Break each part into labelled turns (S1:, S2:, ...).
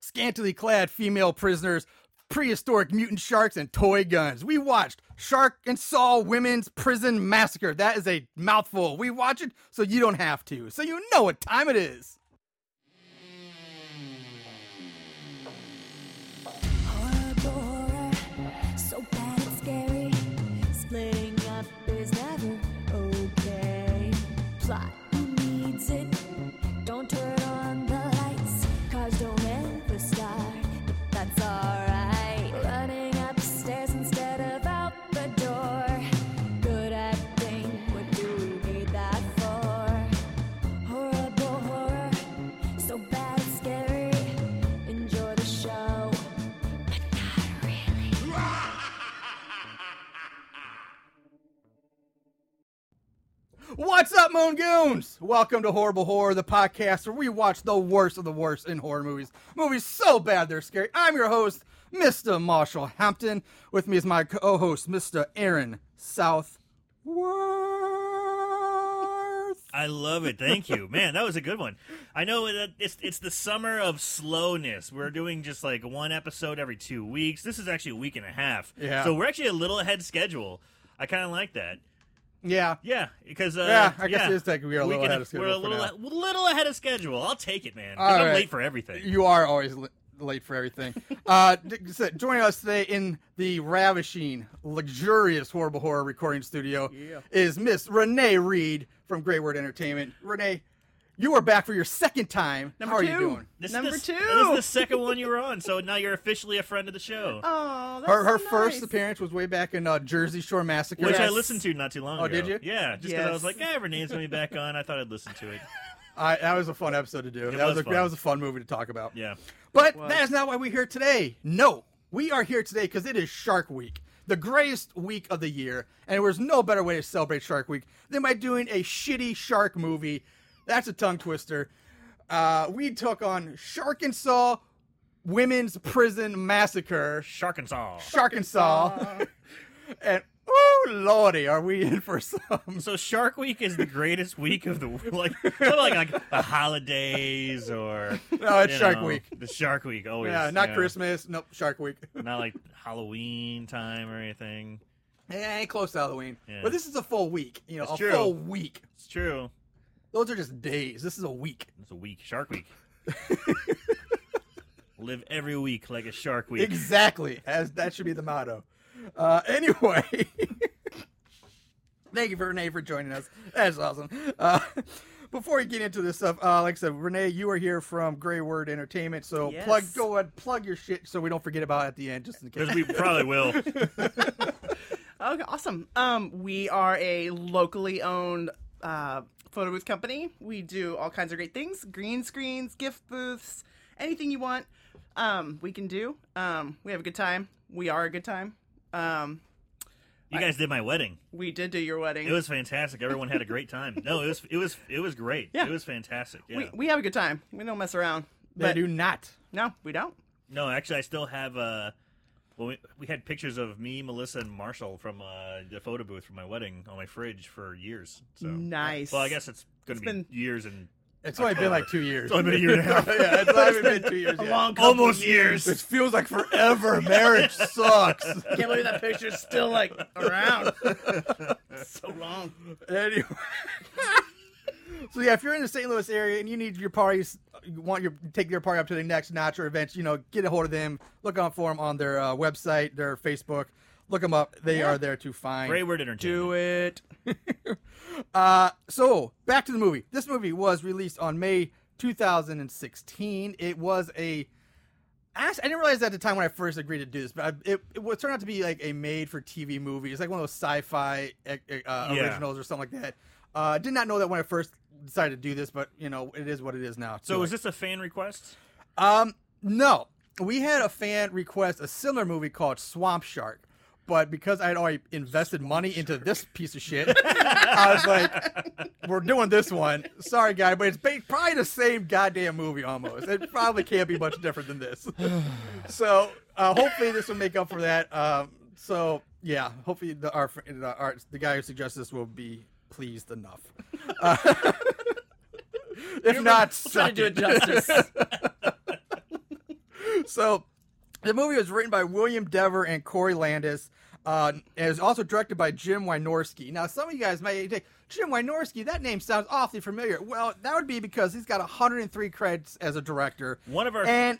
S1: scantily clad female prisoners, prehistoric mutant sharks, and toy guns. We watched Shark and Saw Women's Prison Massacre. That is a mouthful. We watch it so you don't have to, so you know what time it is.
S2: So bad it's scary. Splitting up is never okay. Plot who needs it. Don't turn on the lights. Cars don't ever start, but that's alright. Running upstairs instead of out the door. Good acting, what do we need that for? Horrible horror, so bad it's scary. Enjoy the show, but not really.
S1: What's up, Moon Goons? Welcome to Horrible Horror, the podcast where we watch the worst of the worst in horror movies. Movies so bad they're scary. I'm your host, Mr. Marshall Hampton. With me is my co host, Mr. Aaron Southworth.
S3: I love it. Thank you, man. That was a good one. I know that it's it's the summer of slowness. We're doing just like one episode every two weeks. This is actually a week and a half.
S1: Yeah.
S3: So we're actually a little ahead schedule. I kind of like that.
S1: Yeah.
S3: Yeah, because uh,
S1: Yeah, I guess it is like we are a little
S3: can-
S1: ahead of schedule
S3: We're a
S1: for
S3: little,
S1: now.
S3: a- little ahead of schedule. I'll take it, man. 'cause
S1: All
S3: I'm
S1: right.
S3: late for everything.
S1: You are always li- late for everything. uh, d- so joining us today in the ravishing, luxurious Horrible Horror recording studio is Miss Renee Reed from Great Word Entertainment. Renee, you are back for your second time. How are you doing?
S3: This
S4: Number
S3: is the,
S4: two.
S3: This is the second one you were on, so now you're officially a friend of the show,
S4: Oh, that's
S1: Her, her
S4: so nice.
S1: first appearance was way back in uh, Jersey Shore Massacre.
S3: which I
S4: Yes.
S3: listened to not too long
S1: Oh,
S3: ago.
S1: did you?
S3: Yeah, just because I was
S4: Yes.
S3: like, eh, Renee's gonna be back on. I thought I'd listen to it.
S1: I- that was a fun episode to do.
S3: It
S1: that was,
S3: was
S1: a,
S3: fun.
S1: that was a fun movie to talk about.
S3: Yeah.
S1: But
S4: was.
S1: that is not why we're here today. No, we are here today because it is Shark Week, the greatest week of the year, and there was no better way to celebrate Shark Week than by doing a shitty shark movie. That's a tongue twister. Uh, we took on Shark and Saw Women's Prison Massacre.
S3: Shark and Saw.
S1: Shark and Saw. and, oh, lordy, are we in for some.
S3: So Shark Week is the greatest week of the like, sort of like like the holidays or
S1: No, it's
S3: you
S1: Shark
S3: know,
S1: Week.
S3: The Shark Week always.
S1: Yeah, not
S3: yeah.
S1: Christmas. Nope, Shark Week.
S3: Not like Halloween time or anything.
S1: Eh, ain't close to Halloween.
S3: Yeah.
S1: But this is a full week. You know,
S3: It's
S1: a
S3: true.
S1: full week.
S3: It's true.
S1: Those are just days. This is a week.
S3: It's a week. Shark Week. Live every week like a Shark Week.
S1: Exactly. As that should be the motto. Uh, anyway, thank you for Renee for joining us. That's awesome. Uh, before we get into this stuff, uh, like I said, Renee, you are here from Gray Word Entertainment, so
S4: Yes.
S1: plug go ahead, plug your shit, so we don't forget about it at the end, just in case.
S3: 'Cause we probably will.
S4: Okay, awesome. Um, we are a locally owned uh, photo booth company. We do all kinds of great things: green screens, gift booths, anything you want. Um, we can do. Um, we have a good time. We are a good time. Um,
S3: You guys did my wedding.
S4: we did do your wedding.
S3: It was fantastic. Everyone had a great time. No, it was it was it was great.
S4: Yeah.
S3: It was fantastic. Yeah.
S4: we, we have a good time. We don't mess around.
S1: they
S4: But
S1: do not.
S4: no, we don't.
S3: No, actually, I still have. Uh, well, we, we had pictures of me, Melissa, and Marshall from uh, the photo booth from my wedding on my fridge for years. So
S4: Nice.
S3: Well, I guess it's going to
S4: It's
S3: be
S4: been-
S3: years and
S1: It's only been like two years.
S3: it's only been a year and a half.
S1: yeah, it's only been two years. yeah.
S4: couple
S3: Almost
S1: This
S3: years.
S1: feels like forever. Marriage sucks.
S4: Can't believe that picture's still like around. so long.
S1: Anyway. so yeah, if you're in the St. Louis area and you need your parties, you want your take your party up to the next notch or events, you know, get a hold of them. Look out for them on their uh, website, their Facebook. Look them up. They are there to find.
S3: Great word entertainment.
S4: Do it.
S1: Uh, so back to the movie. This movie was released on May 2016. It was a Actually, I didn't realize at the time when I first agreed to do this, but I, it, it was- turned out to be like a made-for-TV movie. It's like one of those sci-fi uh, uh,
S3: Yeah.
S1: originals or something like that. Uh, I did not know that when I first decided to do this, but you know, it is what it is now.
S3: So
S1: Do
S3: was
S1: it.
S3: this a fan request?
S4: Oh.
S1: Um, no, we had a fan request a similar movie called Swamp Shark, but because I had already invested money into this piece of shit, I was like, "We're doing this one." Sorry, guy, but it's ba- probably the same goddamn movie almost. It probably can't be much different than this. so uh, hopefully, this will make up for that. Um, so yeah, hopefully the our, fr- the, our the guy who suggested this will be pleased enough. Uh, if not,
S4: We'll try to
S1: suck
S4: do
S1: it.
S4: it justice.
S1: so the movie was written by William Dever and Corey Landis. Uh, and it was also directed by Jim Wynorski. Now, some of you guys may think, Jim Wynorski, that name sounds awfully familiar. Well, that would be because he's got 103 credits as a director.
S3: One of our-
S1: And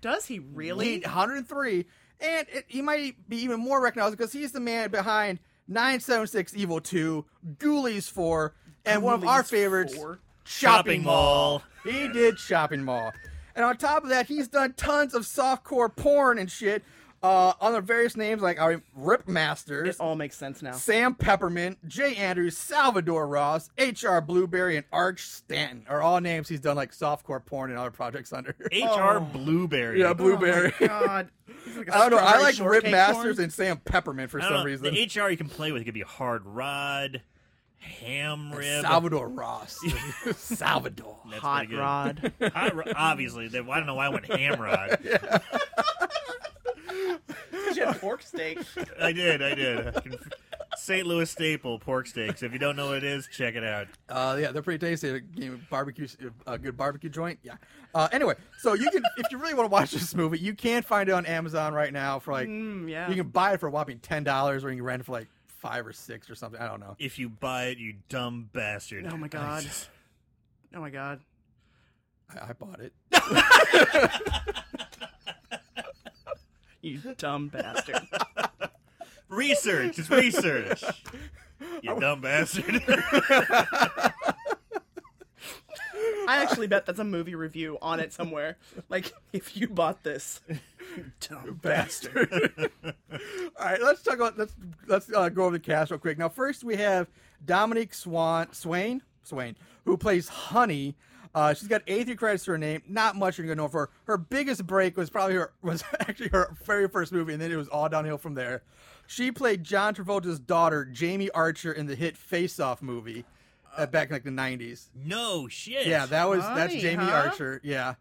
S4: Does he
S1: he-
S4: really?
S1: 103. And it, he might be even more recognized because he's the man behind 976 Evil 2, Ghoulies 4, and one of our
S4: Ghoulies
S1: favorites,
S4: 4.
S1: Shopping
S3: Shopping
S1: Mall.
S3: Mall.
S1: He did Shopping Mall. And on top of that, he's done tons of softcore porn and shit uh, under various names like our Rip Masters,
S4: It all makes sense now.
S1: Sam Peppermint, Jay Andrews, Salvador Ross, H.R. Blueberry, and Arch Stanton are all names he's done like softcore porn and other projects under.
S3: H.R. Blueberry.
S1: yeah, Blueberry.
S4: Oh my God. He's like a
S1: I don't know. I
S4: strawberry
S1: like Rip
S4: shortcake
S1: Masters
S4: corn.
S1: and Sam Peppermint for
S3: I don't
S1: some
S3: know,
S1: reason.
S3: The HR you can play with it could be hard rod, ham rib,
S1: Salvador Ross. Salvador.
S3: That's
S4: hot
S3: pretty good.
S4: rod.
S3: Hot ro- obviously. Then I don't know why I went ham rod.
S4: she had pork steak.
S3: I did. I did. I can- St. Louis staple pork steaks. If you don't know what it is, check it out.
S1: Uh, yeah, they're pretty tasty. A game- Barbecue, a good barbecue joint. Yeah. Uh, anyway, so you can, if you really want to watch this movie, you can find it on Amazon right now for like,
S4: Mm, yeah.
S1: you can buy it for a whopping ten dollars, or you can rent it for like five or six or something. I don't know.
S3: If you buy it, you dumb bastard.
S4: Oh my God. Oh my God.
S1: I, I bought it.
S4: You dumb bastard.
S3: Research. It's research. You dumb bastard.
S4: I actually bet that's a movie review on it somewhere. Like, if you bought this, you dumb bastard.
S1: All right, let's talk about let's let's uh, go over the cast real quick. Now, first we have Dominique Swan Swain Swain, who plays Honey. Uh, she's got 83 credits to her name. Not much you're gonna know for her. Her biggest break was probably her was actually her very first movie, and then it was all downhill from there. She played John Travolta's daughter, Jamie Archer, in the hit Face Off movie uh, back in like the 90s.
S3: no shit.
S1: Yeah, that was that's
S4: Honey,
S1: Jamie
S4: huh?
S1: Archer. Yeah,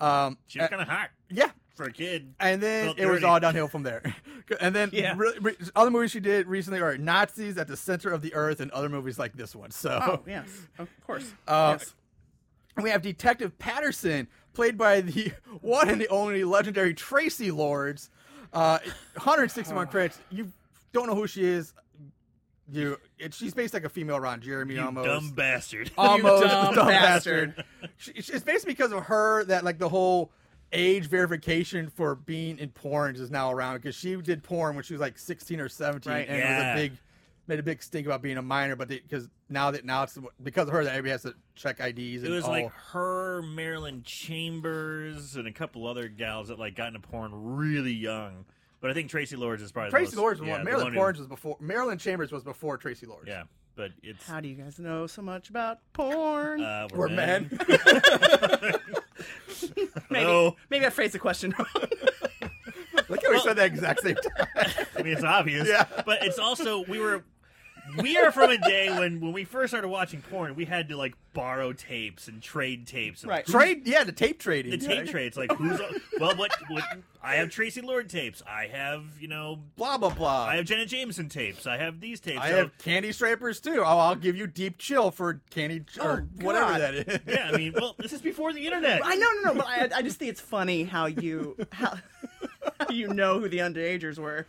S1: um,
S3: She was kind of hot
S1: yeah,
S3: for a kid.
S1: and then
S3: Felt
S1: it was
S3: dirty.
S1: all downhill from there. And then
S4: Yeah.
S1: re- re- other movies she did recently are Nazis at the Center of the Earth and other movies like this one. So
S4: Oh, yes. Of course.
S1: Uh,
S4: yes.
S1: we have Detective Patterson, played by the one and the only legendary Tracy Lords. Uh, 161 credits. You don't know who she is. You, it, she's based like a female Ron Jeremy
S3: You
S1: almost.
S3: dumb bastard.
S1: almost
S4: You dumb bastard.
S1: She- she- it's basically because of her that like the whole age verification for being in porn is now around because she did porn when she was like 16 or 17
S4: Right.
S1: and
S3: Yeah.
S1: it was a big made a big stink about being a minor but because now that now it's because of her that everybody has to check IDs
S3: It
S1: and
S3: was
S1: all.
S3: like her, Marilyn Chambers, and a couple other gals that like got into porn really young. But I think Tracy Lords is probably
S1: Tracy
S3: the most,
S1: Lords was
S3: yeah,
S1: one.
S3: the
S1: Marilyn
S3: one who-
S1: Lawrence was before Marilyn Chambers was before Tracy Lords.
S3: Yeah, but it's
S4: How do you guys know so much about porn?
S3: uh, we're,
S1: We're men.
S4: maybe,
S3: hello.
S4: maybe I phrased the question wrong.
S1: Look how we said that exact same time.
S3: I mean, it's obvious.
S1: Yeah.
S3: But it's also we were we are from a day when when we first started watching porn, we had to like borrow tapes and trade tapes. And
S4: Right.
S1: Trade, yeah, the tape trading.
S3: The tape trades, like who's well, what, what? I have Tracy Lord tapes. I have you know,
S1: Blah blah blah.
S3: I have Janet Jameson tapes. I have these tapes.
S1: I
S3: So-
S1: have candy stripers too. Oh, I'll give you deep chill for candy ch- or
S4: Oh,
S1: whatever
S4: God.
S1: that is.
S3: Yeah, I mean, well, this is before the internet.
S4: I no no no, but I, I just think it's funny how you how, how you know who the underagers were.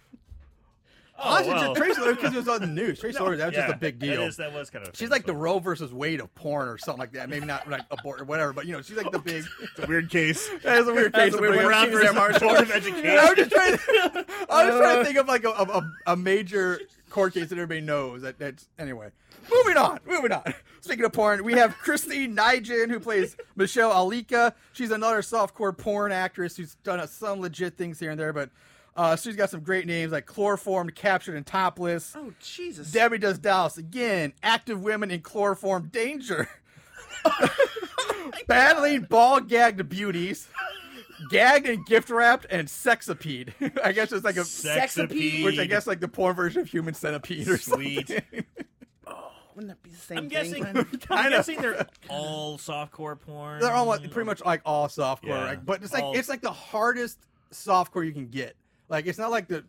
S1: Honestly,
S3: wow.
S1: just Tracy Lords because it was on the news. Tracy Lords, that was just
S3: Oh, Yeah,
S1: a big
S3: That,
S1: deal.
S3: is, that was kind of.
S1: She's like the Roe versus Wade of porn or something like that. Maybe not like abort or whatever, but you know, she's like the big.
S3: weird case.
S1: That is a weird case.
S4: That's a
S1: to
S4: weird
S1: bring
S4: one.
S1: up.
S4: Around
S3: Around for
S4: for Sam
S3: Board of Education.
S1: I'm just trying to. I'm just trying to think of like a, a, a- a major court case that everybody knows. That that's anyway. Moving on. Moving on. Speaking of porn, we have Christy Nijin who plays Michelle Alika. She's another softcore porn actress who's done uh, some legit things here and there, but uh, she's got some great names like Chloroformed, Captured, and Topless.
S4: Oh Jesus!
S1: Debbie Does Dallas again. Active women in chloroform danger. Battling ball gagged beauties. Gagged and gift wrapped and sexapede. I guess it's like a
S4: Sexapede.
S1: which I guess like the porn version of human centipede or
S3: Sweet.
S1: something.
S4: Wouldn't that be the same
S3: I'm
S4: thing?
S3: guessing.
S4: Glenn?
S3: I'm
S1: Kinda.
S3: guessing they're all softcore porn.
S1: They're all like, pretty much like all softcore,
S3: Yeah.
S1: right? But it's like
S3: All-
S1: it's like the hardest softcore you can get. Like it's not like the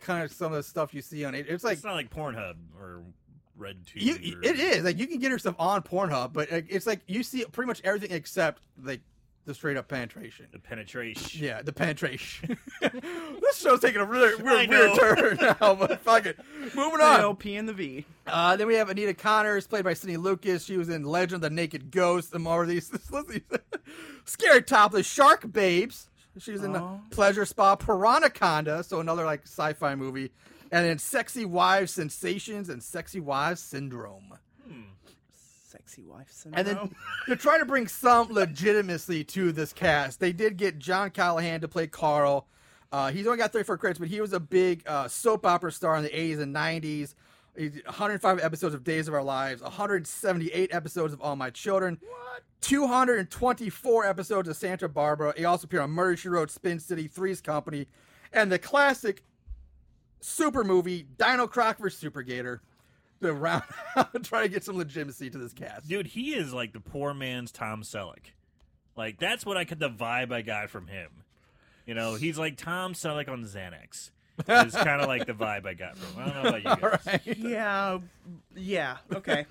S1: kind of some of the stuff you see on it. It's like
S3: It's not like Pornhub or Red Tube.
S1: You,
S3: or,
S1: it is like you can get her stuff on Pornhub, but like, it's like you see pretty much everything except like the straight up penetration.
S3: The penetration.
S1: Yeah, the penetration. this show's taking a really
S3: I
S1: weird,
S3: know.
S1: weird turn now, but fuck it. Moving
S4: The
S1: on.
S4: O, P, and the V.
S1: Uh, then we have Anita Connors, played by Sidney Lucas. She was in Legend of the Naked Ghost and more of these. listen to these. Scary Topless Shark Babes. She was in the
S4: Oh.
S1: Pleasure Spa Piranaconda, so another like sci fi movie. And then Sexy Wives Sensations and Sexy Wives Syndrome.
S4: Sexy wife
S1: And
S4: syndrome.
S1: then they're trying to bring some legitimacy to this cast. They did get John Callahan to play Carl. Uh, he's only got 34 credits, but he was a big uh, soap opera star in the 80s and 90s. He did 105 episodes of Days of Our Lives, 178 episodes of All My Children, 224 episodes of Santa Barbara. He also appeared on Murder She Wrote, Spin City, Three's Company, and the classic super movie Dino Croc vs. Super Gator. To round out, try to get some legitimacy to this cast.
S3: Dude, he is like the poor man's Tom Selleck. Like that's what I could the vibe I got from him. You know, he's like Tom Selleck on Xanax. It's kind of like the vibe I got from. Him. I don't know about you guys.
S1: All right.
S4: yeah, yeah, okay.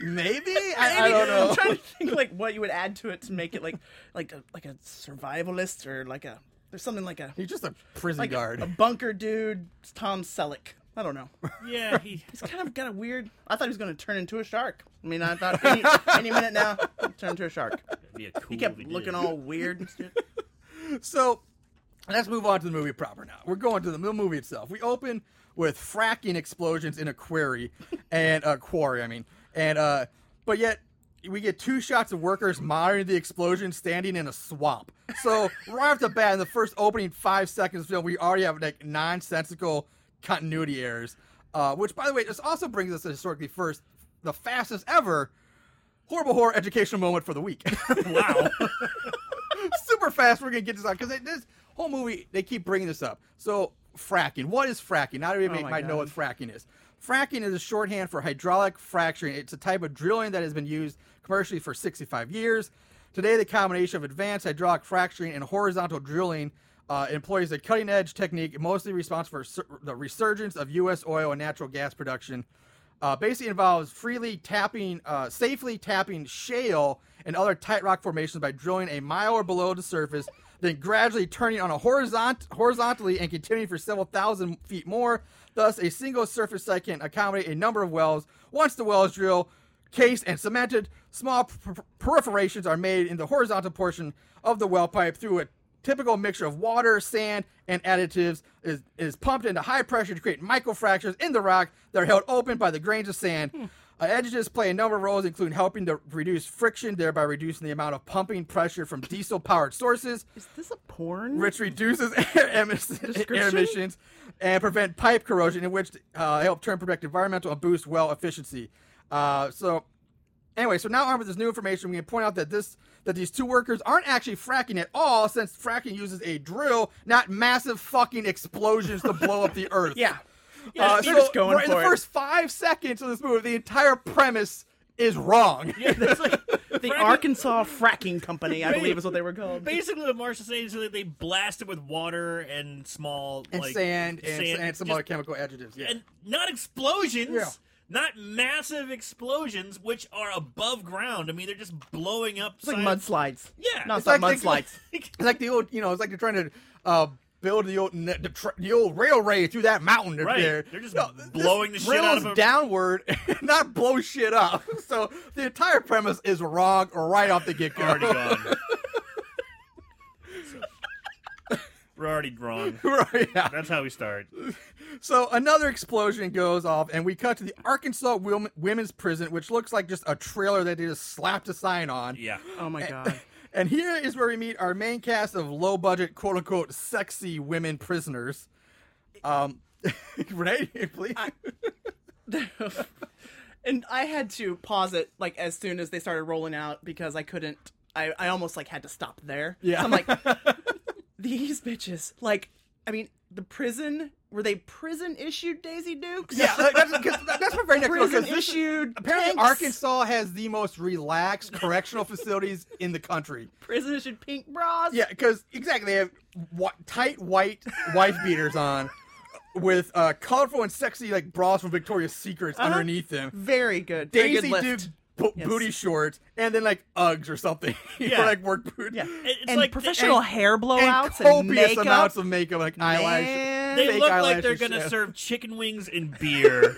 S1: Maybe I, I
S4: Maybe-
S1: don't know.
S4: I'm trying to think like what you would add to it to make it like like a, like a survivalist or like a there's something like a
S1: He's just a prison
S4: like a,
S1: guard.
S4: a bunker dude. Tom Selleck. I don't know.
S3: Yeah, he.
S4: He's kind of got a weird. I thought he was going to turn into a shark. I mean, I thought any, any minute now he'll turn into a shark.
S3: Be a cool
S4: He kept
S3: dude.
S4: looking all weird. and shit.
S1: so let's move on to the movie proper now. We're going to the mo- movie itself. We open with fracking explosions in a quarry and a quarry, I mean. And uh but yet we get two shots of workers monitoring the explosion standing in a swamp. So right off the bat, in the first opening five seconds of the film, we already have like nonsensical continuity errors. Uh, which by the way, this also brings us to historically first the fastest ever horrible horror educational moment for the week.
S3: Wow.
S1: super fast. We're gonna get this on because this whole movie they keep bringing this up. So fracking. What is fracking? Not everybody
S4: Oh my
S1: might know what
S4: God.
S1: fracking is. Fracking is a shorthand for hydraulic fracturing. It's a type of drilling that has been used commercially for 65 years. Today, the combination of advanced hydraulic fracturing and horizontal drilling uh, employs a cutting edge technique mostly responsible for sur- the resurgence of U.S. oil and natural gas production. Uh, basically involves freely tapping, uh, safely tapping shale and other tight rock formations by drilling a mile or below the surface, then gradually turning on a horizont- horizontally and continuing for several thousand feet more. Thus, a single surface site can accommodate a number of wells. Once the well is drilled, cased and cemented, small per- per- perforations are made in the horizontal portion of the well pipe through a typical mixture of water, sand, and additives is, is pumped into high pressure to create microfractures in the rock that are held open by the grains of sand. Uh, additives play a number of roles, including helping to reduce friction, thereby reducing the amount of pumping pressure from diesel powered sources,
S4: Is this a porn?
S1: which reduces air, emis- air
S4: Description?
S1: emissions and prevent pipe corrosion, in which uh, help turn protect environmental and boost well efficiency. Uh, so, anyway, so now armed with this new information, we can point out that this that these two workers aren't actually fracking at all, since fracking uses a drill, not massive fucking explosions to blow up the earth.
S4: Yeah.
S1: Uh,
S4: they're
S1: so
S4: just going
S1: right in
S4: for
S1: the
S4: it.
S1: first five seconds of this movie, the entire premise is wrong.
S3: Yeah, that's like
S4: The Arkansas Fracking Company, I believe, is what they were called.
S3: Basically, what Marsh is saying is that they blast it with water and small
S1: And
S3: like,
S1: sand, and, and some
S3: just-
S1: other chemical adjectives. Yeah.
S3: and not explosions,
S1: Yeah.
S3: not massive explosions, which are above ground. I mean, they're just blowing up.
S4: It's like
S3: sides-
S4: mudslides.
S3: Yeah.
S4: no,
S3: It's
S4: it's,
S1: like-
S4: not mudslides.
S1: It's like the old, you know, it's like they're trying to uh, build the old ne- the, tr- the old railway through that mountain
S3: Right.
S1: there.
S3: They're just
S1: this
S3: blowing the shit out
S1: rails
S3: of 'em.
S1: downward, and not blow shit up. So the entire premise is wrong right off the get go.
S3: already gone. So, we're already wrong.
S1: right, yeah.
S3: That's how we start.
S1: So another explosion goes off, and we cut to the Arkansas Wom- women's prison, which looks like just a trailer that they just slapped a sign on.
S3: Yeah.
S4: Oh my god.
S1: And here is where we meet our main cast of low budget, quote unquote, sexy women prisoners. Um, right, please.
S4: and I had to pause it like as soon as they started rolling out because I couldn't. I, I almost like had to stop there.
S1: Yeah.
S4: So I'm like, these bitches. Like, I mean, the prison were they prison issued Daisy Dukes?
S1: yeah, like, that's, 'cause that- that's my very next one.
S4: Prison
S1: 'cause this-
S4: issued.
S1: Apparently,
S4: tanks.
S1: Arkansas has the most relaxed correctional facilities in the country.
S4: Prison issued pink bras.
S1: Yeah, because exactly, they have wa- tight white wife beaters on, with uh, colorful and sexy like bras from Victoria's Secrets underneath them.
S4: Very good. Very
S1: Daisy
S4: good
S1: Duke
S4: lift.
S1: bo-
S4: Yes.
S1: booty shorts, and then like Uggs or something.
S3: Yeah.
S1: or like work boots.
S4: Yeah.
S3: It's
S4: and
S3: like the-
S4: professional hair
S1: And
S4: blowouts and,
S1: copious
S4: makeup.
S1: amounts of makeup, like eyelashes.
S4: Man.
S3: They
S1: Fake
S3: look like they're
S1: eyelashes,
S3: gonna
S1: yeah.
S3: serve chicken wings and beer,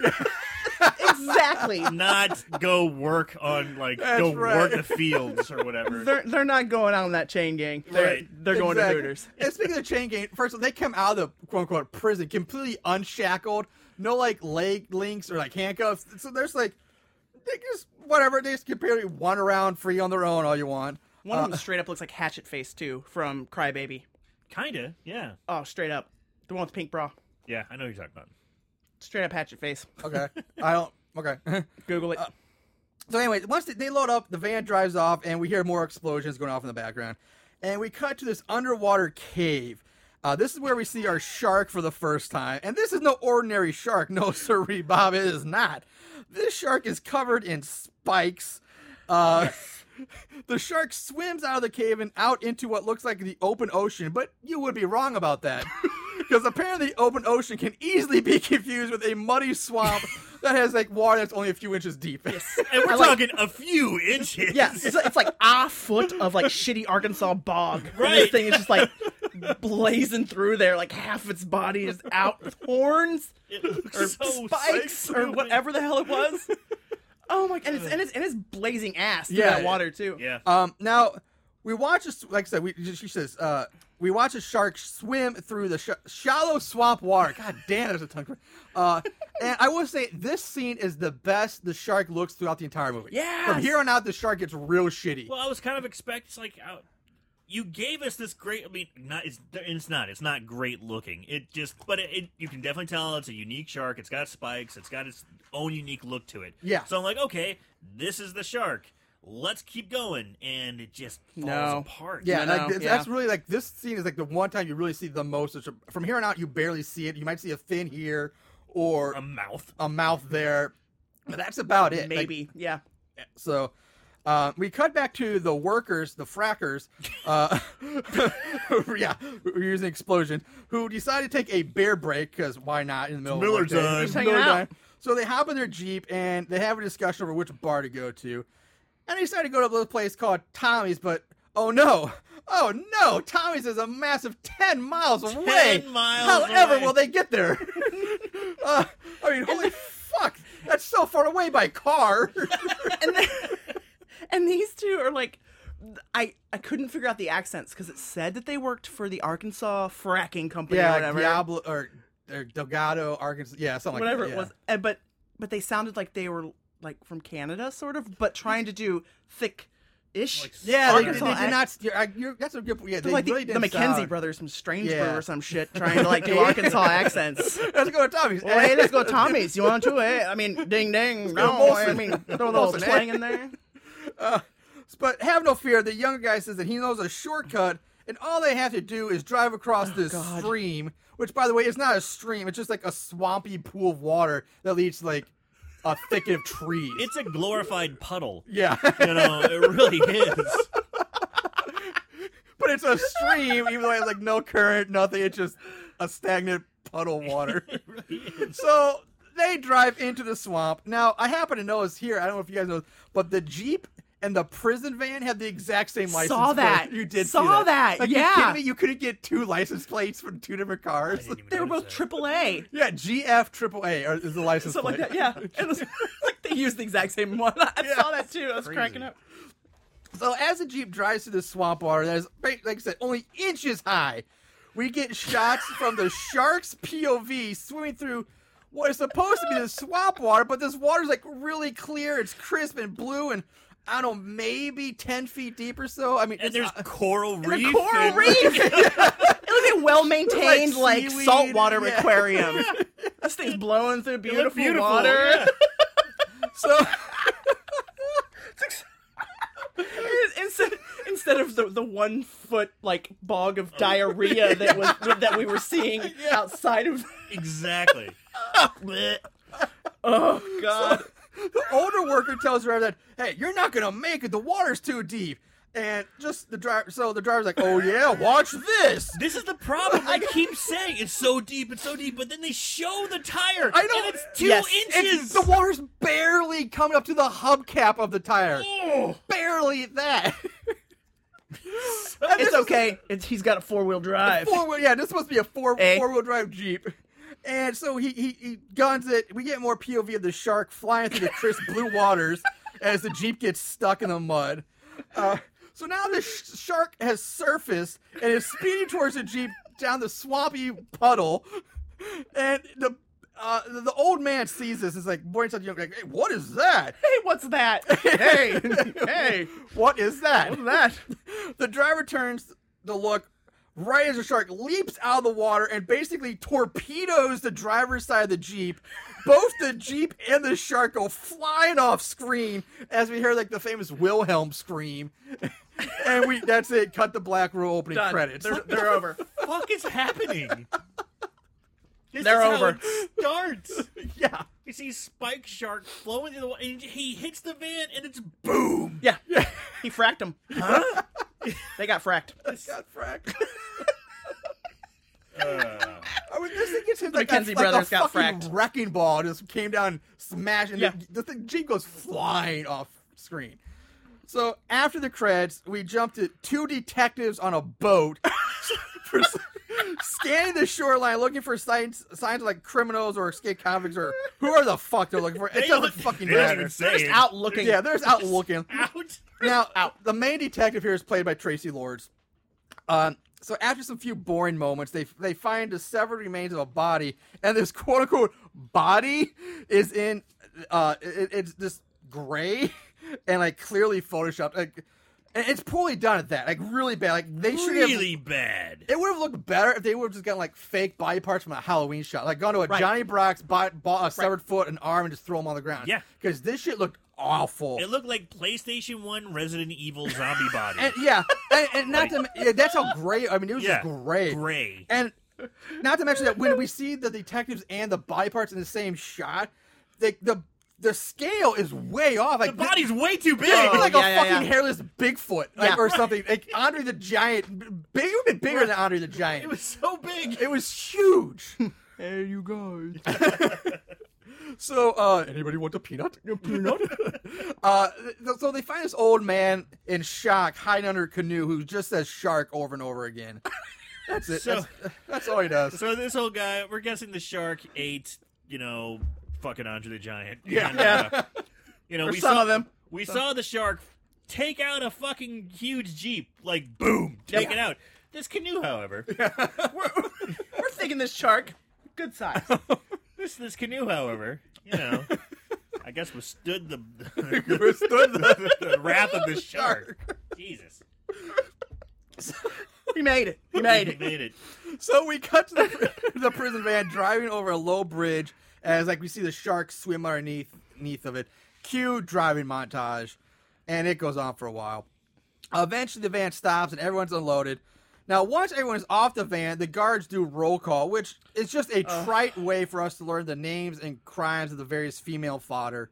S4: exactly.
S3: not go work on like
S1: That's
S3: go
S1: right.
S3: work the fields or whatever.
S4: They're they're not going out on that chain gang. They're
S3: Right.
S4: they're going
S1: Exactly.
S4: to Hooters.
S1: And speaking of the chain gang, first of all, they come out of the quote unquote prison completely unshackled, no like leg links or like handcuffs. So there's like they just whatever they just completely one around free on their own all you want.
S4: One of them straight up looks like Hatchet Face too from Crybaby.
S3: Kinda, yeah,
S4: Oh, straight up. The one with the pink bra.
S3: yeah. I know what you're talking about.
S4: Straight up Hatchet Face.
S1: Okay, I don't. Okay.
S4: Google it.
S1: So, anyways, once they- they load up, the van drives off, and we hear more explosions going off in the background. And we cut to this underwater cave. Uh, this is where we see our shark for the first time. And this is no ordinary shark. No, sirree, Bob, it is not. This shark is covered in spikes. Uh, the shark swims out of the cave and out into what looks like the open ocean, but you would be wrong about that. Because apparently, open ocean can easily be confused with a muddy swamp that has like water that's only a few inches deep.
S3: And we're
S4: I like-
S3: talking a few inches.
S4: Yeah, it's, it's like a foot of like shitty Arkansas bog. And
S3: Right.
S4: this thing is just like blazing through there, like half its body is out with horns
S3: It looks
S4: or
S3: so
S4: spikes or
S3: stupid.
S4: whatever the hell it was. Oh my! And it's and it's, and it's blazing ass through
S1: Yeah.
S4: that water too.
S3: Yeah.
S1: Um, now we watch this. Like I said, we she says uh, we watch a shark swim through the sh- shallow swamp water. God damn, there's a ton. Of, uh, and I will say this scene is the best the shark looks throughout the entire movie. from
S4: Yes!
S1: here on out, the shark gets real shitty.
S3: Well, I was kind of expect like I- you gave us this great. I mean, not it's it's not it's not great looking. It just but it, it you can definitely tell it's a unique shark. It's got spikes. It's got its own unique look to it.
S1: Yeah.
S3: So I'm like, okay, this is the shark. Let's keep going, and it just falls
S4: No.
S3: apart.
S1: yeah,
S4: no,
S1: like
S4: no,
S1: th-
S4: yeah.
S1: that's really like this scene is like the one time you really see the most. Of, shark- from here on out, you barely see it. You might see a fin here or
S3: A mouth.
S1: a mouth there. But that's about it. Like,
S4: Maybe. yeah.
S1: So uh, we cut back to the workers, the frackers. Uh, yeah, we're using explosion. Who decided to take a beer break because why not in the middle
S3: Miller
S1: of the workday?
S3: time.
S1: It's
S4: Just hanging out.
S1: So they hop in their jeep and they have a discussion over which bar to go to, and they decide to go to a place called Tommy's. But oh no, oh no, Tommy's is a massive ten miles away.
S3: miles
S1: However,
S3: away.
S1: will they get there? uh, I mean, holy fuck, that's so far away by car.
S4: And then, and these two are like, I I couldn't figure out the accents because it said that they worked for the Arkansas fracking company
S1: yeah,
S4: or whatever.
S1: Diablo or, or Delgado, Arkansas. Yeah, something
S4: whatever
S1: like that.
S4: it was. Uh, but but they sounded like they were like from Canada, sort of, but trying to do thick ish.
S3: Like,
S1: Yeah, they, they,
S3: Arkansas
S1: they did not. You're, I- you're, that's a good. Yeah, they
S4: like the,
S1: really
S4: the
S1: didn't
S4: McKenzie
S1: sound-
S4: brothers from Strange
S1: Yeah.
S4: Brew or some shit, trying to like do Arkansas accents.
S1: Let's go to Tommy's.
S4: Well, hey, let's go, Tommy's. You want to? Eh? I mean, ding ding.
S1: go,
S4: No, I
S1: Molson.
S4: mean, throw a little
S1: Molson, eh?
S4: twang in there.
S1: But have no fear. The younger guy says that he knows a shortcut, and all they have to do is drive
S4: Oh,
S1: across this stream, which, by the way, is not a stream. It's just like a swampy pool of water that leads to, like a thicket of trees.
S3: It's a glorified puddle.
S1: yeah,
S3: You know, it really is.
S1: but it's a stream, even though it has like no current, nothing. It's just a stagnant puddle of water. so they drive into the swamp. Now, I happen to notice here, I don't know if you guys know, but the Jeep and the prison van have the exact same license
S4: Saw that.
S1: plate. You did see
S4: Saw that,
S1: Like,
S4: yeah.
S1: You, kidding me? you couldn't get two license plates for two different cars.
S3: didn't even
S4: They were
S3: notice
S4: both
S3: that.
S4: triple A.
S1: Yeah, GF triple A is the license
S4: Something like
S1: plate.
S4: that, yeah. It was, like they used the exact same one. I saw that too. I was cracking up.
S1: So as the jeep drives through the swamp water that is, like I said, only inches high, we get shots from the shark's POV swimming through what is supposed to be the swamp water, but this water's like really clear. It's crisp and blue, and I don't know, maybe ten feet deep or so. I mean,
S3: And
S1: it's
S3: there's
S1: not-
S3: coral reef.
S4: The uh, coral
S3: and-
S4: reef. it was a well maintained,
S1: It's like
S4: like,
S1: seaweed,
S4: saltwater
S1: yeah.
S4: aquarium. this thing's blowing through
S3: It looked
S4: beautiful, water.
S3: yeah.
S1: so.
S4: instead, instead of the, the one foot like bog of diarrhea that was that we were seeing outside of.
S3: Exactly. Blech.
S4: Oh God!
S1: the older worker tells her that, "Hey, you're not gonna make it. The water's too deep." And just the driver, so the driver's like, "Oh yeah, watch this."
S3: This is the problem. They keep saying it's so deep, it's so deep, but then they show the tire.
S1: I know
S3: and it's two
S1: Yes,
S3: inches.
S1: It's, the water's barely coming up to the hubcap of the tire. Barely that.
S4: It's okay. It's, he's got a four wheel drive.
S1: Four wheel, yeah, this must be a four
S4: Eh?
S1: four wheel drive Jeep. And so he, he he guns it. We get more POV of the shark flying through the crisp blue waters as the Jeep gets stuck in the mud. Uh, so now the sh- shark has surfaced and is speeding towards the Jeep down the swampy puddle. And the uh, the, the old man sees this. It's like, boy, it's like, hey, what is that?
S4: Hey, what's that? hey, hey,
S1: What is that?
S4: what's that?
S1: The driver turns to look right as the shark leaps out of the water and basically torpedoes the driver's side of the Jeep. Both the Jeep and the shark go flying off screen as we hear like the famous Wilhelm scream. and we that's it, cut the black roll opening
S4: Done.
S1: credits.
S4: They're, they're over.
S3: fuck is happening? This
S4: They're
S3: is
S4: over.
S3: How it starts.
S1: yeah.
S3: You see Spike Shark flowing through the water, and he hits the van, and it's boom.
S4: Yeah. He fracked him. Huh? they got fracked.
S1: God, Frank.
S3: Uh,
S1: I mean, this thing gets hit like,
S4: McKenzie
S1: a, like a
S4: brothers got
S1: fucking
S4: fracked.
S1: wrecking ball. Just came down, and smashed, and
S4: Yeah.
S1: the, the thing, Jeep goes flying off screen. So after the credits, we jumped to two detectives on a boat, for, scanning the shoreline looking for signs, signs of, like criminals or escaped convicts or whoever the fuck they're looking for. It doesn't fucking
S3: they don't even
S1: matter.
S3: say
S4: Just
S3: it.
S4: out looking.
S1: Yeah, they're just out looking.
S3: out.
S1: Now, the main detective here is played by Tracy Lords. Um, so after some few boring moments, they they find the severed remains of a body, and this quote unquote body is in uh, it, it's just gray and like clearly photoshopped. Like, and it's poorly done at that, like really bad. Like they should have.
S3: Really bad.
S1: It would have looked better if they would have just gotten like fake body parts from a Halloween shot, like gone to a
S4: Right.
S1: Johnny Brock's bo- bo- uh, severed foot and arm and just throw them on the ground.
S3: Yeah.
S1: because this shit looked awful.
S3: It looked like PlayStation One Resident Evil zombie body.
S1: And yeah, and, and not to yeah, that's how great. I mean, it was just
S3: yeah,
S1: great.
S3: Gray.
S1: And not to mention that when we see the detectives and the body parts in the same shot, they, the the scale is way off. Like
S3: the body's way too big.
S1: It'd be
S4: Oh,
S1: like
S4: yeah,
S1: a
S4: yeah,
S1: fucking
S4: yeah.
S1: hairless Bigfoot like,
S4: Yeah.
S1: or something. Like Andre the Giant, big, it would have been bigger than Andre the Giant.
S3: it was so big.
S1: It was huge. hey, you guys. so, uh, anybody want a peanut? A peanut? uh, th- so they find this old man in shock hiding under a canoe who just says shark over and over again. That's it.
S3: So-
S1: that's, that's all he does.
S3: So this old guy, we're guessing the shark ate, you know, fucking Andre the Giant.
S1: Yeah.
S3: And, uh, you know,
S4: Or
S3: we
S4: some
S3: saw
S4: of them.
S3: We saw the shark take out a fucking huge jeep, like boom, take it out. This canoe, however,
S4: We're, we're thinking this shark, good size.
S3: this this canoe, however, you know, I guess withstood the the,
S1: Withstood the-
S3: wrath of the shark. Jesus,
S4: He made it. He made
S3: he
S4: it.
S3: made it.
S1: so we cut to the, the prison van driving over a low bridge as like we see the shark swim underneath, underneath of it. Cue driving montage, and it goes on for a while. Eventually, the van stops and everyone's unloaded. Now, once everyone's off the van, the guards do roll call, which is just a trite way for us to learn the names and crimes of the various female fodder,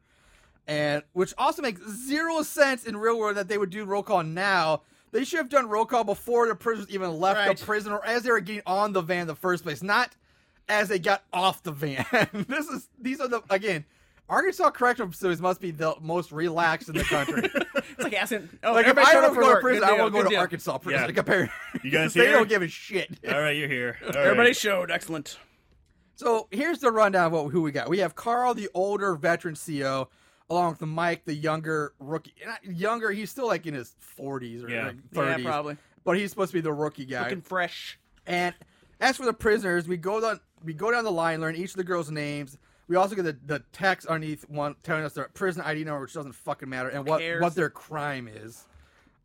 S1: and which also makes zero sense in real world that they would do roll call now. They should have done roll call before the prisoners even left
S4: Right.
S1: the prison or as they were getting on the van in the first place, not as they got off the van. this is these are the again. Arkansas correctional facilities must be the most relaxed in the country.
S4: It's like asking. Oh,
S1: Like if
S4: everybody
S1: I
S4: showed
S1: want
S4: up
S1: to
S4: for
S1: go to
S4: work.
S1: prison,
S4: Good
S1: I
S4: deal,
S1: want to go
S4: good
S1: to
S4: deal.
S1: Arkansas prison.
S3: Yeah.
S1: Like compare,
S3: You guys
S1: they
S3: here?
S1: don't give a shit.
S3: All right, you're here. All right.
S4: Everybody showed excellent.
S1: So here's the rundown of what, who we got. We have Carl, the older veteran CO, along with Mike, the younger rookie. Not younger, he's still like in his 40s or
S3: Yeah.
S1: like
S4: Yeah,
S1: 30s,
S4: probably.
S1: But he's supposed to be the rookie guy.
S4: Looking fresh.
S1: And as for the prisoners, we go down we go down the line, learn each of the girls' names. We also get the, the text underneath one telling us their prison ID number, which doesn't fucking matter, and what,
S4: cares?
S1: what their crime is.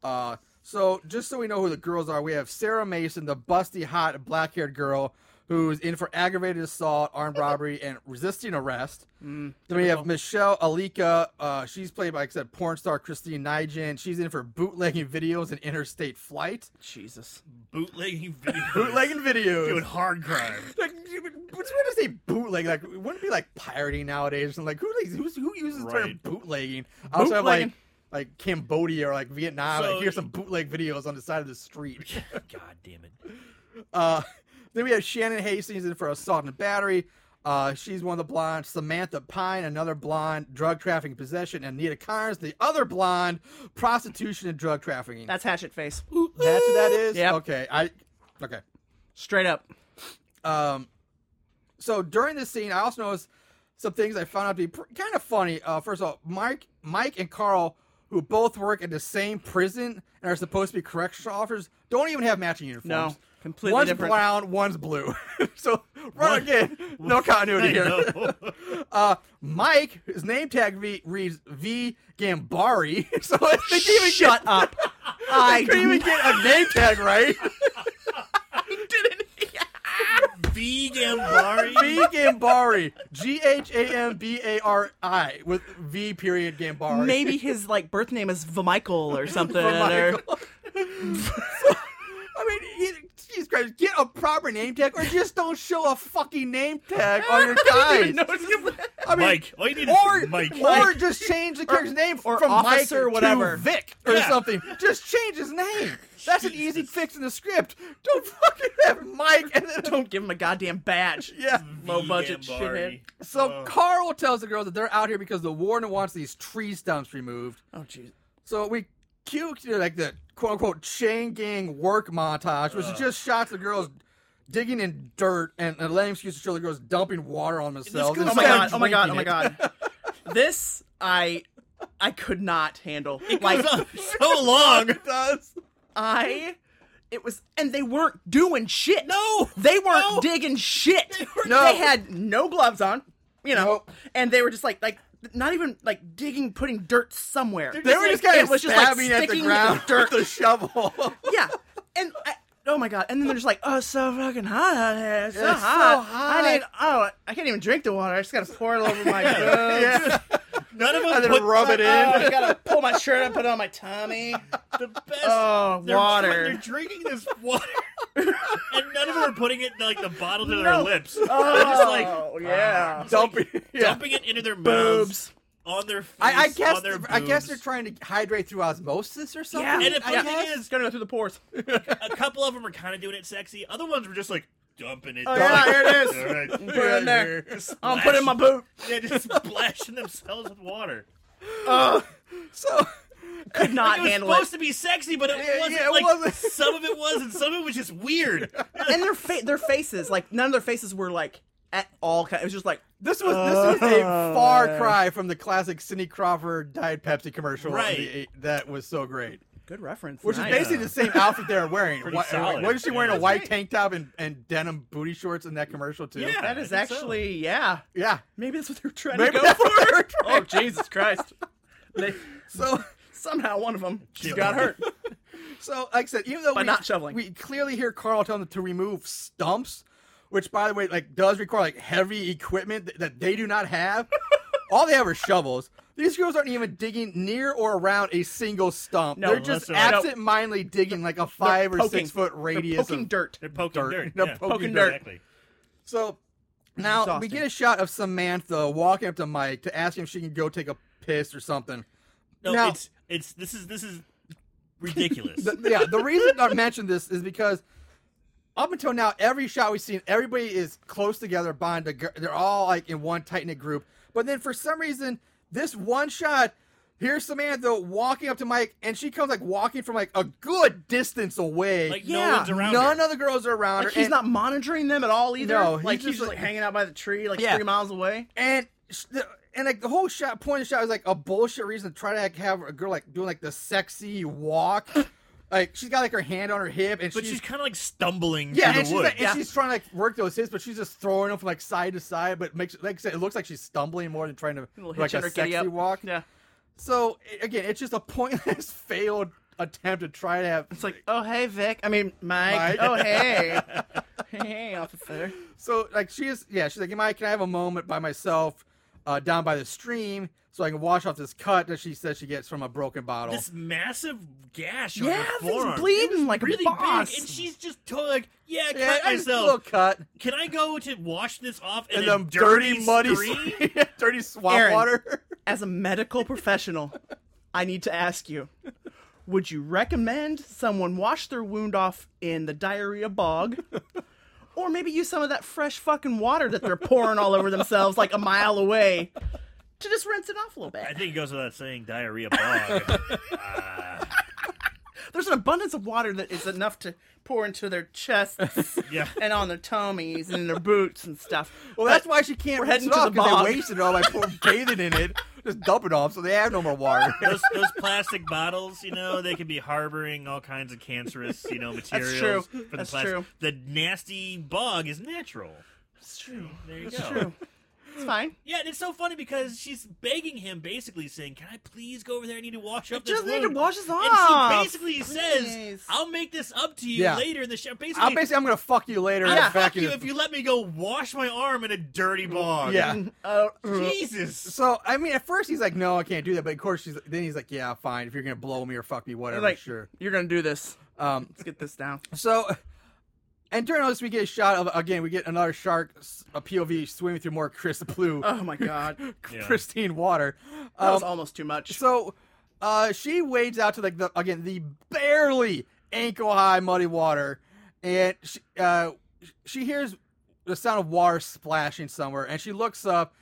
S1: Uh, so just so we know who the girls are, we have Sarah Mason, the busty, hot, black haired girl who's in for aggravated assault, armed robbery, and resisting arrest. then we have Michelle Alika. Uh, she's played by, like I said, porn star Christine Nygent. She's in for bootlegging videos and interstate flight.
S4: Jesus.
S3: bootlegging video,
S1: Bootlegging videos.
S3: doing hard crime.
S1: Like, what's weird to say bootleg? Like, it wouldn't be like pirating nowadays. And like, who like, who's, who uses the term
S3: Right.
S1: bootlegging? I also have like
S4: Bootlegging.
S1: like Cambodia or like Vietnam.
S3: So-
S1: like here's some bootleg videos on the side of the street.
S3: God damn it.
S1: Uh, then we have Shannon Hastings in for assault and battery. Uh, she's one of the blondes. Samantha Pine, another blonde, drug trafficking possession, and Nita Carnes, the other blonde, prostitution and drug trafficking.
S4: That's Hatchet Face.
S1: That's who that is.
S4: Yep.
S1: Okay. I. Okay.
S4: Straight up.
S1: Um, so during this scene, I also noticed some things I found out to be pr- kind of funny. Uh, first of all, Mike, Mike and Carl, who both work at the same prison and are supposed to be correctional officers, don't even have matching uniforms.
S4: No, completely
S1: one's
S4: different.
S1: brown, one's blue. so right
S3: One-
S1: again, no continuity
S3: I
S1: here.
S3: know.
S1: Uh, Mike, his name tag re- reads V Gambari. so they didn't even shut up. I couldn't even get a name tag right.
S4: Didn't he?
S3: V. Gambari.
S1: V Gambari. G H A M B A R I with V period Gambari.
S4: Maybe his like birth name is Vamichael or something.
S1: For
S4: or-
S1: Michael. I mean, he- Jesus Christ, get a proper name tag or just don't show a fucking name tag on your guys.
S4: No, it's-
S1: I mean,
S3: Mike. All you need is
S1: Or,
S3: Mike.
S1: or just change the character's name
S4: or
S1: from Mike
S4: officer, whatever.
S1: to Vic or
S3: Yeah.
S1: something. Just change his name. That's an easy fix in the script. Don't fucking have Mike and then
S4: Don't give him a goddamn badge.
S1: yeah.
S3: V.
S4: low budget
S3: Gambari.
S1: So
S3: Oh.
S1: Carl tells the girls that they're out here because the warden wants these tree stumps removed.
S4: Oh jeez.
S1: So we cue to like the quote unquote chain gang work montage, which is just shots of girls digging in dirt and, and letting excuse to show the girls dumping water on themselves.
S4: Oh my
S1: instead of
S4: god! Oh my god! Oh my
S1: drinking
S4: god! This I I could not handle. Like
S3: so long.
S1: it. It does.
S4: I it was and they weren't doing shit.
S3: No.
S4: They weren't
S3: No.
S4: digging shit. They,
S1: No.
S4: had no gloves on, you know,
S1: Nope.
S4: and they were just like like not even like digging, putting dirt somewhere.
S1: They were just kind
S4: it
S1: of
S4: was just like
S1: stabbing at the
S4: sticking
S1: ground with
S4: with
S1: the shovel.
S4: yeah, and I, oh my god, and then they're just like, oh, it's so fucking hot out here, it's so,
S1: It's so
S4: hot.
S1: hot.
S4: I need, oh, I can't even drink the water. I just gotta pour it all over my. gloves.
S1: yeah.
S3: None of
S1: And
S3: them
S1: then
S3: put
S1: rub it
S4: Oh,
S1: in.
S4: I gotta pull my shirt up, put it on my tummy.
S3: the best.
S4: Oh,
S3: They're, They're
S4: water.
S3: drinking this water, and none of them are putting it in, like the bottle to their
S4: No.
S3: lips.
S4: Oh,
S3: They're just like
S4: yeah.
S1: Dumping. yeah.
S3: dumping it into their mouths,
S4: Boobs.
S3: on their face,
S1: I, I guess
S3: on their
S1: I guess they're
S3: boobs.
S1: trying to hydrate through osmosis or something.
S4: Yeah.
S3: And the
S1: I
S3: funny
S1: guess.
S3: thing is,
S4: gonna go through the pores.
S3: a couple of them are kind of doing it sexy. Other ones were just like dumping it.
S4: Oh,
S3: down.
S4: yeah, here it is.
S3: All right.
S4: Put it in there.
S3: Just
S4: I'm putting my
S3: splash-
S4: boot.
S3: Yeah, just splashing themselves with water.
S1: so
S4: Could not
S3: It was
S4: handle
S3: supposed
S4: it.
S3: to be sexy, but it
S1: Yeah,
S3: wasn't.
S1: yeah, it
S3: like,
S1: wasn't.
S3: Some of it was, and some of it was just weird.
S4: and their fa- their faces, like none of their faces were like at all. Kind it was just like
S1: This was this was a far cry from the classic Cindy Crawford Diet Pepsi commercial of
S3: Right.
S1: the eight- that was so great.
S4: good reference.
S1: Which
S4: Nice.
S1: is basically the same outfit they're wearing.
S3: Pretty
S1: Why-
S3: solid.
S1: Wasn't she wearing
S3: Yeah.
S1: a white tank top and, and denim booty shorts in that commercial too?
S3: Yeah.
S4: that is
S3: I think so.
S4: actually yeah.
S1: yeah.
S4: Maybe that's what they're trying
S1: Maybe
S4: to go
S1: that's
S4: for.
S1: what they're
S4: oh Jesus Christ! They,
S1: So
S4: somehow one of them
S3: Yeah.
S4: just got hurt.
S1: so like I said, even though
S4: By
S1: we,
S4: not shoveling.
S1: we clearly hear Carl telling them to remove stumps, which by the way, like does require like heavy equipment th- that they do not have. All they have are shovels. These girls aren't even digging near or around a single stump.
S4: No,
S1: they're just
S3: listen, I don't-
S1: absent-mindedly digging like a
S4: They're
S1: five or
S4: poking.
S1: six foot
S4: They're
S1: radius
S4: poking
S1: of
S4: dirt.
S3: They're poking dirt.
S1: They're
S3: yeah.
S1: poking
S4: Poking dirt.
S3: Exactly.
S1: So now we
S4: Exhausting.
S1: get a shot of Samantha walking up to Mike to ask him if she can go take a piss or something.
S3: No,
S1: Now-
S3: it's it's this is this is ridiculous.
S1: The- yeah, the reason I mentioned this is because up until now, every shot we've seen, everybody is close together, bonded. toge- They're all like in one tight knit group. But then for some reason, this one shot. Here's Samantha walking up to Mike, and she comes like walking from like a good distance away.
S3: like
S4: Yeah,
S3: no one's around.
S1: None
S3: her.
S1: of the girls are around
S4: Like
S1: her.
S4: he's
S1: and-
S4: not monitoring them at all either.
S1: No, he's
S4: like he's
S1: just
S4: just like,
S1: like-
S4: hanging out by the tree, like
S1: Yeah.
S4: three miles away.
S1: and sh- the, and like the whole shot point of the shot was like a bullshit reason to try to like, have a girl like doing like the sexy walk, like she's got like her hand on her hip and
S3: but she's,
S1: she's,
S3: kind of like stumbling
S1: yeah,
S3: through
S1: and
S3: the
S1: she's,
S3: woods.
S1: like, and
S4: Yeah.
S1: she's trying to like work those hips, but she's just throwing them from like side to side. But makes like I said, it looks like she's stumbling more than trying to
S4: little
S1: do, like
S4: hitch
S1: a
S4: and her giddy
S1: sexy
S4: up.
S1: walk.
S4: Yeah,
S1: So i- again, it's just a pointless failed attempt to try to have.
S4: it's like oh hey Vic, I mean
S1: Mike.
S4: Mike. Oh hey, hey officer.
S1: So like she is, yeah, she's like, Mike, can I have a moment by myself uh, down by the stream so I can wash off this cut that she says she gets from a broken bottle?
S3: this massive gash on
S4: Yeah,
S3: her
S4: things
S3: forearm.
S4: bleeding like
S3: really
S4: a boss.
S3: big, and she's just totally like, "Yeah, cut
S1: yeah, I just a little
S3: myself.
S1: cut.
S3: Can I go to wash this off in
S1: and
S3: a
S1: them dirty, muddy,
S3: stream?"
S1: dirty swamp
S4: Aaron.
S1: water.
S4: As a medical professional, I need to ask you Would you recommend someone wash their wound off in the diarrhea bog? Or maybe use some of that fresh fucking water that they're pouring all over themselves like a mile away to just rinse it off a little
S3: I
S4: bit.
S3: think it goes without saying diarrhea bog.
S4: There's an abundance of water that is enough to pour into their chests
S3: yeah.
S4: and on their tummies and their boots and stuff.
S1: Well, that's why she can't
S4: we're
S1: rinse
S4: heading
S1: it
S4: to
S1: off
S4: the
S1: because
S4: bog.
S1: they wasted it all by pouring bathing in it. Just dump it off so they have no more water.
S3: Those, those plastic bottles, you know, they could be harboring all kinds of cancerous, you know, materials.
S4: true.
S3: For the
S4: That's
S3: plastic.
S4: true.
S3: The nasty bog is natural.
S4: It's true.
S3: There you
S4: It's
S3: go.
S4: true. It's fine.
S3: Yeah, and it's so funny because she's begging him, basically saying, "Can I please go over there? I need to wash up."
S4: Just
S3: this
S4: need to
S3: wound."
S4: wash this off.
S3: And she basically says,
S4: Please.
S3: "I'll make this up to you
S1: Yeah.
S3: later in the show." Basically,
S1: I'm basically I'm gonna fuck you later.
S3: I'll
S1: in a
S3: fuck
S1: vacuum.
S3: you if you let me go wash my arm in a dirty bog.
S1: Yeah.
S4: Uh,
S3: Jesus.
S1: So I mean, at first he's like, "No, I can't do that," but of course, she's, then he's like, "Yeah, fine. If you're gonna blow me or fuck me, whatever,
S4: like,
S1: sure."
S4: You're going to do this.
S1: Um,
S4: Let's get this down.
S1: So, and during all this, we get a shot of again, we get another shark, s- a POV swimming through more crisp blue,
S4: Oh my god.
S3: Yeah.
S1: pristine water.
S4: That was
S1: Um,
S4: almost too much.
S1: so, uh, she wades out to like the again the barely ankle high muddy water, and she, uh, she hears the sound of water splashing somewhere, and she looks up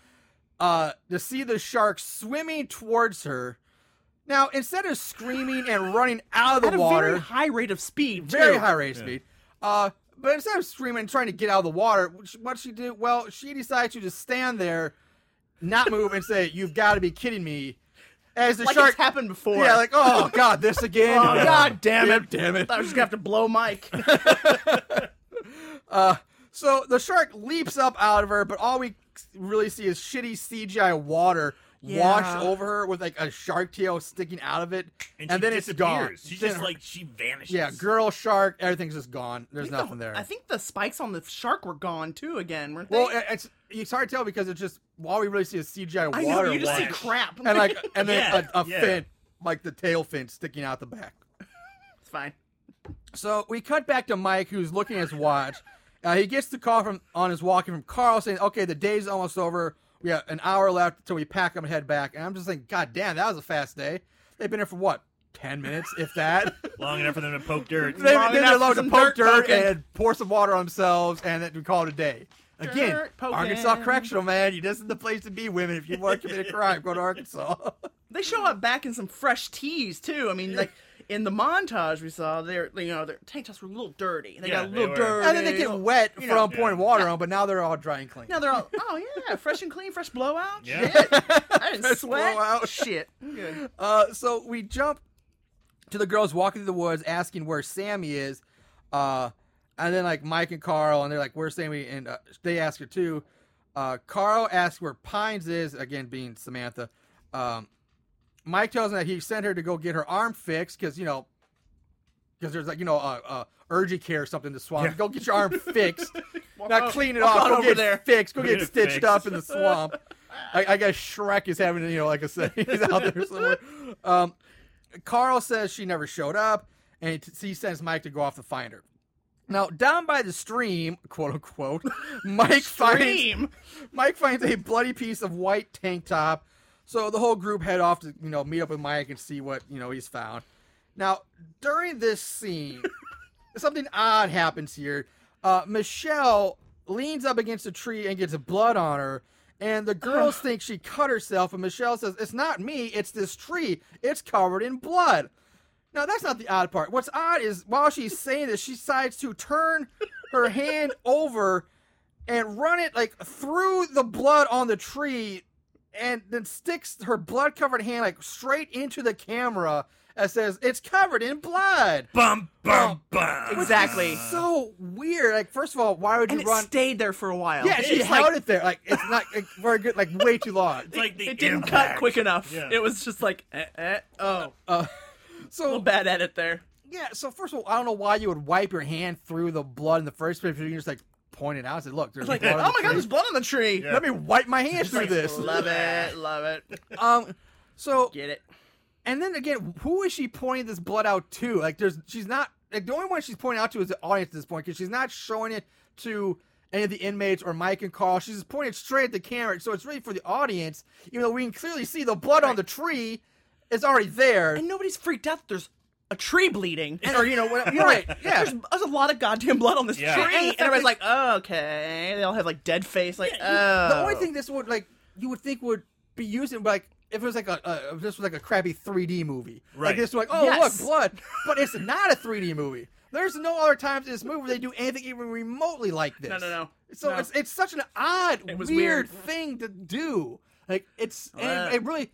S1: uh, to see the shark swimming towards her. Now, instead of screaming and running out of the
S4: At a
S1: water,
S4: very high rate of speed.
S1: very
S4: too.
S1: high rate of
S3: Yeah.
S1: speed. Uh, but instead of screaming and trying to get out of the water, which- what she did, well, she decided to just stand there, not move, and say, "You've got to be kidding me!" As the
S4: Like
S1: shark,
S4: it's happened before.
S1: yeah, like, "Oh God, this again!
S4: oh god damn
S1: damn,
S4: it.
S1: damn it!"
S4: I was just gonna have to blow Mike.
S1: So the shark leaps up out of her, but all we really see is shitty CGI water washed
S4: Yeah.
S1: over her with like a shark tail sticking out of it,
S3: And, she
S1: then it's gone.
S3: disappears. She
S1: Then
S3: just
S1: her-
S3: like she vanishes.
S1: yeah, girl shark, everything's just gone. There's
S4: I think the-
S1: nothing there.
S4: I think the spikes on the shark were gone too again, weren't
S1: Well,
S4: they?
S1: it- it's it's hard to tell because it's just all we really see is CGI water
S4: I know you just see
S3: wash.
S4: crap.
S1: and like and then
S3: Yeah,
S1: a, a
S3: yeah.
S1: fin, like the tail fin sticking out the back.
S4: it's fine.
S1: So we cut back to Mike, who's looking at his watch. Uh, he gets the call from on his walking from Carl saying, "Okay, the day's almost over. We have an hour left till we pack up and head back." And I'm just like, "God damn, that was a fast day. They've been here for what, ten minutes, if that."
S3: Long enough for them to poke dirt.
S1: they,
S4: Long
S1: then they're
S4: enough for
S1: allowed to
S4: some
S1: poke
S4: dirt
S1: dirt,
S4: poking.
S1: and pour some water on themselves, and then we call it a day. Again,
S4: Dirt poking.
S1: Arkansas Correctional, man. You, this is the place to be, women. If you want to commit a crime, go to Arkansas.
S4: They show up back in some fresh tees too. I mean, like in the montage we saw, their you know their tank tops were a little dirty. They
S3: Yeah,
S4: got a little
S3: they were.
S4: dirty.
S1: and then they get wet
S4: You
S1: from
S4: know.
S1: pouring
S3: Yeah.
S1: water on, but now they're all dry and clean.
S4: Now they're all, oh yeah, fresh and clean, fresh blowout.
S3: Yeah.
S4: Shit. I didn't
S1: Fresh
S4: sweat.
S1: blowout.
S4: Shit. I'm good.
S1: Uh, so we jump to the girls walking through the woods, asking where Sammy is, uh, and then like Mike and Carl, and they're like, "Where's Sammy?" And uh, they ask her too. Uh, Carl asks where Pines is, again being Samantha. Um, Mike tells him that he sent her to go get her arm fixed because you know, because there's like you know, uh, uh, urgent care or something to swamp.
S3: Yeah.
S1: Go get your arm fixed, not clean it
S4: walk
S1: off.
S4: on
S1: Go
S4: over
S1: get
S4: there.
S1: fixed. Go
S3: Go
S1: get
S3: get it
S1: stitched
S3: fixed.
S1: up in the swamp. I, I guess Shrek is having you know like I said he's out there somewhere. Um, Carl says she never showed up, and he, t- he sends Mike to go off to find her. Now, down by the stream, quote unquote, Mike finds
S4: Dream.
S1: Mike finds a bloody piece of white tank top. So the whole group head off to you know meet up with Mike and see what you know he's found. Now, during this scene, something odd happens here. Uh, Michelle leans up against a tree and gets blood on her, and the girls think she cut herself. And Michelle says, "It's not me. It's this tree. It's covered in blood." Now that's not the odd part. What's odd is while she's saying this, she decides to turn her hand over and run it like through the blood on the tree, and then sticks her blood-covered hand like straight into the camera and says, "It's covered in blood."
S3: Bum bum bum.
S4: Exactly.
S1: so weird. Like, first of all, why would you
S4: and it
S1: run?
S4: stayed there for a while.
S1: yeah, she
S4: It's
S1: held
S4: like,
S1: it there. Like, it's not like, very good. Like, way too long.
S3: It's like the
S4: it didn't
S3: impact.
S4: cut quick enough.
S3: Yeah.
S4: It was just like, eh, eh, oh, a
S1: So
S4: little bad edit there.
S1: yeah. So first of all, I don't know why you would wipe your hand through the blood in the first place. If you can just like point it out, and say, "Look, there's
S4: Like, oh
S1: blood on
S4: my
S1: the
S4: god,
S1: tree."
S4: there's blood on the tree.
S3: Yeah.
S1: Let me wipe my hand through this.
S4: Love it, love it.
S1: Um. So
S4: Get it.
S1: and then again, who is she pointing this blood out to? Like, there's she's not like the only one she's pointing out to is the audience at this point because she's not showing it to any of the inmates or Mike and Carl. She's just pointing it straight at the camera, so it's really for the audience. Even though we can clearly see the blood on the tree, it's already there.
S4: And nobody's freaked out that there's a tree bleeding.
S1: And- or you know, what- you're right. Yeah,
S4: There's, there's a lot of goddamn blood on this
S3: Yeah.
S4: tree.
S3: And
S1: the
S4: And,
S1: fact
S4: everybody's
S1: that-
S4: like, oh, okay. They all have like dead face, like, oh.
S1: the only thing this would like you would think would be used in like if it was like a, a if this was like a crappy 3D movie,
S3: Right.
S1: Like this, like oh
S4: Yes.
S1: look blood, but it's not a 3D movie. There's no other times in this movie where they do anything even remotely like this.
S4: No, no, no.
S1: So
S4: No.
S1: it's it's such an odd,
S4: It was
S1: weird,
S4: weird.
S1: thing to do. Like it's and
S4: Uh.
S1: it, it really.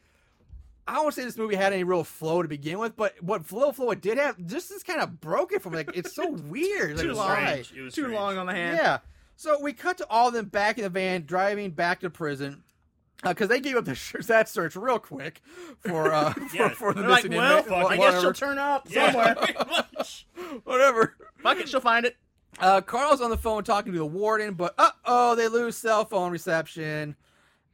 S1: I won't say this movie had any real flow to begin with, but what flow flow it did have just is kind of broken from like it's so weird.
S4: Too
S1: like,
S4: long.
S1: why?
S3: Strange. It was
S4: Too
S3: strange.
S4: long on the hand.
S1: Yeah. So we cut to all of them back in the van, driving back to prison. Because they gave up the sh- that search real quick for uh, for,
S3: Yeah.
S1: for the
S4: They're like,
S1: missing
S4: well,
S1: inmate,
S4: I guess she'll
S1: whatever,
S4: turn up
S3: Yeah.
S4: somewhere.
S3: Pretty much.
S1: whatever.
S4: Fuck it, she'll find it.
S1: Uh, Carl's on the phone talking to the warden, but uh oh, they lose cell phone reception,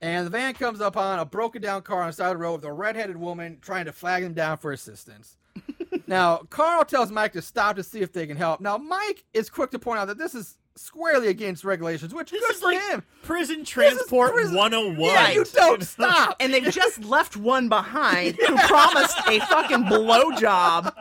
S1: and the van comes upon a broken down car on the side of the road with a redheaded woman trying to flag them down for assistance. now Carl tells Mike to stop to see if they can help. Now Mike is quick to point out that this is squarely against regulations, which
S3: This
S1: good
S3: is
S1: for
S3: like
S1: him.
S3: prison transport
S1: prison-
S3: 101.
S1: Yeah, you don't stop.
S4: And they've just left one behind who promised a fucking blowjob.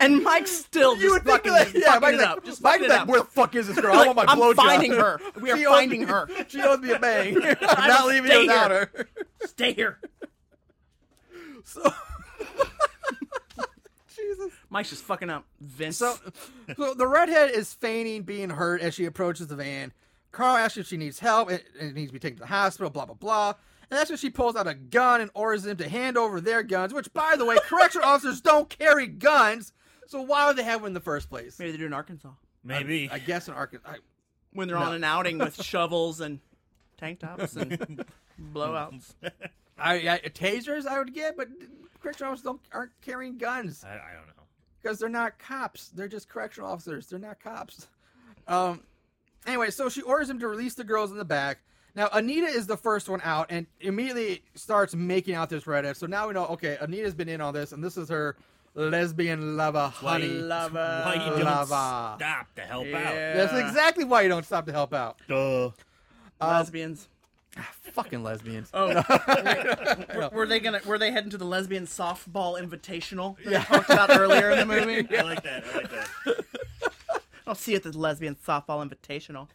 S4: And Mike's still just
S1: you would
S4: fucking,
S1: think like,
S4: just
S1: yeah,
S4: fucking
S1: Mike's
S4: it
S1: like,
S4: up. Just
S1: Mike's
S4: fucking it
S1: like,
S4: up.
S1: where the fuck is this girl? I want
S4: Like,
S1: my
S4: I'm
S1: blowjob.
S4: finding her. We are
S1: She owes
S4: finding
S1: me-
S4: her.
S1: She owes me a bang. I'm
S4: must
S1: not leaving
S4: stay
S1: you without
S4: here.
S1: her.
S4: Stay here.
S1: So, Jesus.
S4: Mike's just fucking up. Vince.
S1: So, so the redhead is feigning being hurt as she approaches the van. Carl asks if she needs help and, and needs to be taken to the hospital. Blah blah blah. And that's when she pulls out a gun and orders them to hand over their guns. Which, by the way, correction officers don't carry guns. So why would they have one in the first place?
S4: Maybe they're doing Arkansas.
S3: Maybe.
S1: I guess in Arkansas.
S4: When they're on an outing with shovels and tank tops and blowouts.
S1: I, I tasers I would get, but correctional officers don't, aren't carrying guns
S3: I, I don't know.
S1: because they're not cops. They're just correctional officers. They're not cops. Um. Anyway, so she orders him to release the girls in the back. Now Anita is the first one out and immediately starts making out this redhead. So now we know, okay, Anita's been in on this, and this is her lesbian lover,
S3: Why
S1: honey.
S3: you-
S4: Lava.
S3: Why
S4: uh,
S3: you don't
S1: Lava.
S3: stop to help
S4: Yeah.
S1: That's exactly why you don't stop to help out.
S3: out? Duh.
S4: Lesbians.
S1: Fucking lesbians.
S4: Oh, were, were they gonna? Were they heading to the lesbian softball invitational that we talked about earlier in the movie?
S3: I like that. I like that.
S4: I'll see you at the lesbian softball invitational.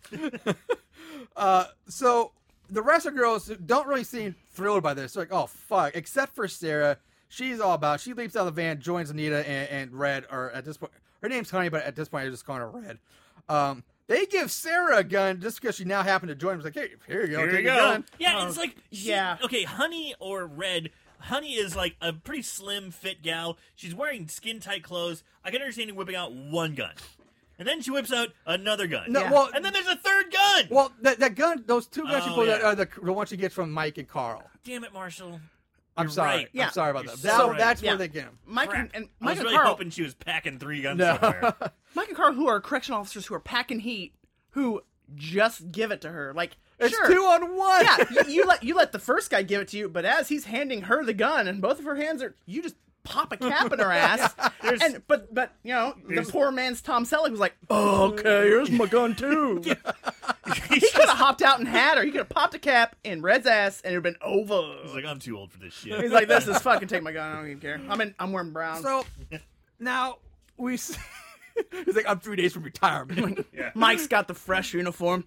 S1: so the rest of the girls don't really seem thrilled by this. They're like, oh fuck. Except for Sarah, she's all about. She leaps out of the van, joins Anita and, and Red. Or at this point, her name's Honey, but at this point, I just calling her Red. Um, they give Sarah a gun just because she now happened to join. It's like, hey, here you go,
S3: Here
S1: take
S3: you
S1: a
S3: go.
S1: gun.
S3: Yeah,
S4: Oh,
S3: it's like she-
S4: yeah.
S3: Okay, honey or red. Honey is like a pretty slim, fit gal. She's wearing skin tight clothes. I can understand you whipping out one gun, and then she whips out another gun.
S1: No,
S4: Yeah.
S1: well,
S3: and then there's a third gun.
S1: well, that, that gun, those two guns she
S3: Oh,
S1: pulled out
S3: yeah.
S1: are the, the one she gets from Mike and Carl.
S3: Damn it, Marshall.
S1: I'm
S3: You're
S1: sorry,
S3: right.
S4: Yeah.
S1: I'm sorry about
S3: You're
S1: that. That-
S3: so right.
S1: That's where
S4: Yeah.
S1: they get him.
S4: Mike
S3: Crap.
S4: and, and
S3: I was
S4: Mike and
S3: really
S4: Carl.
S3: hoping she was packing three guns
S1: No.
S3: somewhere.
S4: Mike and Carl, who are correction officers who are packing heat, who just give it to her. Like
S1: It's
S4: sure.
S1: two on one.
S4: yeah, you, you let you let the first guy give it to you, but as he's handing her the gun and both of her hands are, you just pop a cap in her ass.
S3: There's-
S4: and but but you know the
S3: there's-
S4: poor man's Tom Selleck was like, oh, okay, here's my gun too. he could have hopped out and had her. He could have popped a cap in Red's ass and it'd been over.
S3: He's like, I'm too old for this shit.
S4: He's like, this is fucking take my gun. I don't even care. I'm in. I'm wearing brown.
S1: So now we. See, he's like, I'm three days from retirement.
S4: Mike's got the fresh uniform.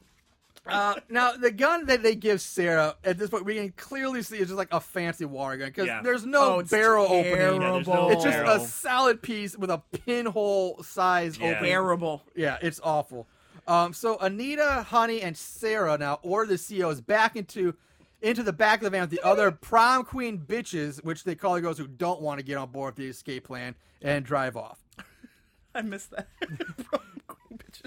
S1: Uh, now the gun that they give Sarah at this point, we can clearly see it's just like a fancy water gun because
S3: Yeah.
S1: there's no
S4: Oh, it's
S1: barrel
S4: terrible.
S1: opening.
S3: Yeah, there's no
S1: It's just
S3: barrel.
S1: a solid piece with a pinhole size
S3: Yeah.
S1: opening.
S4: Terrible.
S1: Yeah, it's awful. Um, so Anita, Honey, and Sarah now order the COs back into into the back of the van with the other prom queen bitches, which they call the girls who don't want to get on board with the escape plan and drive off.
S4: I missed that.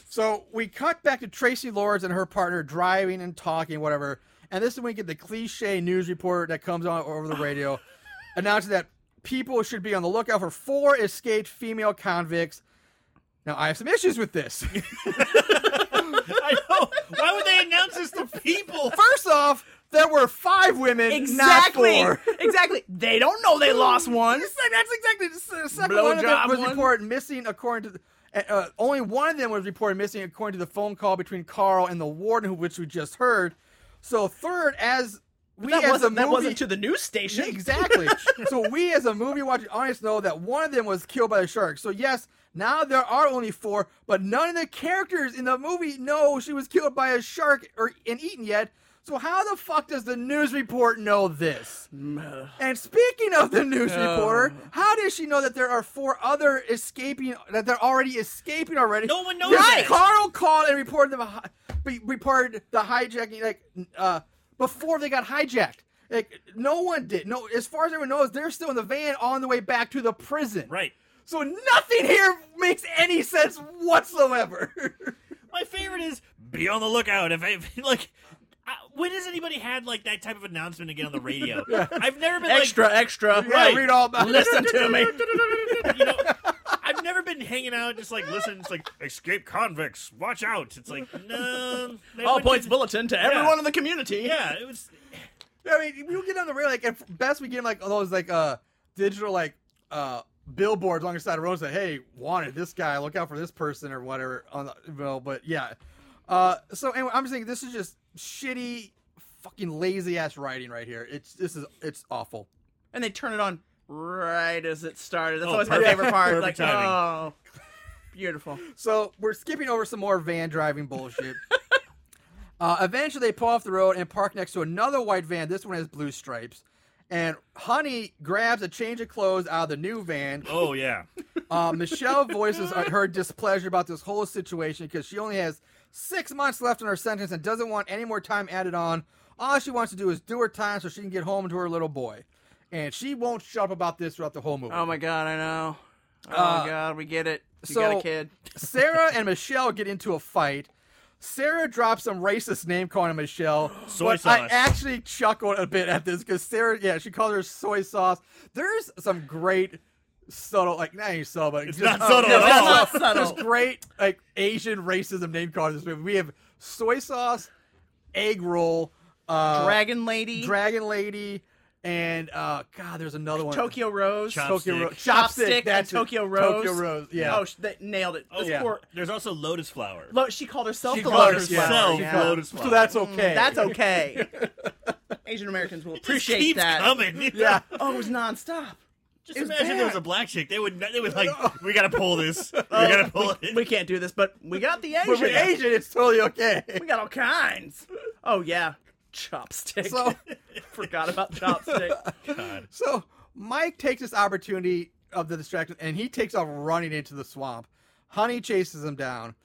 S1: So we cut back to Tracy Lords and her partner driving and talking, whatever. And this is when we get the cliche news report that comes on over the radio announcing that people should be on the lookout for four escaped female convicts. Now, I have some issues with this.
S3: I know. Why would they announce this to people?
S1: First off, there were five women,
S4: exactly.
S1: not four.
S4: exactly. They don't know they lost one.
S1: It's like- That's exactly the s- second
S4: Blowjob
S1: one of them was
S4: one.
S1: reported missing according to. The, uh, uh, only one of them was reported missing according to the phone call between Carl and the warden, who, which we just heard. So third, as we
S4: that
S1: as
S4: wasn't
S1: a
S4: that wasn't
S1: movie-
S4: to the news station.
S1: Yeah, exactly. so we, as a movie watching audience, know that one of them was killed by the shark. So yes, now there are only four, but none of the characters in the movie know she was killed by a shark or and eaten yet. So how the fuck does the news report know this? And speaking of the news reporter, how does she know that there are four other escaping that they're already escaping already?
S3: No one knows
S1: Because
S3: that.
S1: Carl called and reported them hi- be- reported the hijacking like uh, before they got hijacked. Like no one did. No, as far as everyone knows, they're still in the van on the way back to the prison.
S3: Right.
S1: So nothing here makes any sense whatsoever.
S3: My favorite is be on the lookout. If I like, I, when has anybody had like that type of announcement again on the radio? I've never been
S4: extra, extra.
S1: Yeah, read all about it.
S4: Listen to me.
S3: Like, you know, I've never been hanging out just like listening. It's like escape convicts, watch out. It's like no. they
S4: All
S3: wouldn't
S4: points
S3: do-
S4: bulletin to everyone in the community.
S3: Yeah, it was.
S1: I mean, we'll get on the radio. Like, at best we get like those like uh digital like uh billboards along the side of roads that hey, wanted this guy, look out for this person or whatever. On the, well, but yeah. Uh, so anyway, I'm just thinking this is just shitty, fucking lazy ass writing right here. It's this is it's awful.
S4: And they turn it on right as it started. That's
S3: Oh,
S4: always my
S3: perfect.
S4: favorite part.
S3: Perfect
S4: like,
S3: timing.
S4: oh, beautiful.
S1: So we're skipping over some more van driving bullshit. uh, eventually, they pull off the road and park next to another white van. This one has blue stripes. And Honey grabs a change of clothes out of the new van.
S3: Oh yeah.
S1: Uh, Michelle voices her displeasure about this whole situation because she only has six months left in her sentence and doesn't want any more time added on. All she wants to do is do her time so she can get home to her little boy. And she won't shut up about this throughout the whole movie.
S4: Oh my god, I know. Oh
S1: Uh,
S4: my god, we get it. You
S1: so-
S4: got a kid.
S1: Sarah and Michelle get into a fight. Sarah drops some racist name calling to Michelle.
S3: Soy
S1: but I
S3: sauce.
S1: actually chuckled a bit at this because Sarah, yeah, she calls her soy sauce. There's some great subtle, like not even subtle, but
S3: It's
S1: just-
S3: not subtle
S1: yeah,
S3: at
S1: it's
S3: all.
S1: not
S4: It's not
S1: There's
S4: subtle.
S1: great like Asian racism name calling in this movie. We have soy sauce, egg roll, uh,
S4: Dragon Lady,
S1: dragon lady, and uh, God, there's another one.
S4: Tokyo Rose,
S3: Chop-
S1: Tokyo Ro-
S3: Chopstick.
S4: Chopstick,
S1: Chopstick,
S4: and
S1: that's it.
S4: Tokyo Rose.
S1: Tokyo Rose, yeah.
S4: Oh, sh- that nailed it.
S3: Oh
S4: This
S1: yeah.
S4: poor-
S3: There's also lotus flower.
S4: Lo- she called herself
S1: She
S4: the
S1: called
S4: Lotus
S1: herself
S4: Flower.
S3: the
S4: Yeah. Mm,
S3: Lotus
S1: so that's okay.
S4: That's okay. Asian Americans will appreciate
S3: Keeps
S4: that.
S3: coming.
S1: Yeah.
S4: Oh, it was nonstop.
S3: Just
S4: It was
S3: imagine if there was
S4: bad.
S3: a black chick. They would. They would like. We gotta pull this.
S4: Oh.
S3: We gotta pull it.
S4: We can't do this, but we got the Asian.
S1: But with Asian, it's totally okay.
S4: We got all kinds. Oh yeah, chopstick.
S1: So,
S4: Forgot about chopstick.
S1: so Mike takes this opportunity of the distraction and he takes off running into the swamp. Honey chases him down.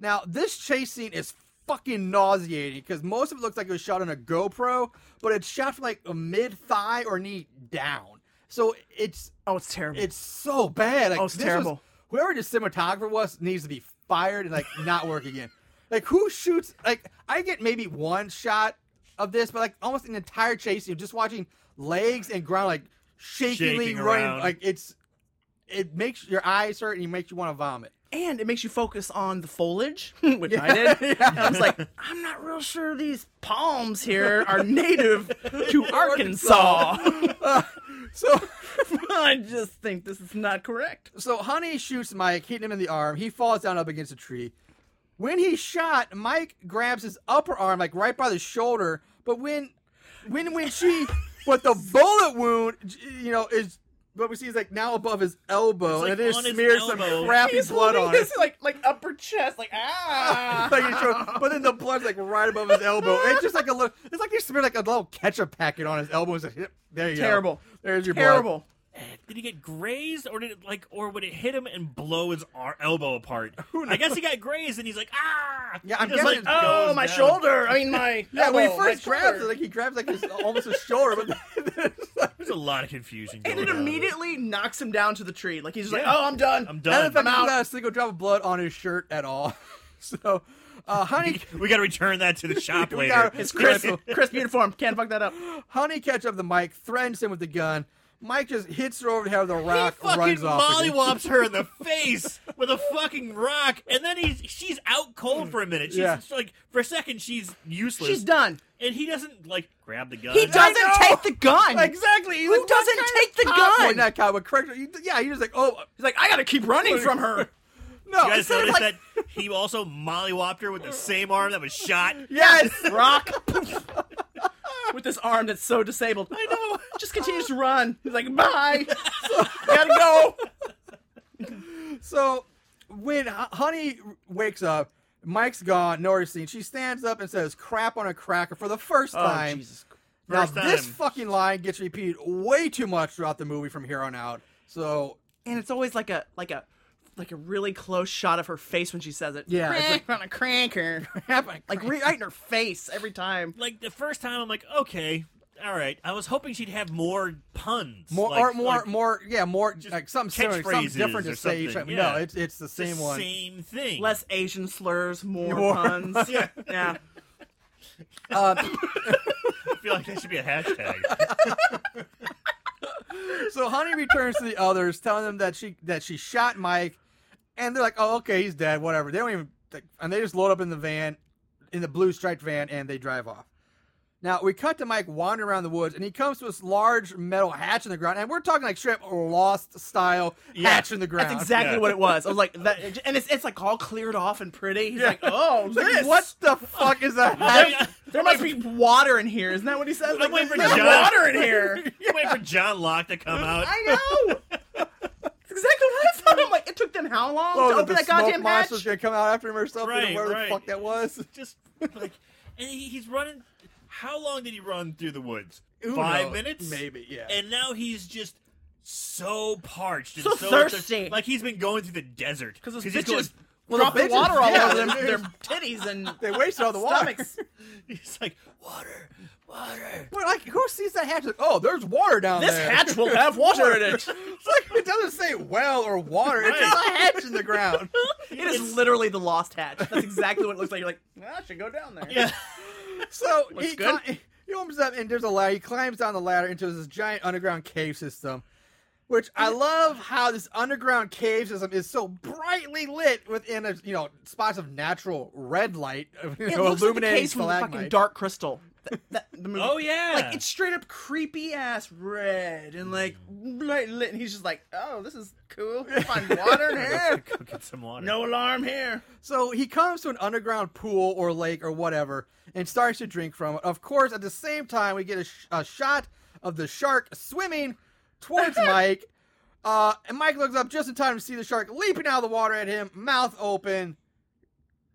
S1: Now, this chase scene is fucking nauseating because most of it looks like it was shot on a GoPro, but it's shot from like a mid thigh or knee down. So it's
S4: Oh, it's terrible.
S1: it's so bad. Like,
S4: Oh, it's
S1: this
S4: terrible.
S1: Was, whoever the cinematographer was needs to be fired and like not work again. Like who shoots? Like I get maybe one shot of this, but like almost an entire chase. You're just watching legs and ground like shakingly
S3: Shaking
S1: running.
S3: around.
S1: Like it's it makes your eyes hurt and it makes you want to vomit.
S4: and it makes you focus on the foliage, which I did. I was like, I'm not real sure these palms here are native to Arkansas.
S1: So
S4: I just think this is not correct.
S1: so Honey shoots Mike, hitting him in the arm. He falls down up against a tree. When he's shot, Mike grabs his upper arm, like right by the shoulder. But when, when, when she, but the bullet wound, you know, is what we see is like now above his elbow,
S3: It's, like,
S1: and it is
S3: on his
S1: smeared some
S3: elbow.
S1: crappy
S4: He's
S1: blood
S4: holding
S1: on it.
S4: this like like upper chest, like ah.
S1: Like it showed, but then the blood's like right above his elbow. It's just like a little. It's like they smeared like a little ketchup packet on his elbow. It's like, yep, there you
S4: Terrible.
S1: go. There's your blood.
S4: Terrible.
S3: Did he get grazed, or did it like, or would it hit him and blow his ar- elbow apart? I guess he got grazed, and he's like, ah.
S1: Yeah, I'm
S3: He just,
S1: guessing-
S3: like,
S4: Oh,
S3: goes
S4: my
S3: down.
S4: shoulder. I mean, my
S1: Yeah, when he
S4: elbow, my
S1: first grabs
S4: shoulder.
S1: it, like he grabs like his almost his shoulder, but then it's like,
S3: There's a lot of confusion.
S4: and
S3: going
S4: it
S3: on.
S4: immediately knocks him down to the tree. Like he's just
S3: Yeah.
S4: like, oh, I'm done.
S3: I'm
S1: And
S3: done.
S1: in fact,
S4: I'm
S1: there's
S4: out.
S1: not a single drop of blood on his shirt at all. So, uh, honey,
S3: we gotta return that to the shop
S1: We
S3: later.
S1: gotta-
S4: It's crisp, crisp uniform. Can't fuck that up.
S1: honey catch up the Mike, threatens him with the gun. Mike just hits her over the head with a
S3: He
S1: rock,
S3: fucking
S1: runs off. again.
S3: mollywops her in the face with a fucking rock, and then he's she's out cold for a minute. She's
S1: Yeah.
S3: just, like, for a second, she's useless.
S4: She's done.
S3: and he doesn't like grab the gun.
S4: He doesn't
S1: know.
S4: take the gun.
S1: Exactly. He's
S4: Who
S1: like, what
S4: doesn't
S1: kind
S4: take
S1: of
S4: the
S1: cop-
S4: gun?
S1: Well, not cop, but correct. he- Yeah, he's just like, oh
S4: He's like, I gotta keep running from her.
S1: no.
S3: You guys
S1: instead of,
S3: notice
S1: like,
S3: that he also mollywopped her with the same arm that was shot.
S1: Yes.
S4: Rock. with this arm that's so disabled. I know. Just continues to run. He's like, bye. gotta go.
S1: So when H- Honey wakes up, Mike's gone, no scene. She stands up and says crap on a cracker for the first time. Now,
S3: Oh, First
S1: this
S3: time.
S1: fucking line gets repeated way too much throughout the movie from here on out. So,
S4: And it's always like a like a like a really close shot of her face when she says it.
S1: Yeah, it's
S4: Crank on a cranker.
S1: happening.
S4: Like right in her face every time.
S3: Like the first time, I'm like, okay, all right. I was hoping she'd have more puns,
S1: more,
S3: like,
S1: or more,
S3: like
S1: more, yeah, more, like something similar, something
S3: catchphrases
S1: different
S3: or
S1: to say. each
S3: something,
S1: time.
S3: yeah.
S1: No, it's it's the
S3: the
S1: same one.
S3: same thing.
S4: Less Asian slurs, more,
S1: More-
S4: puns. yeah. yeah.
S3: I feel like that should be a hashtag.
S1: So Honey returns to the others, telling them that she that she shot Mike, and they're like, "Oh, okay, he's dead. Whatever." They don't even, like, and they just load up in the van, in the blue striped van, and they drive off. Now we cut to Mike wandering around the woods, and he comes to this large metal hatch in the ground, and we're talking like straight up lost style
S3: Yeah,
S1: hatch in the ground.
S4: That's exactly
S3: Yeah.
S4: what it was. I was like that and it's it's like all cleared off and pretty. He's like, Oh,
S1: Like,
S4: this
S1: what the fuck is a hatch?
S4: there must be water in here, isn't that what he says?
S3: I'm waiting for
S4: there's
S3: John.
S4: water in here.
S3: I'm waiting for John Locke to come out.
S4: I know. That's exactly what I thought. I'm like, it took them how long
S1: Oh,
S4: to
S1: the
S4: open that
S1: smoke
S4: goddamn hatch?
S1: monster's gonna come out after him or something, or
S3: Right,
S1: whatever
S3: right.
S1: the fuck that was.
S3: Just like, and he, he's running. How long did he run through the woods?
S1: Who
S3: Five
S1: knows?
S3: minutes,
S1: maybe, yeah.
S3: And now he's just so parched and
S4: So
S3: so,
S4: thirsty.
S3: like he's been going through the desert
S4: Because those
S3: he's
S4: bitches
S3: going,
S1: Well, the
S4: dropped the
S1: bitches-
S4: water all
S1: yeah,
S4: over them,
S1: they-
S4: their titties and
S1: they wasted all the water.
S4: stomachs.
S3: he's like water, water.
S1: But like, who sees that hatch? Like, oh, there's water down
S4: This
S1: there.
S4: hatch will have water in it.
S1: It's like it doesn't say well or water. It's just a hatch in the ground.
S4: It is literally the lost hatch. That's exactly what it looks like. You're like, ah, I should go down there.
S3: Yeah,
S1: So
S4: Looks
S1: he,
S4: good.
S1: cli- he opens up and there's a ladder. He climbs down the ladder into this giant underground cave system. Which I love how this underground cave system is so brightly lit within a you know spots of natural red light, you
S4: It
S1: know,
S4: looks like the
S1: illuminating
S4: case from the fucking
S1: stalagmite.
S4: Dark Crystal. That, that, the movie.
S3: Oh, yeah.
S4: Like it's straight up creepy ass red and like bright lit, and he's just like, "Oh, this is cool. Find water in here.
S3: go get some water.
S4: No alarm here."
S1: So he comes to an underground pool or lake or whatever and starts to drink from it. Of course, at the same time, we get a, sh- a shot of the shark swimming towards Mike. Uh, and Mike looks up just in time to see the shark leaping out of the water at him, mouth open.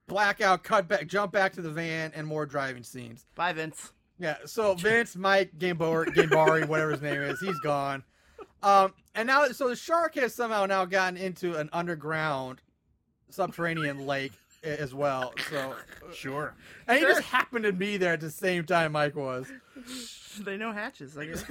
S1: Blackout, cut back, jump back to the van, and more driving scenes.
S4: Bye, Vince.
S1: Yeah, so Vince, Mike, Gamboer, Gambari, whatever his name is, he's gone. Um, and now, so the shark has somehow now gotten into an underground subterranean lake a- as well. So,
S3: sure.
S1: and he
S4: Sure.
S1: just happened to be there at the same time Mike was.
S4: They know hatches, I guess.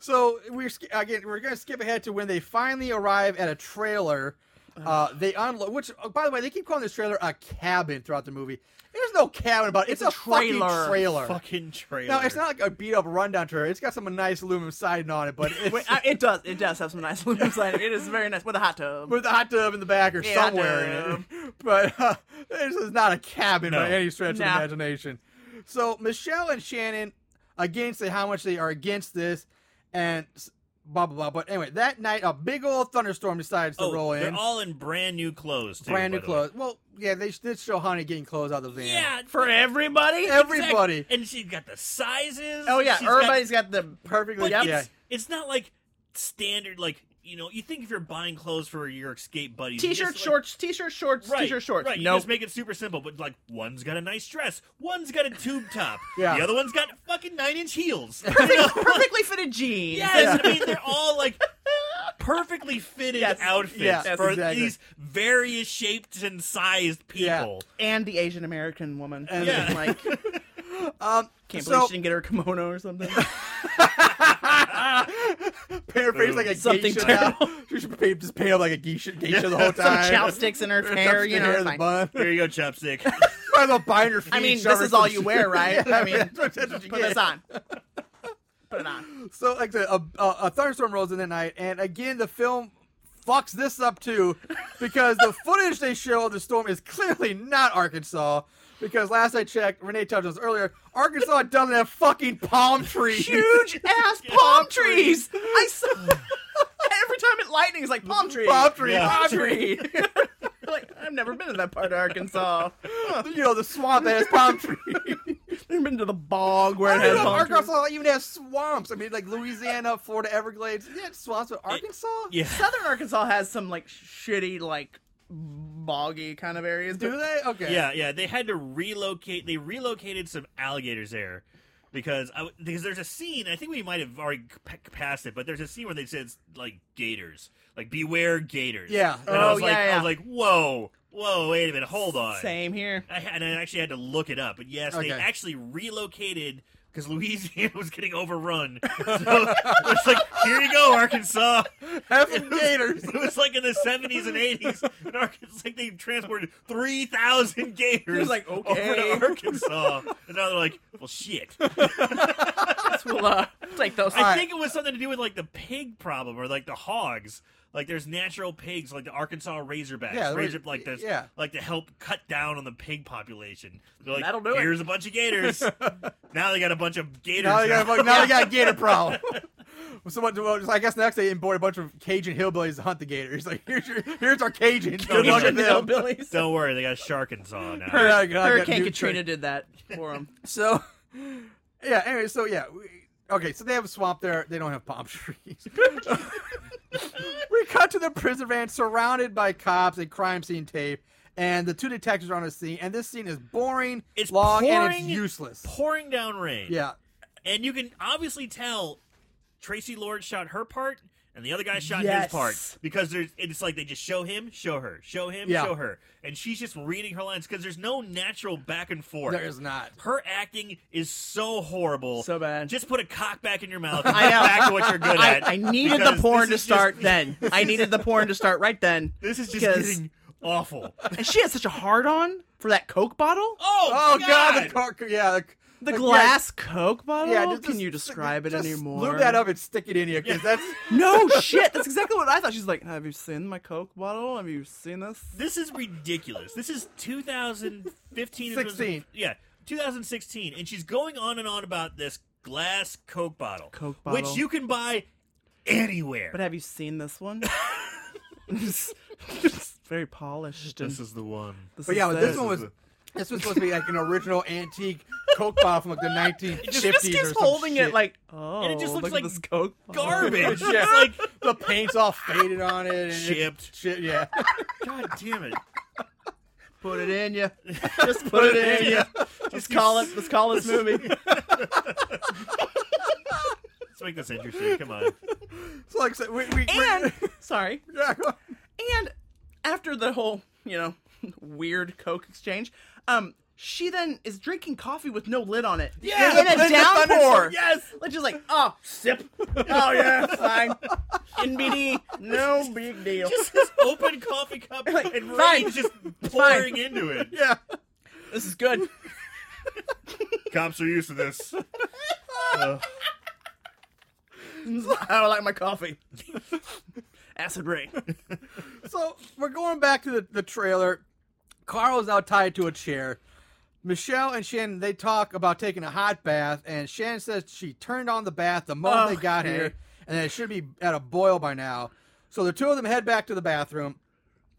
S1: So we're sk- again, we're gonna skip ahead to when they finally arrive at a trailer. Uh, they unload, which oh, by the way, they keep calling this trailer a cabin throughout the movie. There's no cabin about it. It's,
S4: It's a
S1: a, fucking
S4: trailer.
S1: trailer.
S3: Fucking trailer.
S1: No, it's not like a beat up rundown trailer. It's got some nice aluminum siding on it, but it's
S4: Wait, I- it does. It does have some nice aluminum siding. It is very nice with a hot tub.
S1: with a hot tub in the back or
S4: Yeah, hot
S1: somewhere
S4: tub.
S1: in it. But uh, this is not a cabin by
S3: No.
S1: any stretch
S4: Nah.
S1: of the imagination. So Michelle and Shannon again say how much they are against this and s- blah blah blah. But anyway, that night a big old thunderstorm decides to
S3: Oh,
S1: roll
S3: they're
S1: in.
S3: all in brand new clothes. Too,
S1: Brand
S3: by
S1: new
S3: the way.
S1: clothes. Well, yeah, they did show Honey getting clothes out of the van.
S3: Yeah,
S4: For everybody?
S1: Everybody.
S3: exact- And she's got the sizes.
S4: Oh, yeah.
S3: she's got-
S4: everybody's got, the
S1: Perfectly.
S3: But
S4: Yep.
S1: Yeah.
S3: it's, it's not like standard. Like you know, you think if you're buying clothes for your escape buddies, you
S4: t shirt,
S3: just, like-
S4: shorts, t shirt, shorts,
S3: Right,
S4: t shirt, shorts.
S3: Right, you
S4: Nope.
S3: just make it super simple. But like, one's got a nice dress, one's got a tube top,
S1: Yeah.
S3: the other one's got fucking nine inch heels.
S4: Perfect- perfectly fitted jeans.
S3: yes, I mean they're all like perfectly fitted
S4: Yes,
S3: outfits
S1: yes,
S3: for
S1: exactly.
S3: these various shaped and sized
S1: Yeah.
S3: people.
S4: And the Asian American woman.
S1: And-
S3: Yeah.
S4: Like,
S1: Um,
S4: can't
S1: So-
S4: believe she didn't get her kimono or something.
S1: paraphrase like a
S4: Something
S1: geisha.
S4: terrible.
S1: Now. She should pay, just paint up like a geisha, geisha the whole
S4: Some
S1: time.
S4: chopsticks in her hair, you know.
S1: hair,
S4: it's
S1: the
S4: fine.
S1: bun.
S3: Here you go, chopstick.
S1: Might as well bind her feet.
S4: I mean,
S1: shove
S4: this
S1: her
S4: is all
S1: some
S4: you
S1: shit.
S4: wear, right? I mean,
S1: That's what- that's what you
S4: put
S1: get.
S4: this on. Put it on.
S1: So, like I said, a, a, a thunderstorm rolls in that night, and again, the film fucks this up too, because the footage they show of the storm is clearly not Arkansas. Because last I checked, Renee touched on this earlier, Arkansas doesn't have fucking palm trees.
S4: Huge ass palm trees. I saw. Every time it lightnings, like palm tree.
S1: Palm trees.
S3: Yeah.
S1: Palm tree.
S4: like I've never been to that part of Arkansas.
S1: you know, the swamp that has palm trees.
S4: They've been to the bog where
S1: I
S4: it
S1: don't
S4: has
S1: know if
S4: palm trees.
S1: Arkansas even has swamps. I mean, like Louisiana, Florida Everglades, yeah, it's swamps, but Arkansas.
S3: Yeah.
S4: Southern Arkansas has some like shitty, like boggy kind of areas.
S1: Do
S4: but
S1: they? Okay.
S3: Yeah, yeah. They had to relocate. They relocated some alligators there because I, w- because there's a scene. I think we might have already p- passed it, but there's a scene where they said it's like gators, like beware gators.
S1: Yeah.
S3: And I
S4: Oh,
S3: was like,
S4: yeah,
S3: I
S4: yeah.
S3: was like, whoa, whoa, wait a minute, hold on.
S4: Same here.
S3: I had, and I actually had to look it up. But yes,
S1: Okay.
S3: they actually relocated because Louisiana was getting overrun. So it's like, here you go, Arkansas.
S1: Have some gators.
S3: It was like in the seventies and eighties in Arkansas. Like they transported three thousand
S4: You're
S3: gators
S4: like, okay.
S3: over to Arkansas, and now they're like, well, shit.
S4: We'll uh, take those.
S3: I
S1: right.
S3: think it was something to do with like the pig problem or like the hogs. Like there's natural pigs, like the Arkansas Razorbacks,
S1: Yeah, the
S3: razor,
S1: Raz-
S3: like this,
S1: yeah.
S3: like to help cut down on the pig population. They're like,
S4: That'll do it.
S3: here's a bunch of gators. now they got a bunch of gators.
S1: Now they
S3: now.
S1: got a, bu- now they got a gator problem. So what? Well, I guess next they import a bunch of Cajun hillbillies to hunt the gators. Like here's your, here's our Cajuns. Good luck with
S4: Asian
S1: them.
S4: hillbillies.
S3: Don't worry, they got Sharkansas now.
S1: Hurry I got- I got
S4: Hurricane
S1: new
S4: Katrina
S1: trick.
S4: did that for them.
S1: So yeah. Anyway, so yeah. We, okay, so they have a swamp there. They don't have palm trees. we cut to the prison van surrounded by cops and crime scene tape. And the two detectives are on the scene, and this scene is boring,
S3: It's
S1: long, and it's
S3: pouring-
S1: useless.
S3: Pouring down rain.
S1: Yeah,
S3: And you can obviously tell Tracy Lord shot her part and the other guy shot
S4: Yes.
S3: his part because there's it's like they just show him, show her, show him,
S1: Yeah.
S3: show her. And she's just reading her lines because there's no natural back and forth.
S1: there is not.
S3: her acting is so horrible.
S4: So bad.
S3: Just put a cock back in your mouth and
S4: I
S3: get
S4: know.
S3: back to what you're good
S4: I,
S3: at.
S4: I needed the
S3: because
S4: porn to
S3: this is just-
S4: start then. I needed the porn to start right then.
S3: This is just
S4: because-
S3: getting awful.
S4: And she has such a hard on for that Coke bottle.
S3: Oh,
S1: Oh God!
S3: God.
S1: the car, yeah, the,
S4: The
S1: yeah,
S4: glass Coke bottle?
S1: Yeah, just-
S4: Can
S1: just-
S4: you describe it
S1: just
S4: anymore?
S1: Lube that up and stick it in you because that's
S4: No shit. That's exactly what I thought. She's like, Have you seen my Coke bottle? Have you seen this?
S3: This is ridiculous. This is 2015.
S1: 16.
S3: Yeah, 2016. And she's going on and on about this glass Coke bottle.
S4: Coke
S3: Which
S4: bottle.
S3: you can buy anywhere.
S4: But have you seen this one? it's very polished. And
S3: this is the one.
S1: But yeah,
S4: is
S1: this
S4: it.
S1: one was this was supposed to be like an original antique Coke bottle from like the 1950s
S4: She
S1: or
S4: just
S1: some
S4: keeps holding
S1: shit.
S4: it like, oh,
S3: And it just looks
S4: look at
S3: like
S4: this Coke bottle."
S3: Garbage.
S1: Yeah.
S3: It's like,
S1: the paint's all faded on it and it-
S3: Chipped.
S1: shit, yeah.
S3: God damn it.
S4: Put it in you. Just put it in you. Let's call it. Let's call this movie.
S3: Let's make this interesting. Come on.
S1: So like so we, we
S4: And
S1: we-
S4: sorry.
S1: yeah, go on.
S4: And after the whole, you know, weird Coke exchange, um, she then is drinking coffee with no lid on it.
S1: Yeah,
S4: in
S1: in
S4: a
S1: the
S4: downpour.
S1: thunderstorm,
S4: Yes, like just like oh sip. Oh yeah, fine. NBD, no big deal.
S3: Just this open coffee cup
S4: Like,
S3: and
S4: fine.
S3: rain just pouring into it.
S1: yeah.
S4: this is good.
S3: Cops are used to this. Ugh.
S4: This is how I like my coffee. Acid rain.
S1: So we're going back to the, the trailer. Carl is now tied to a chair. Michelle and Shannon they talk about taking a hot bath, and Shannon says she turned on the bath the moment they got
S4: Oh, Okay.
S1: here, and it should be at a boil by now. So the two of them head back to the bathroom.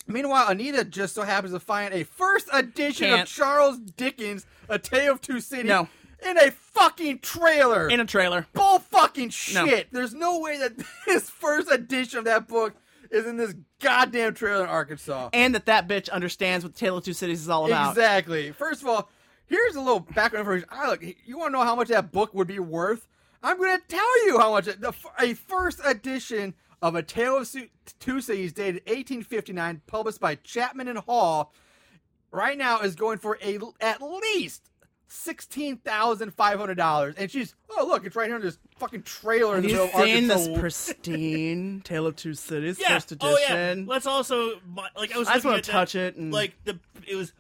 S1: Meanwhile, Anita just so happens to find a first edition of
S4: Can't.
S1: Charles Dickens' A Tale of Two Cities
S4: No.
S1: in a fucking trailer.
S4: In a trailer.
S1: bull fucking
S4: No.
S1: shit. There's no way that this first edition of that book is in this goddamn trailer in Arkansas.
S4: And that that bitch understands what Tale of Two Cities is all about.
S1: Exactly. First of all, here's a little background information. I look. You want to know how much that book would be worth? I'm going to tell you how much it- the, f- a first edition of A Tale of Su- Two Cities, dated 1859, published by Chapman and Hall, right now is going for a at least. Sixteen thousand five hundred dollars, and she's oh look, it's right here in this fucking trailer. in
S4: Have
S1: the
S4: you
S1: middle of
S4: seen this
S1: Arkansas.
S4: pristine Tale of Two Cities
S3: Yeah.
S4: first
S3: Oh
S4: edition?
S3: yeah. Let's also my- like I was.
S4: I just
S3: looking
S4: wanna
S3: at that,
S4: touch it and-
S3: like the it was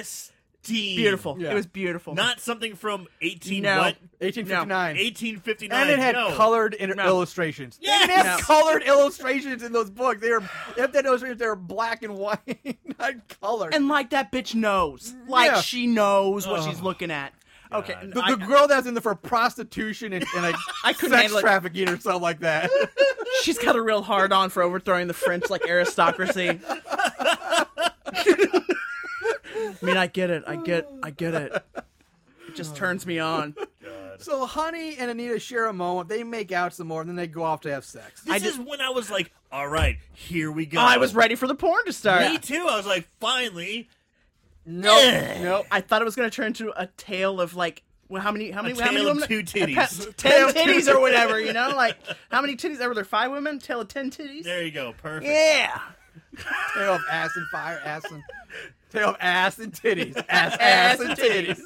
S3: pristine,
S4: Beautiful.
S1: Yeah.
S4: It was beautiful.
S3: not something from eighteen
S4: No.
S3: what
S1: 1859.
S3: eighteen fifty nine.
S1: And it had
S3: no.
S1: colored in-
S4: No.
S1: illustrations.
S3: Yes!
S1: It had
S4: No.
S1: colored illustrations in those books. They were if that illustrations they were black and white, not colored.
S4: And like that bitch knows. Like
S1: Yeah.
S4: she knows what
S3: Ugh.
S4: she's looking at. Okay.
S3: God.
S1: the,
S4: I-
S1: the girl that's in there for prostitution and, and like
S4: I couldn't
S1: sex
S4: handle it.
S1: trafficking or something like that.
S4: she's got a real hard on for overthrowing the French like aristocracy. I mean, I get it. I get I get it. I just turns me on.
S1: So Honey and Anita share a moment. They make out some more, and then they go off to have sex.
S3: This is when I was like, all right, here we go.
S4: Oh, I was ready for the porn to start.
S3: Me too. I was like, finally, Eh.
S1: Nope. nope.
S4: I thought it was going to turn to a tale of like, well, how many, how many, how
S3: tale
S4: many
S3: of
S4: women?
S3: two
S4: a pa-
S3: titties.
S4: ten titties or whatever, you know, like how many titties? Were there five women? Tale of ten titties.
S3: there you go, perfect.
S4: yeah.
S1: Tail of ass and fire, ass and tail of ass and titties, ass, ass and titties.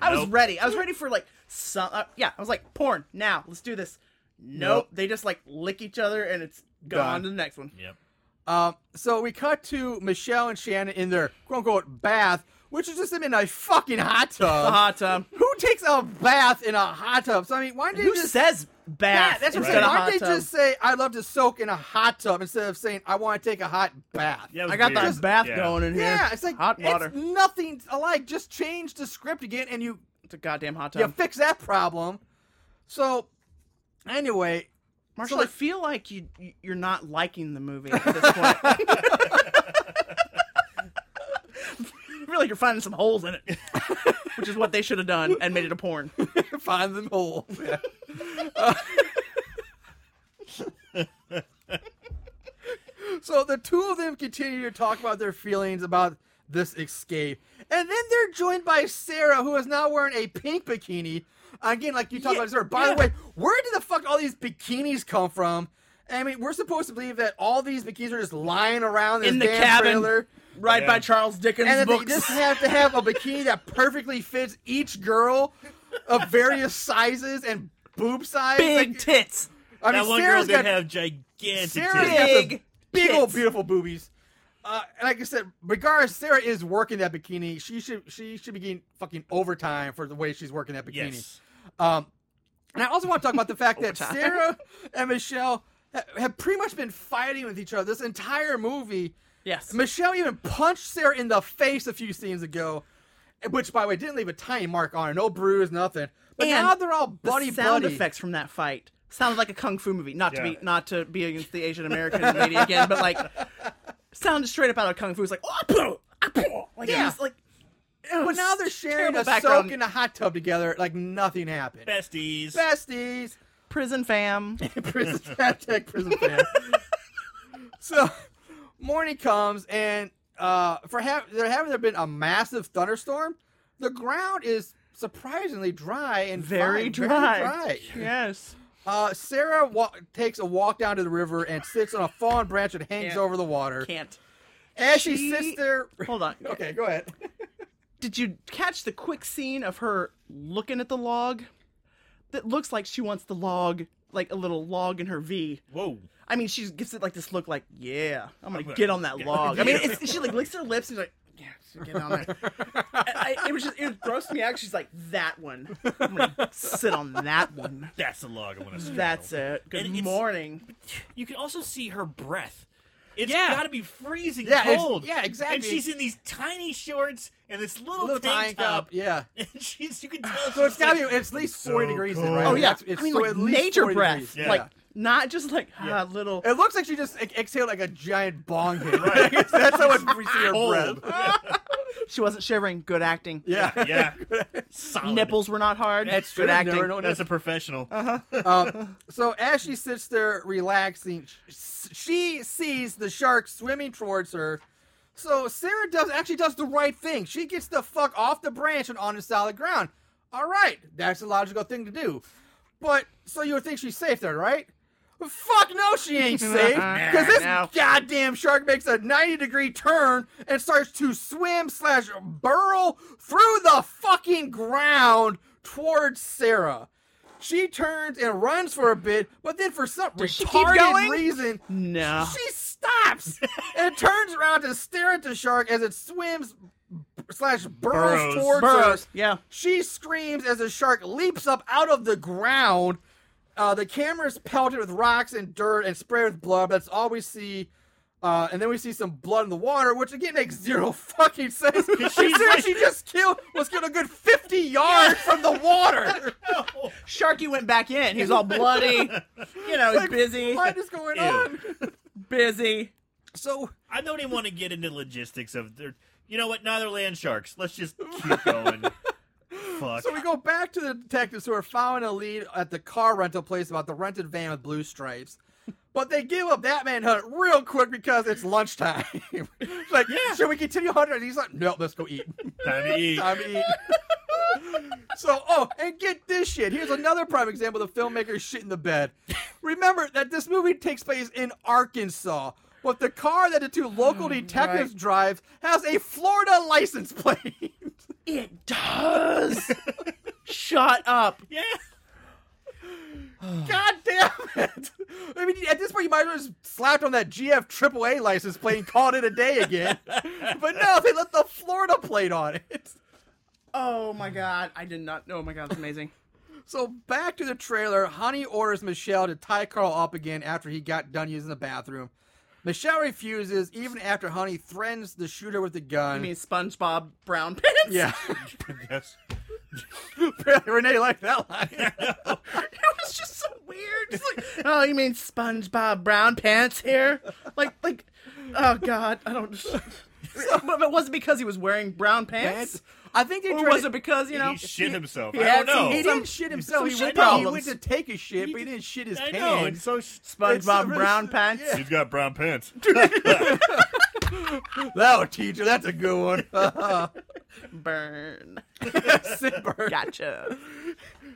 S4: I was
S3: Nope.
S4: ready. I was ready for like some. Uh, yeah, I was like porn now. Let's do this. Nope.
S1: Nope.
S4: They just like lick each other and it's
S1: Done.
S4: gone to the next one.
S3: Yep.
S1: Um, so we cut to Michelle and Shannon in their quote unquote bath, which is just them in a fucking hot
S4: The
S1: tub.
S4: hot tub.
S1: Who takes a bath in a hot tub? So I mean, why did
S4: Who
S1: you just
S4: says bath?
S1: Yeah, that's what I'm
S3: Right.
S1: saying.
S4: instead of
S1: Why
S4: hot
S1: did they
S4: tub?
S1: just say I'd love to soak in a hot tub instead of saying I want to take a hot bath?
S3: Yeah, it was
S4: I got
S3: weird.
S4: that bath
S3: Yeah.
S4: going in here.
S1: Yeah, it's like
S4: hot water.
S1: It's nothing alike. Just change the script again, and you
S4: It's a goddamn hot
S1: you
S4: tub.
S1: fix that problem. So anyway,
S4: Marshall,
S1: so like-
S4: I feel like you you- you're not liking the movie at this point. I feel like you're finding some holes in it, which is what they should have done and made it a porn.
S1: find them whole. Yeah. so the two of them continue to talk about their feelings about this escape, and then they're joined by Sarah, who is now wearing a pink bikini. Again, like you talked
S4: Yeah,
S1: about, Sarah. By the way, where did the fuck all these bikinis come from? I mean, we're supposed to believe that all these bikinis are just lying around this
S4: In the
S1: damn
S4: cabin.
S1: trailer.
S4: Right
S3: Yeah.
S4: by Charles Dickens'
S1: and then
S4: books.
S1: they just have to have a bikini that perfectly fits each girl of various sizes and boob size.
S4: Big
S1: Like,
S4: tits.
S1: I
S3: That
S1: mean,
S3: one
S1: Sarah's
S3: girl
S1: got
S3: did have gigantic.
S1: Sarah's
S3: titties.
S1: got the
S4: Big
S1: big old
S4: tits.
S1: beautiful boobies. Uh, and like I said, regardless, Sarah is working that bikini. She should she should be getting fucking overtime for the way she's working that bikini.
S3: Yes.
S1: Um, and I also want to talk about the fact that
S4: Overtime.
S1: Sarah and Michelle ha- have pretty much been fighting with each other this entire movie.
S4: Yes.
S1: Michelle even punched Sarah in the face a few scenes ago, which, by the way, didn't leave a tiny mark on her. No bruise, nothing. But
S4: And
S1: now they're all buddy
S4: the sound
S1: buddy.
S4: effects from that fight sounded like a kung fu movie. Not to
S3: Yeah.
S4: be not to be against the Asian American lady again, but like sounded straight up out of kung fu. It's like oh, poo, ah, poo. like
S1: Yeah.
S4: yeah. like
S1: But now they're sharing
S4: terrible
S1: a
S4: background.
S1: soak in a hot tub together like nothing happened.
S3: besties.
S1: Besties.
S4: prison fam.
S1: prison hashtag prison fan. so morning comes and uh, for ha- there having there been a massive thunderstorm, the ground is surprisingly dry and
S4: Very
S1: fine,
S4: dry.
S1: Very dry.
S4: yes.
S1: Uh, Sarah wa- takes a walk down to the river and sits on a fallen branch that hangs
S4: Can't.
S1: over the water.
S4: Can't.
S1: As she,
S4: She-
S1: sits there,
S4: Hold on.
S1: okay, go ahead.
S4: Did you catch the quick scene of her looking at the log? That looks like she wants the log, like a little log in her V.
S3: Whoa.
S4: I mean, she gives it like this look, like, yeah, I'm gonna
S3: gonna-
S4: get on that
S3: yeah.
S4: log. I mean, it's, she like licks her lips and she's like, yeah, she's getting on there. I, I- it was just, it grossed me out. She's like, that one. I'm gonna sit on that one.
S3: That's the log I want to strangle.
S4: That's it. Good
S3: And it's-
S4: morning.
S3: You can also see her breath. It's
S4: Yeah.
S3: got to be freezing
S1: Yeah, it's-
S3: cold.
S1: yeah, exactly.
S3: And she's in these tiny shorts and this little,
S1: Little
S3: tank
S1: tying
S3: top.
S1: up, yeah.
S3: And she's, you can tell.
S1: So it's
S3: got
S1: gotta be it's at least forty
S3: so
S1: degrees,
S3: cold.
S1: in, right?
S4: Oh yeah,
S1: That's- it's
S4: I mean,
S1: so
S4: like
S1: at least
S4: nature
S1: 40
S4: breath,
S1: degrees,
S3: Yeah.
S4: like not just like ah, little.
S1: It looks like she just ex- exhaled like a giant bong hit. That's how much we see her
S3: Cold.
S1: breath.
S4: She wasn't shivering. Good acting.
S1: Yeah.
S3: Yeah. Solid.
S4: Nipples were not hard.
S1: That's
S4: good
S1: true.
S4: acting.
S1: Never know-
S3: That's a professional.
S1: Um, so as she sits there relaxing, sh- she sees the shark swimming towards her. So Sarah does actually does the right thing. She gets the fuck off the branch and onto solid ground. All right, that's a logical thing to do. But so you would think she's safe there, right? Fuck no, she ain't safe because this
S4: No.
S1: goddamn shark makes a ninety degree turn and starts to swim slash burrow through the fucking ground towards Sarah. She turns and runs for a bit, but then for some
S4: she keep
S1: retarded
S4: going?
S1: reason,
S4: No.
S1: she stops and turns around to stare at the shark as it swims slash burrows,
S3: Burrows.
S1: towards
S4: Burrows.
S1: her.
S4: Yeah.
S1: She screams as the shark leaps up out of the ground. Uh, the camera is pelted with rocks and dirt and sprayed with blood. That's all we see. Uh, and then we see some blood in the water, which again makes zero fucking sense. She said she just killed was killed a good fifty yards from the water.
S4: Sharky went back in. He's all bloody. You know, he's busy.
S1: What is going
S3: Ew.
S1: on?
S4: Busy.
S1: So
S3: I don't even want to get into logistics of their. You know what? Now they're land sharks. Let's just keep going. Fuck.
S1: So we go back to the detectives who are following a lead at the car rental place about the rented van with blue stripes. But they give up that manhunt real quick because it's lunchtime. It's like, should we continue hunting? And he's like, no, let's go eat.
S3: Time to eat.
S1: Time to eat. so, oh, and get this shit. Here's another prime example of the filmmaker shitting the bed. Remember that this movie takes place in Arkansas, but the car that the two local detectives drive has a Florida license plate.
S4: It does. Shut up.
S3: Yeah.
S1: God damn it! I mean, at this point, you might as well just slapped on that GF AAA license plate and called it a day again. but no, they left the Florida plate on it.
S4: Oh my god, I did not. Oh my god, that's amazing.
S1: So back to the trailer, Honey orders Michelle to tie Carl up again after he got done using the bathroom. Michelle refuses, even after Honey threatens to shoot her with a gun.
S4: I mean, SpongeBob brown pants.
S1: yeah,
S3: Yes.
S1: apparently Renee liked that line.
S4: it was just so weird. It's like, oh, you mean SpongeBob brown pants here? Like, like, oh god, I don't. but it wasn't because he was wearing brown pants,
S1: I think they
S4: or
S1: tried
S4: was
S1: to-
S4: it because you know?
S3: he shit himself.
S4: yeah,
S3: I don't know.
S1: He
S4: some-
S1: didn't shit himself.
S4: some
S1: He
S4: shit
S1: went, to, he
S4: problems.
S1: went to take a shit, but he didn't shit his
S3: I
S1: pants.
S3: know. And so
S1: It's
S4: SpongeBob
S1: really-
S4: brown pants.
S1: yeah.
S3: he's got brown pants.
S1: Oh, teacher, that's a good one.
S4: Burn.
S1: Simber.
S4: Gotcha.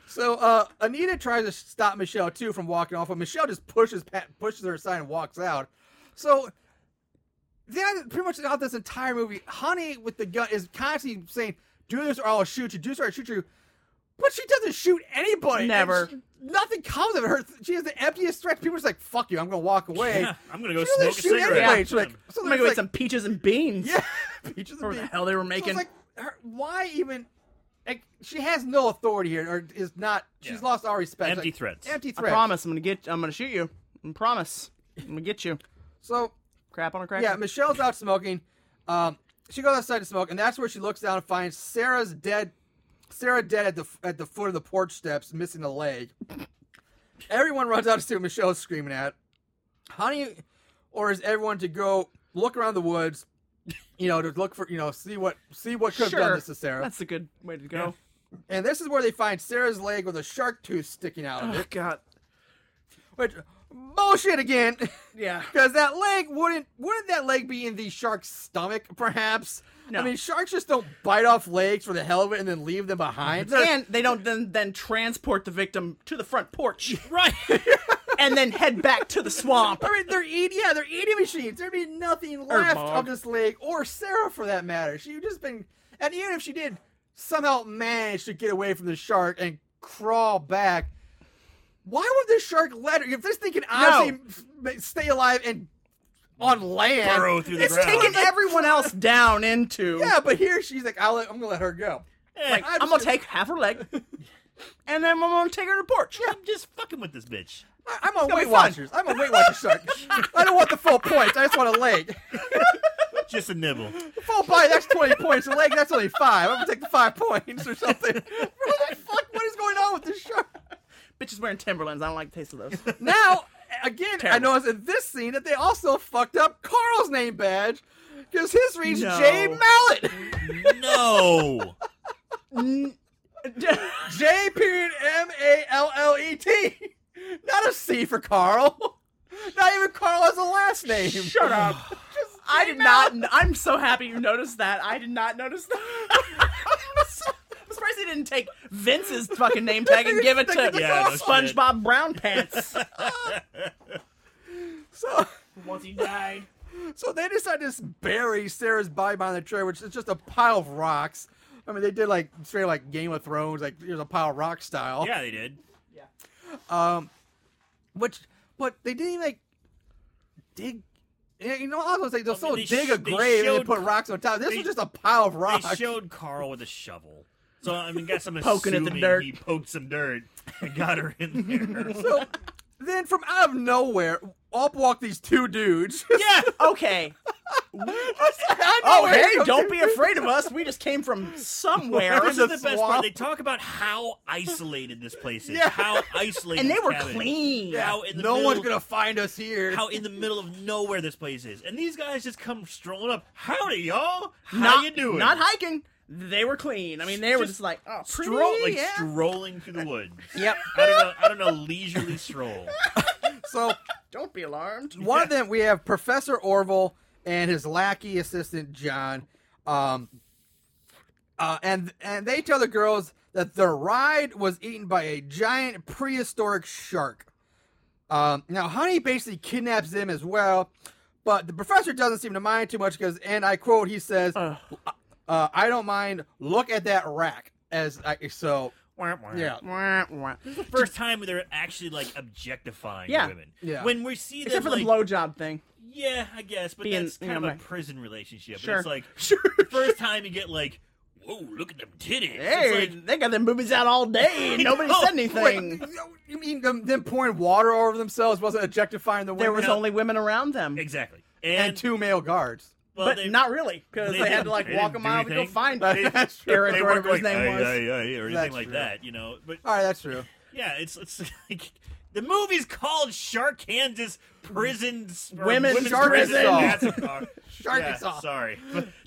S1: So uh, Anita tries to stop Michelle too from walking off, but Michelle just pushes Pat, pushes her aside and walks out. So then, pretty much throughout this entire movie, Honey with the gun is constantly saying, "Do this or I'll shoot you. Do this or I'll shoot you." But she doesn't shoot anybody. and
S4: Never.
S1: she- nothing comes of it. Her, she has the emptiest threat. People are just like, "Fuck you. I'm gonna walk away."
S3: Yeah, I'm gonna go
S1: She doesn't
S3: smoke a
S1: shoot
S3: cigarette.
S1: anybody.
S4: Yeah.
S1: She's like, so
S4: I'm gonna go
S1: there's
S4: eat some
S1: like-
S4: peaches and beans.
S1: Yeah, peaches and
S4: Whatever the
S1: beans.
S4: hell they were
S1: So
S4: making.
S1: it's like, her, why even? Like, she has no authority here, or is not. She's
S3: Yeah.
S1: lost all respect.
S3: Empty
S1: Like,
S3: threats.
S1: Empty
S4: I
S1: threats.
S4: promise, I'm gonna get. I'm gonna shoot you. I promise, I'm gonna get you.
S1: So
S4: Crap on a cracker.
S1: yeah, Michelle's out smoking. Um, she goes outside to smoke, and that's where she looks down and finds Sarah's dead. Sarah dead at the at the foot of the porch steps, missing a leg. Everyone runs out to see what Michelle's screaming at. Honey orders everyone to go look around the woods, you know, to look for you know see what see what could have done
S4: Sure.
S1: this to Sarah.
S4: That's a good way to go.
S1: And this is where they find Sarah's leg with a shark tooth sticking out of
S4: Oh
S1: it.
S4: god.
S1: Which bullshit again,
S4: Yeah.
S1: because that leg wouldn't wouldn't that leg be in the shark's stomach? Perhaps. I
S4: No.
S1: mean, sharks just don't bite off legs for the hell of it and then leave them behind. They're-
S4: And they don't then then transport the victim to the front porch
S3: Right.
S4: and then head back to the swamp.
S1: I mean, they're eating. Yeah, they're eating machines. There'd be nothing left of
S4: mog.
S1: this leg or Sarah, for that matter. She'd just been, and even if she did somehow manage to get away from the shark and crawl back, why would the shark let her? If this thing can obviously m- stay alive and on land,
S3: Burrow through the
S1: it's
S3: ground.
S1: taking
S4: Taking
S1: every.
S4: everyone else down into
S1: Yeah, but here she's like, I'll let, I'm gonna let her go.
S3: like,
S1: I'm
S4: I'm,
S1: just
S4: gonna take half her leg and then I'm gonna take her to the porch.
S3: I'm just fucking with this bitch.
S1: I- I'm on
S4: gonna
S1: Weight
S4: be fun.
S1: Watchers. I'm on Weight Watchers shark. I don't want the full points. I just want a leg.
S3: Just a nibble.
S1: Full body, that's 20 points. A leg, that's only five. I'm going to take the five points or something. What the fuck? What is going on with this shark?
S4: Bitch is wearing Timberlands. I don't like the taste of those.
S1: Now, again, I
S4: Terrible.
S1: noticed in this scene that they also fucked up Carl's name badge because his reads
S4: No.
S1: J Mallet.
S3: No.
S1: J period M A L L E T. Not a C for Carl. Not even Carl has a last name.
S4: Shut up. I did not. I'm so happy you noticed that. I did not notice that. I'm so- I'm surprised they didn't take Vince's fucking name tag and give it to
S3: Yeah, no
S4: SpongeBob Brown Pants.
S1: So,
S4: Once he died.
S1: so they decided to just bury Sarah's body behind the tree, which is just a pile of rocks. I mean, they did like straight like Game of Thrones, like here's a pile of rock style.
S3: Yeah, they did.
S1: Which, but they didn't even like dig. yeah, You know, I was gonna say they'll still
S3: Oh, they
S1: dig
S3: sh-
S1: a
S3: they
S1: grave and
S3: showed-
S1: and put rocks on top. This
S3: they-
S1: was just a pile of
S3: They
S1: rocks.
S3: showed Carl with a shovel. So I mean, guess I'm
S4: Poking at the
S3: assuming
S4: dirt.
S3: He poked some dirt and got her in there.
S1: So Then from out of nowhere, up walk these two dudes.
S3: Yeah.
S4: Okay. Oh, hey, don't be afraid of us. We just came from somewhere.
S3: This is the best part.
S1: swamp.
S3: They talk about how isolated this place is.
S1: Yeah.
S3: How isolated.
S4: and they
S3: this
S4: were
S3: cabin is.
S4: clean.
S3: How in the
S1: No
S3: middle,
S1: one's gonna find us here.
S3: How in the middle of nowhere this place is, and these guys just come strolling up. Howdy, y'all. How
S4: not,
S3: you doing?
S4: Not hiking. They were clean. I mean, they were
S3: Just
S4: just like, oh, pretty,
S3: Stroll, like
S4: yeah.
S3: strolling through the woods.
S4: Yep.
S3: I don't know. I don't know. Leisurely stroll.
S1: so
S4: Don't be alarmed.
S1: one of them we have Professor Orville and his lackey assistant John, um, uh, and and they tell the girls that their ride was eaten by a giant prehistoric shark. Um, now Honey basically kidnaps them as well, but the professor doesn't seem to mind too much because, and I quote, he says, uh, "I don't mind. Look at that rack." As I, so, yeah.
S4: Wah, wah.
S3: First time they're actually like objectifying
S4: Yeah.
S3: women.
S1: Yeah.
S3: When we see
S4: Except for
S3: them,
S4: the
S3: like,
S4: blowjob thing.
S3: Yeah, I guess, but
S4: Being-
S3: that's
S4: you
S3: kind
S4: know,
S3: of a
S4: like-
S3: prison relationship.
S4: Sure.
S3: It's like
S4: Sure.
S3: first time you get like, whoa, look at them titties.
S4: Hey,
S3: It's like,
S4: they got their boobies out all day and nobody
S3: Oh,
S4: said anything.
S1: Wait, you mean them, them pouring water over themselves wasn't objectifying the women?
S4: There was
S3: No.
S4: only women around them.
S3: exactly,
S1: and,
S3: and,
S1: two male guards.
S3: well,
S4: but
S3: they,
S4: not really, because
S3: they
S4: they, had
S3: didn't-
S4: to like
S3: they
S4: walk a
S3: didn't do
S4: mile to go
S3: anything.
S4: find
S3: They-
S1: That's true.
S4: Eric
S3: they
S4: or
S3: weren't
S4: whatever his
S3: going
S4: name
S3: "Ay,
S4: was.
S3: ay, ay," or anything
S1: That's
S3: like
S1: true.
S3: that. You know, but
S1: All right, that's true.
S3: yeah, it's it's like the movie's called Shark Kansas Prisons or
S4: Women's
S1: Shark
S3: Prison.
S1: Assault.
S3: That's uh,
S1: Shark
S3: yeah,
S1: assault.
S3: Sorry,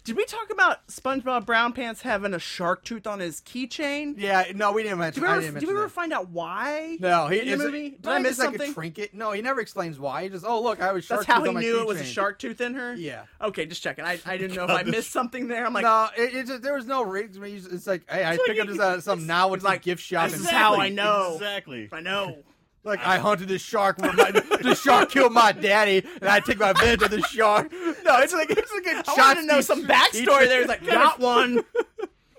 S4: Did we talk about SpongeBob Brown Pants having a shark tooth on his keychain?
S1: Yeah, no, we didn't
S4: Did
S1: mention.
S4: we
S1: I
S4: ever,
S1: didn't
S4: did we
S1: mention
S4: ever
S1: that.
S4: find out why?
S1: No, he
S4: in
S1: is
S4: the
S1: it-
S4: movie.
S1: Did I miss like
S4: something?
S1: a trinket? No, he never explains why. He just, oh look, I was shark.
S4: That's how
S1: tooth
S4: he
S1: on my
S4: knew it was a
S1: keychain."
S4: shark tooth in her.
S1: Yeah.
S4: Okay, just checking. I, I didn't know if I missed something there. I'm like,
S1: no, it, it's just, there was no rigs. It's like, hey, I
S3: like
S1: picked up
S3: you-
S1: this uh, some knowledge like gift shop.
S4: this
S1: and
S4: is how I
S3: Exactly,
S4: know.
S3: exactly.
S4: I know.
S1: Like I hunted this shark. With my, this shark killed my daddy, and I take my vengeance on this shark. No, it's like it's like a
S4: I
S1: shot
S4: wanted to know some backstory. There It's like, got one.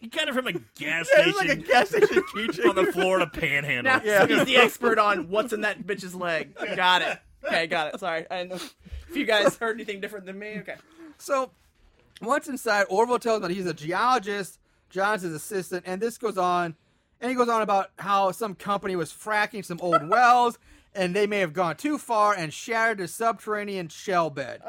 S3: He got it from a gas
S1: Yeah, it
S3: station
S1: was like a gas station keychain.
S3: on the Florida Panhandle.
S4: Now
S1: Yeah.
S4: he's the expert on what's in that bitch's leg. Got it. Okay, got it. Sorry. I didn't know if you guys heard anything different than me. Okay.
S1: So, once inside, Orville tells him that he's a geologist, John's his assistant, and this goes on. And he goes on about how some company was fracking some old wells, and they may have gone too far and shattered the subterranean shell bed.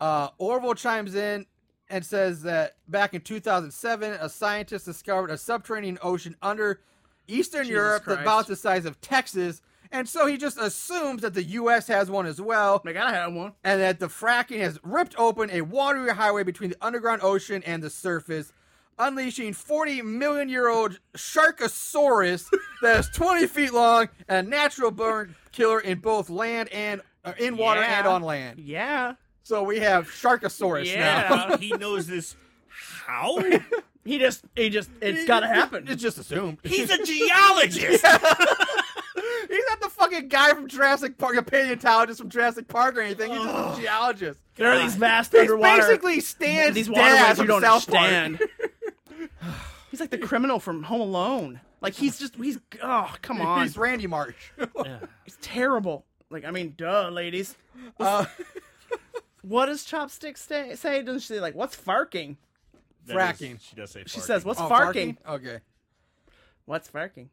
S1: Uh, Orville chimes in and says that back in 2007, a scientist discovered a subterranean ocean under Eastern Europe
S4: Christ.
S1: about the size of Texas. And so he just assumes that the U.S. has one as well
S4: My God, I had one.
S1: and that the fracking has ripped open a watery highway between the underground ocean and the surface, unleashing 40 million year old Sharkosaurus that is 20 feet long and a natural burn killer in both land and uh, in water
S4: Yeah.
S1: and on land.
S4: Yeah.
S1: So we have Sharkosaurus
S4: Yeah.
S1: now.
S3: How he knows this. How?
S4: He just, he just, it's gotta happen.
S1: It's just assumed.
S3: He's a geologist.
S1: He's not the fucking guy from Jurassic Park, a paleontologist from Jurassic Park or anything. He's just a geologist.
S4: There are these vast
S1: He's
S4: underwater.
S1: basically Stan's
S4: these
S1: dad
S4: waterways
S1: from
S4: you don't
S1: South Park.
S4: understand. he's like the criminal from Home Alone. Like he's just he's oh come on,
S1: He's Randy Marsh.
S4: he's terrible. Like I mean, duh, ladies.
S1: Uh,
S4: What does Chopstick say? say? Doesn't she like what's farking?
S3: That
S1: Fracking.
S3: she does say.
S4: She
S3: farking.
S4: says what's
S1: oh,
S4: farking?
S1: farking? Okay.
S4: What's farking?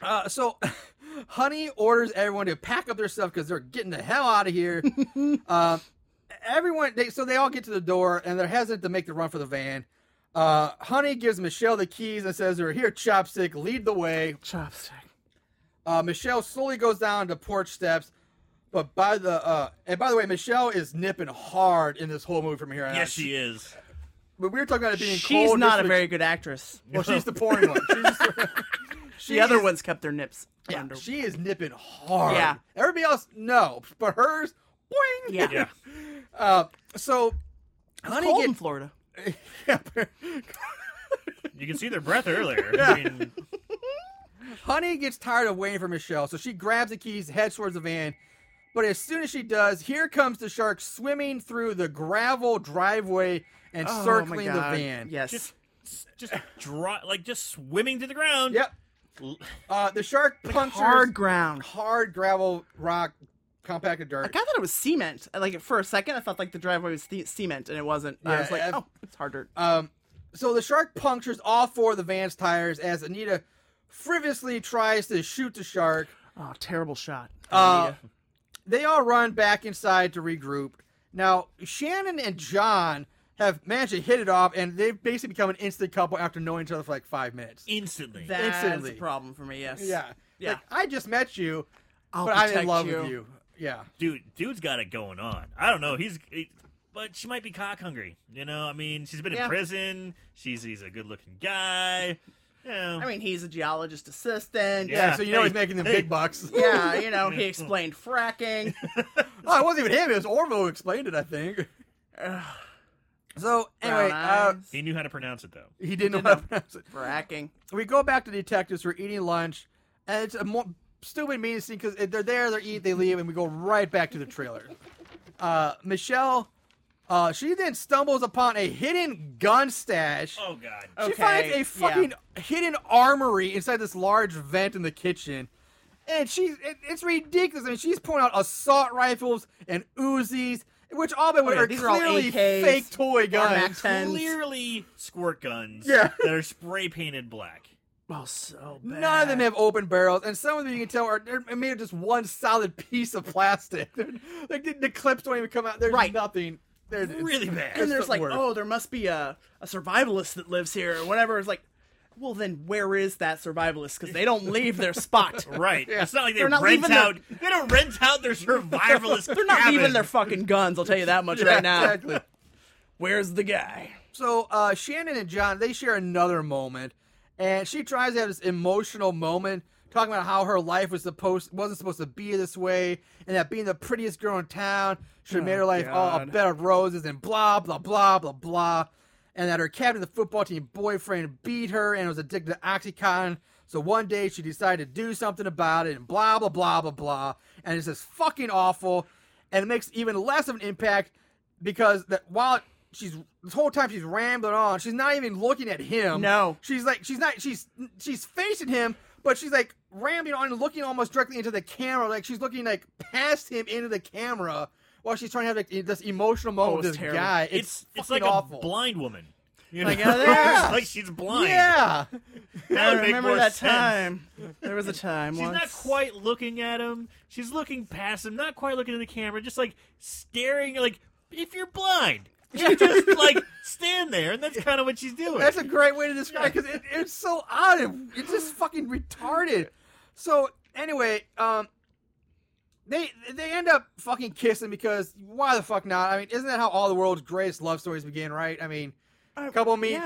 S1: Uh, so, Honey orders everyone to pack up their stuff because they're getting the hell out of here. uh, everyone, they, so they all get to the door and they're hesitant to make the run for the van. Uh, Honey gives Michelle the keys and says, "We're here, Chopstick. Lead the way."
S4: Chopstick.
S1: Uh, Michelle slowly goes down the porch steps, but by the uh, and by the way, Michelle is nipping hard in this whole movie from here on out.
S3: Yes, she is.
S1: But we were talking about it being
S4: She's
S1: cold.
S4: not
S1: this
S4: a
S1: was-
S4: very good actress.
S1: well. She's the porn one. She's the,
S4: The other one's kept their nips
S1: Yeah,
S4: under.
S1: she is nipping hard.
S4: Yeah.
S1: Everybody else, no. But hers, boing.
S4: yeah.
S3: Yeah.
S1: Uh, so, honey,
S4: Cold in
S1: get,
S4: Florida.
S3: You can see their breath earlier. I mean,
S1: honey gets tired of waiting for Michelle, so she grabs the keys, heads towards the van. But as soon as she does, here comes the shark swimming through the gravel driveway and
S4: Oh, my
S1: circling the
S4: God.
S1: van.
S4: Yes.
S3: just, just dry, like just swimming to the ground.
S1: Yep. Uh, the shark punctures
S4: Hard ground.
S1: hard gravel rock, compacted dirt.
S4: Like, I thought it was cement. Like for a second, I thought like the driveway was the- cement, and it wasn't. I
S1: Yeah,
S4: was like,
S1: I've-
S4: oh, it's hard dirt.
S1: Um, so the shark punctures all four of the van's tires as Anita frivolously tries to shoot the shark.
S4: Oh, terrible shot.
S1: Uh, they all run back inside to regroup. Now, Shannon and John have managed to hit it off, and they've basically become an instant couple after knowing each other for like five minutes.
S3: instantly.
S4: That's
S1: instantly.
S4: a problem for me. Yes.
S1: Yeah.
S4: Yeah.
S1: Like, I just met you,
S4: I'll
S1: but I'm in
S4: protect
S1: love with you. Yeah.
S3: dude, dude's got it going on. I don't know. He's, he- but she might be cock hungry. You know, I mean, she's been
S4: Yeah.
S3: in prison. She's he's a good looking guy. You know,
S4: I mean, he's a geologist assistant.
S1: Yeah,
S3: Yeah.
S1: so you know
S3: Hey,
S1: he's making them
S3: hey.
S1: big bucks.
S4: Yeah, you know, he explained fracking.
S1: oh, it wasn't even him. It was Orville who explained it, I think. so, anyway,
S4: Brown
S1: uh,
S4: eyes,
S3: he knew how to pronounce it though.
S1: he didn't know how to pronounce it.
S4: fracking.
S1: we go back to detectives who are eating lunch, and it's a more stupid mean scene because they're there, they eat, they leave, and we go right back to the trailer. Uh, Michelle, uh, she then stumbles upon a hidden gun stash.
S3: Oh God.
S1: She
S4: okay,
S1: finds a
S4: yeah.
S1: fucking hidden armory inside this large vent in the kitchen. And she's, it, it's ridiculous. I mean, she's pulling out assault rifles and Uzis, which all by the way
S4: yeah,
S1: are
S4: these are all
S1: clearly
S4: AKs,
S1: fake toy guns.
S4: Mac-10s.
S3: Clearly squirt guns.
S1: Yeah.
S3: that are spray painted black.
S4: Oh, so bad.
S1: None of them have open barrels, and some of them you can tell are they're made of just one solid piece of plastic. They're- like the, the clips don't even come out. There's
S4: Right.
S1: nothing. They're
S3: Really bad.
S4: And there's like,
S1: Word.
S4: oh, there must be a, a survivalist that lives here or whatever. It's like, well, then where is that survivalist? Because they don't leave their spot.
S3: Right. It's not like they
S4: They're not
S3: rent
S4: leaving their-
S3: out. They don't rent out their survivalist.
S4: They're not leaving their fucking guns. I'll tell you that much right now.
S1: Exactly.
S4: Where's the guy?
S1: So uh, Shannon and John they share another moment, and she tries to have this emotional moment talking about how her life was supposed wasn't supposed to be this way, and that being the prettiest girl in town should have made her life all a
S4: Oh, God.
S1: bed of roses, and blah blah blah blah blah, and that her captain of the football team boyfriend beat her and was addicted to OxyContin. So one day she decided to do something about it, and blah blah blah blah blah, and it's just fucking awful, and it makes even less of an impact because that while she's this whole time she's rambling on, she's not even looking at him.
S4: No.
S1: she's like she's not she's she's facing him, but she's like rambling on and looking almost directly into the camera, like she's looking like past him into the camera while she's trying to have like, this emotional moment
S4: Oh,
S1: with
S4: it's
S1: this
S4: terrible.
S1: guy.
S3: It's it's
S1: fucking
S3: like
S1: awful.
S3: a blind woman. You
S4: Like,
S3: know?
S4: oh, yeah.
S3: It's like she's blind.
S1: Yeah,
S3: That
S4: I
S3: would make
S4: remember
S3: more
S4: that
S3: sense.
S4: time. There was a time.
S3: She's not quite looking at him. She's looking past him, not quite looking at the camera, just like staring. Like if you're blind, you just like stand there, and that's kind of what she's doing.
S1: that's a great way to describe because it, it's so odd. It, it's just fucking retarded. So anyway, um, they they end up fucking kissing because why the fuck not? I mean, isn't that how all the world's greatest love stories begin? Right? I mean, couple meet
S4: Uh,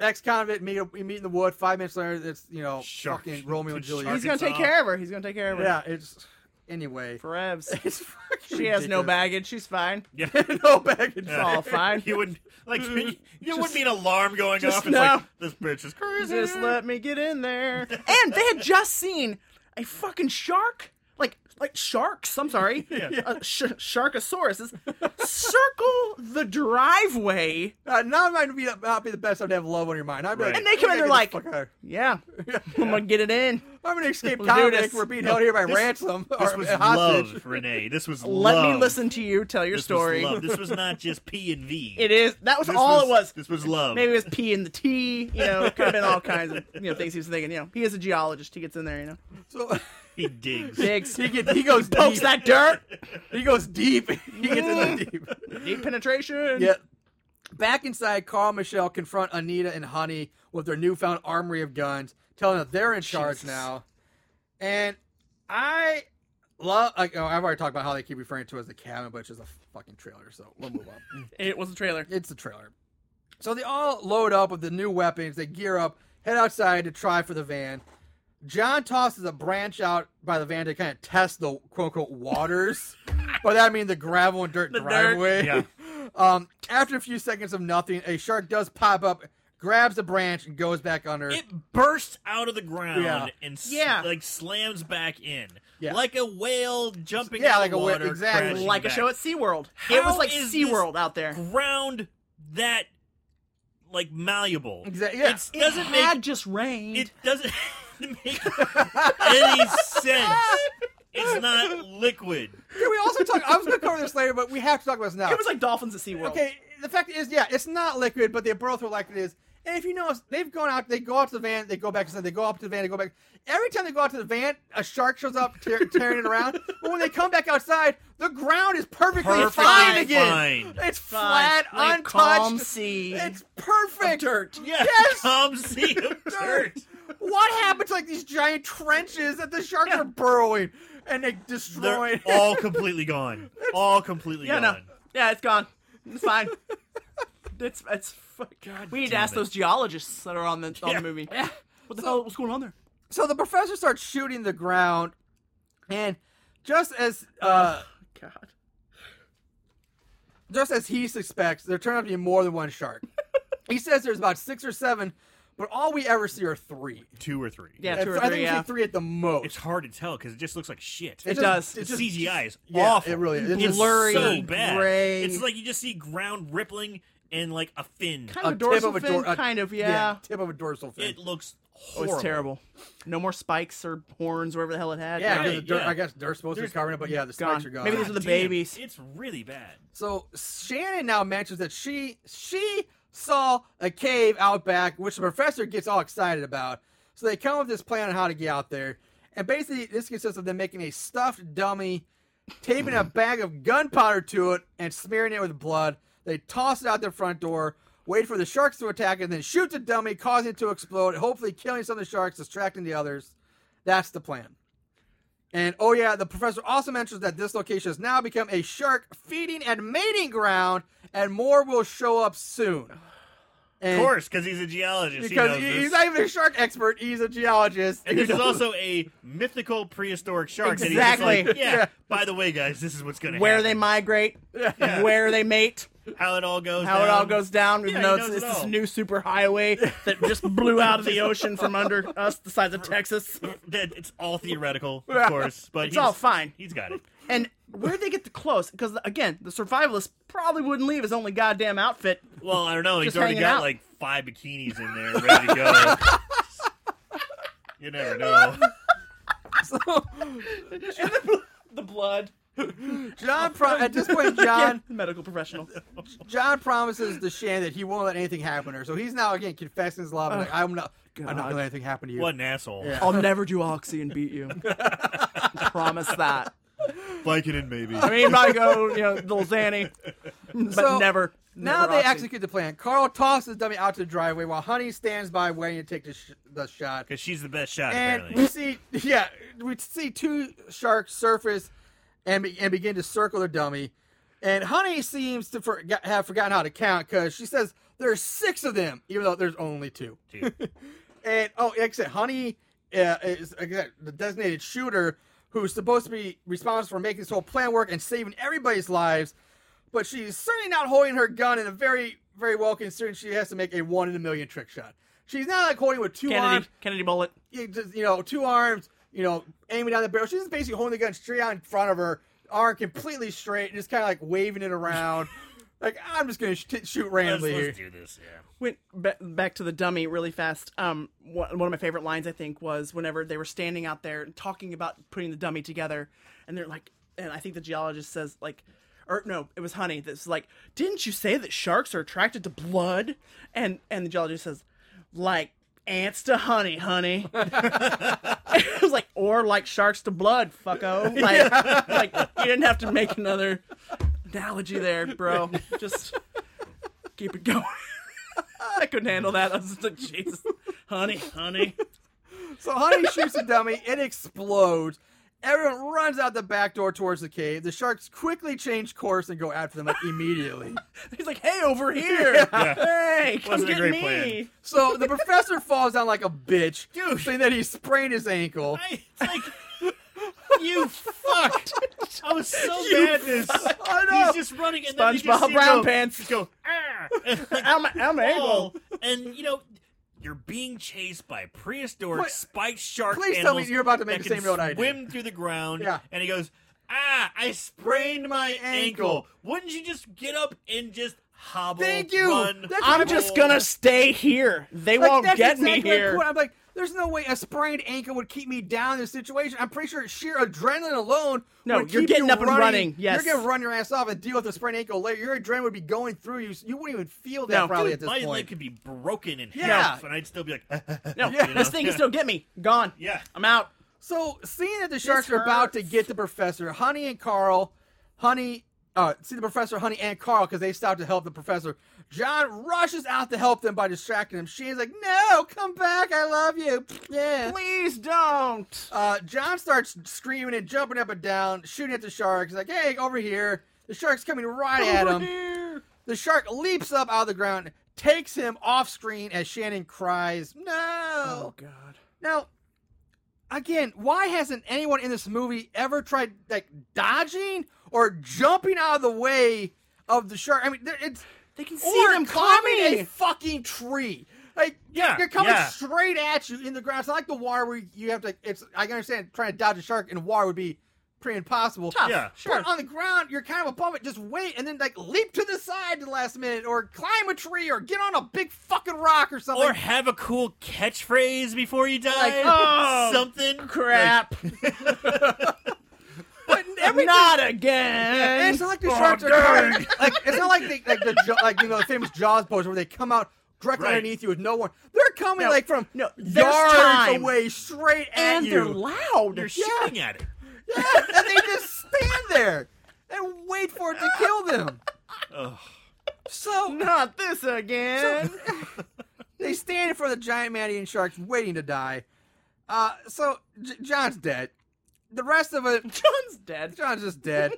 S4: Yeah.
S1: ex convict meet we meet in the wood. Five minutes later, it's you know
S3: Shark-
S1: fucking Romeo and Juliet.
S3: shark-
S4: He's gonna take
S3: Arkansas.
S4: care of her. He's gonna take care of her.
S1: yeah, it's anyway.
S4: Forevs.
S1: It's fucking
S4: She has no
S1: ridiculous.
S4: baggage. She's fine.
S3: yeah.
S1: no baggage.
S4: It's all fine. Mm-hmm.
S3: You wouldn't like you, you wouldn't need an alarm going
S4: just
S3: off. It's
S4: no.
S3: like this bitch is crazy.
S4: Just let me get in there. And they had just seen a fucking shark, like like sharks. I'm sorry,
S3: Yeah.
S4: uh, sh- sharkosauruses circle the driveway.
S1: Uh, now might be not be the best time to have love on your mind. I'd be like,
S3: Right.
S4: And they come in,
S1: "We're
S4: they're
S1: gonna
S4: like-
S1: get the fuck out of
S4: Yeah, I'm gonna get it in.
S1: here. I'm an escaped
S4: Let's do
S1: convict.
S4: this.
S1: We're being held here by
S3: This-
S1: ransom
S3: This
S1: or
S3: was
S1: a hostage.
S3: love, Renee. This was
S4: Let
S3: love.
S4: me listen to you tell your
S3: This
S4: story.
S3: Was love. This was not just P and V.
S4: It is. That was
S3: This
S4: all it was.
S3: This was love.
S4: Maybe it was P in the T. You know, it could have been all kinds of you know things he was thinking. You know, he is a geologist. He gets in there. You know,
S1: So
S3: he digs.
S4: digs,
S1: he, get, he goes
S4: pokes
S3: Oh,
S1: deep.
S4: that dirt,
S1: He goes deep. he gets in the deep.
S4: deep penetration.
S1: Yeah. Back inside, Carl and Michelle confront Anita and Honey with their newfound armory of guns, telling them they're in charge
S4: Jesus.
S1: now. And I love. Like, oh, I've already talked about how they keep referring to it as the cabin, but it's just a fucking trailer. So we'll move on.
S4: It was a trailer.
S1: it's a trailer. So they all load up with the new weapons. They gear up, head outside to try for the van. John tosses a branch out by the van to kind of test the quote unquote waters. By that I mean the gravel and dirt
S4: The dirt.
S1: driveway.
S3: Yeah.
S1: Um, after a few seconds of nothing, a shark does pop up, grabs the branch, and goes back under.
S3: It bursts out of the ground
S1: Yeah.
S3: and s-
S4: Yeah.
S3: like slams back in.
S1: Yeah.
S3: Like a whale jumping
S1: Yeah,
S3: out
S1: like
S3: of
S1: a whale-
S3: water,
S1: exactly.
S3: crashing
S4: like
S3: back.
S4: a show at SeaWorld. it was
S3: How
S4: like
S3: is
S4: SeaWorld out there.
S3: ground that like malleable.
S1: Exactly, yeah.
S3: It's- doesn't
S4: it had
S3: make
S4: just rained.
S3: it doesn't make any sense. It's not liquid.
S1: Can we also talk? I was going to cover this later, but we have to talk about this now.
S4: It was like dolphins at SeaWorld.
S1: okay, the fact is, yeah, it's not liquid, but they both were like it is. And if you notice, they've gone out, they go out to the van, they go back inside, they go up to the van, they go back. Every time they go out to the van, a shark shows up tear tearing it around. But when they come back outside, the ground is perfectly
S3: Perfectly
S1: fine again.
S3: fine.
S1: It's
S4: Fine.
S1: flat,
S4: Like Calm
S1: untouched.
S4: sea.
S1: It's perfect.
S5: dirt.
S3: Yeah,
S1: Yes!
S3: come see him
S1: Dirt.
S3: dirt.
S1: What happened to like these giant trenches that the sharks are burrowing and they destroy?
S3: They're all completely gone. All completely
S4: yeah, no.
S3: gone.
S4: Yeah, it's gone. It's fine. it's it's. fuck-
S5: God
S4: we need to
S3: damn
S4: ask
S3: it.
S4: those geologists that are on the on
S3: Yeah.
S4: the movie. What the hell? What's going on there?
S1: so the professor starts shooting the ground, and just as uh,
S4: God.
S1: just as he suspects, there turned out to be more than one shark. he says there's about six or seven, but all we ever see are three.
S3: Two or three.
S4: Yeah,
S1: And
S4: two
S1: I
S4: or
S1: think
S4: three.
S1: we see
S4: Yeah.
S1: three at the most.
S3: It's hard to tell because it just looks like shit.
S4: It
S1: just-
S4: does.
S1: it's
S3: the
S1: just-
S3: CGI is
S1: yeah,
S3: awful.
S1: It really is. It's
S4: Blurry,
S1: just
S3: so bad.
S4: gray.
S3: It's like you just see ground rippling and like a fin.
S4: Kind of
S1: a tip
S4: a dorsal
S1: of a
S4: fin.
S1: dor- a-
S4: kind of.
S1: yeah.
S4: Yeah.
S1: tip of a dorsal fin.
S3: It looks
S4: Oh,
S3: horrible.
S4: it's terrible. No more spikes or horns, whatever the hell it had.
S1: yeah, 'cause
S3: Right,
S1: the dirt,
S3: yeah.
S1: I guess they're supposed to
S3: There's-
S1: be covering it, but yeah, the
S4: gone.
S1: spikes are gone.
S4: Maybe those are the babies.
S3: It's really bad.
S1: So Shannon now mentions that she she saw a cave out back, which the professor gets all excited about. So they come up with this plan on how to get out there, and basically this consists of them making a stuffed dummy, taping a bag of gunpowder to it, and smearing it with blood. They toss it out their front door, wait for the sharks to attack, it, and then shoot the dummy, causing it to explode, hopefully killing some of the sharks, distracting the others. That's the plan. And oh yeah, the professor also mentions that this location has now become a shark feeding and mating ground, and more will show up soon.
S3: Of
S1: And
S3: course, because he's a geologist. he
S1: because
S3: knows
S1: he-
S3: this.
S1: he's not even a shark expert; he's a geologist.
S3: And
S1: He
S3: there's
S1: knows-
S3: also a mythical prehistoric shark. That he's just
S4: Exactly.
S3: like, yeah,
S1: Yeah.
S3: By the way, guys, this is what's going to
S4: Where they
S3: happen.
S4: migrate,
S3: Yeah.
S4: where they mate,
S3: how it all goes.
S4: how it all goes down. Even
S3: Yeah,
S4: though
S3: he
S4: it's,
S3: knows
S4: it's
S3: it
S4: this
S3: all.
S4: new superhighway that just blew out of the ocean from under us, the size of Texas.
S3: That it's all theoretical,
S4: Yeah.
S3: of course, but
S4: It's
S3: he's,
S4: all fine.
S3: He's got it.
S4: And where'd they get the clothes? Because again, the survivalist probably wouldn't leave his only goddamn outfit.
S3: Well, I don't know.
S4: Just
S3: he's already
S4: hanging
S3: got
S4: out.
S3: like five bikinis in there ready to go. you never know.
S4: The blood.
S1: John. Pro- at this point, John
S4: medical professional.
S1: John promises to Shan that he won't let anything happen to her. So he's now again confessing his love. and like, I'm not. I'm not
S4: God.
S1: gonna let anything happen to you.
S3: What an asshole.
S1: Yeah.
S4: I'll never do oxy and beat you. I promise that.
S3: Vicodin, maybe.
S4: I mean, I go, you know, little Zanny, but
S1: So,
S4: never.
S1: Now
S4: never
S1: they
S4: oxy.
S1: execute the plan. Carl tosses the dummy out to the driveway while Honey stands by waiting to take the, sh- the shot.
S3: Because she's the best shot,
S4: eh,
S1: and we
S3: apparently.
S1: see yeah we see two sharks surface and be, and begin to circle the dummy and honey seems to for, have forgotten how to count because she says there's six of them even though there's only two
S3: Dude.
S1: and oh like I said honey uh, is again, the designated shooter who's supposed to be responsible for making this whole plan work and saving everybody's lives but she's certainly not holding her gun in a very very well considering she has to make a one in a million trick shot she's not like holding with two arms
S4: Kennedy, Kennedy bullet.
S1: you just you know two arms, you know, aiming down the barrel. She's just basically holding the gun straight out in front of her, arm completely straight, and just kind of like waving it around. like I'm just gonna sh- t- shoot
S3: Let's,
S1: randomly here.
S3: let's do this, yeah.
S4: went ba- back to the dummy really fast. Um, one one of my favorite lines I think was whenever they were standing out there and talking about putting the dummy together, and they're like, and I think the geologist says like, or no, it was Honey that's like, didn't you say that sharks are attracted to blood? And and the geologist says, like ants to honey, honey. it was like or like sharks to blood, fucko. Like like you didn't have to make another analogy there, bro. Just keep it going. I couldn't handle that. I was just like, Jesus, honey, honey.
S1: So Honey shoots the dummy, it explodes. Everyone runs out the back door towards the cave. The sharks quickly change course and go after them like, immediately.
S4: He's like, hey, over here. Hey, come
S3: Wasn't a
S4: get
S3: great
S4: me.
S3: plan.
S1: So the professor falls down like a bitch, saying that he sprained his ankle.
S3: I, it's like, you fucked. I was so mad at this.
S1: I know.
S3: He's just running and then you just
S4: SpongeBob
S3: see him
S4: Brown
S3: go,
S4: Pants.
S3: Just go, ah. And, like,
S4: I'm, I'm
S3: fall.
S4: able.
S3: Oh, And, you know, you're being chased by prehistoric
S1: What-
S3: spiked shark
S1: Please tell me
S3: animals
S1: you're about to make
S3: that
S1: the
S3: can
S1: same road I did.
S3: swim through the ground.
S1: Yeah.
S3: And he goes, ah, I sprained my ankle. Wouldn't you just get up and just hobble?
S1: Thank you.
S3: Run,
S1: That's
S4: I'm
S1: what
S4: just
S3: roll?
S4: gonna stay here. They
S1: Like,
S4: won't
S1: that's
S4: get
S1: exactly
S4: me
S1: my
S4: here.
S1: point. I'm like, There's no way a sprained ankle would keep me down in this situation. I'm pretty sure sheer adrenaline alone.
S4: No,
S1: would
S4: you're
S1: keep
S4: getting
S1: you
S4: up and running, yes.
S1: you're gonna run your ass off and deal with a sprained ankle later. Your adrenaline would be going through you. so You wouldn't even feel that
S4: No.
S1: probably
S3: Dude,
S1: at this
S3: my
S1: point.
S3: leg could be broken in
S1: Yeah.
S3: half, and I'd still be like,
S4: No,
S1: Yeah.
S4: this thing can still get me. Gone.
S3: Yeah.
S4: I'm out.
S1: So, seeing that the sharks are about to
S4: hurts.
S1: get the professor, Honey and Carl, Honey, uh, see the professor, Honey and Carl, because they stopped to help the professor. John rushes out to help them by distracting him. Shane's like, "No, come back! I love you." Yeah.
S4: Please don't.
S1: Uh, John starts screaming and jumping up and down, shooting at the sharks. Like, "Hey, over here!" The shark's coming right at him. The shark leaps up out of the ground, takes him off screen as Shannon cries, "No!"
S4: Oh God.
S1: Now, again, why hasn't anyone in this movie ever tried like dodging or jumping out of the way of the shark? I mean, there- it's
S4: They can see
S1: or
S4: them
S1: climbing a
S4: coming.
S1: fucking tree. Like,
S3: Yeah,
S1: they're coming
S3: yeah.
S1: straight at you in the ground. It's not like the water where you have to. It's I can understand trying to dodge a shark in water would be pretty impossible.
S3: Yeah.
S4: Sure.
S1: But on the ground, you're kind of above it. Just wait and then like leap to the side at the last minute, or climb a tree, or get on a big fucking rock or something.
S3: or have a cool catchphrase before you die.
S4: oh,
S3: something
S4: Crap.
S1: but everything-
S4: Not again.
S1: And it's not like the
S4: Oh,
S1: sharks are coming. Like it's not like they, like the jaw- like you know the famous Jaws pose where they come out directly
S3: Right.
S1: underneath you with no one. They're coming
S4: No,
S1: like from
S4: no, there's
S1: yards
S4: time.
S1: away, straight at
S4: and
S1: you.
S4: they're loud.
S3: You're
S4: Yeah.
S3: shooting at it.
S1: Yeah, and they just stand there and wait for it to kill them.
S3: Ugh.
S1: So
S4: Not this again.
S1: they stand in front of the giant Mandian sharks, waiting to die. Uh, so J- John's dead. The rest of it,
S4: John's dead.
S1: John's just dead.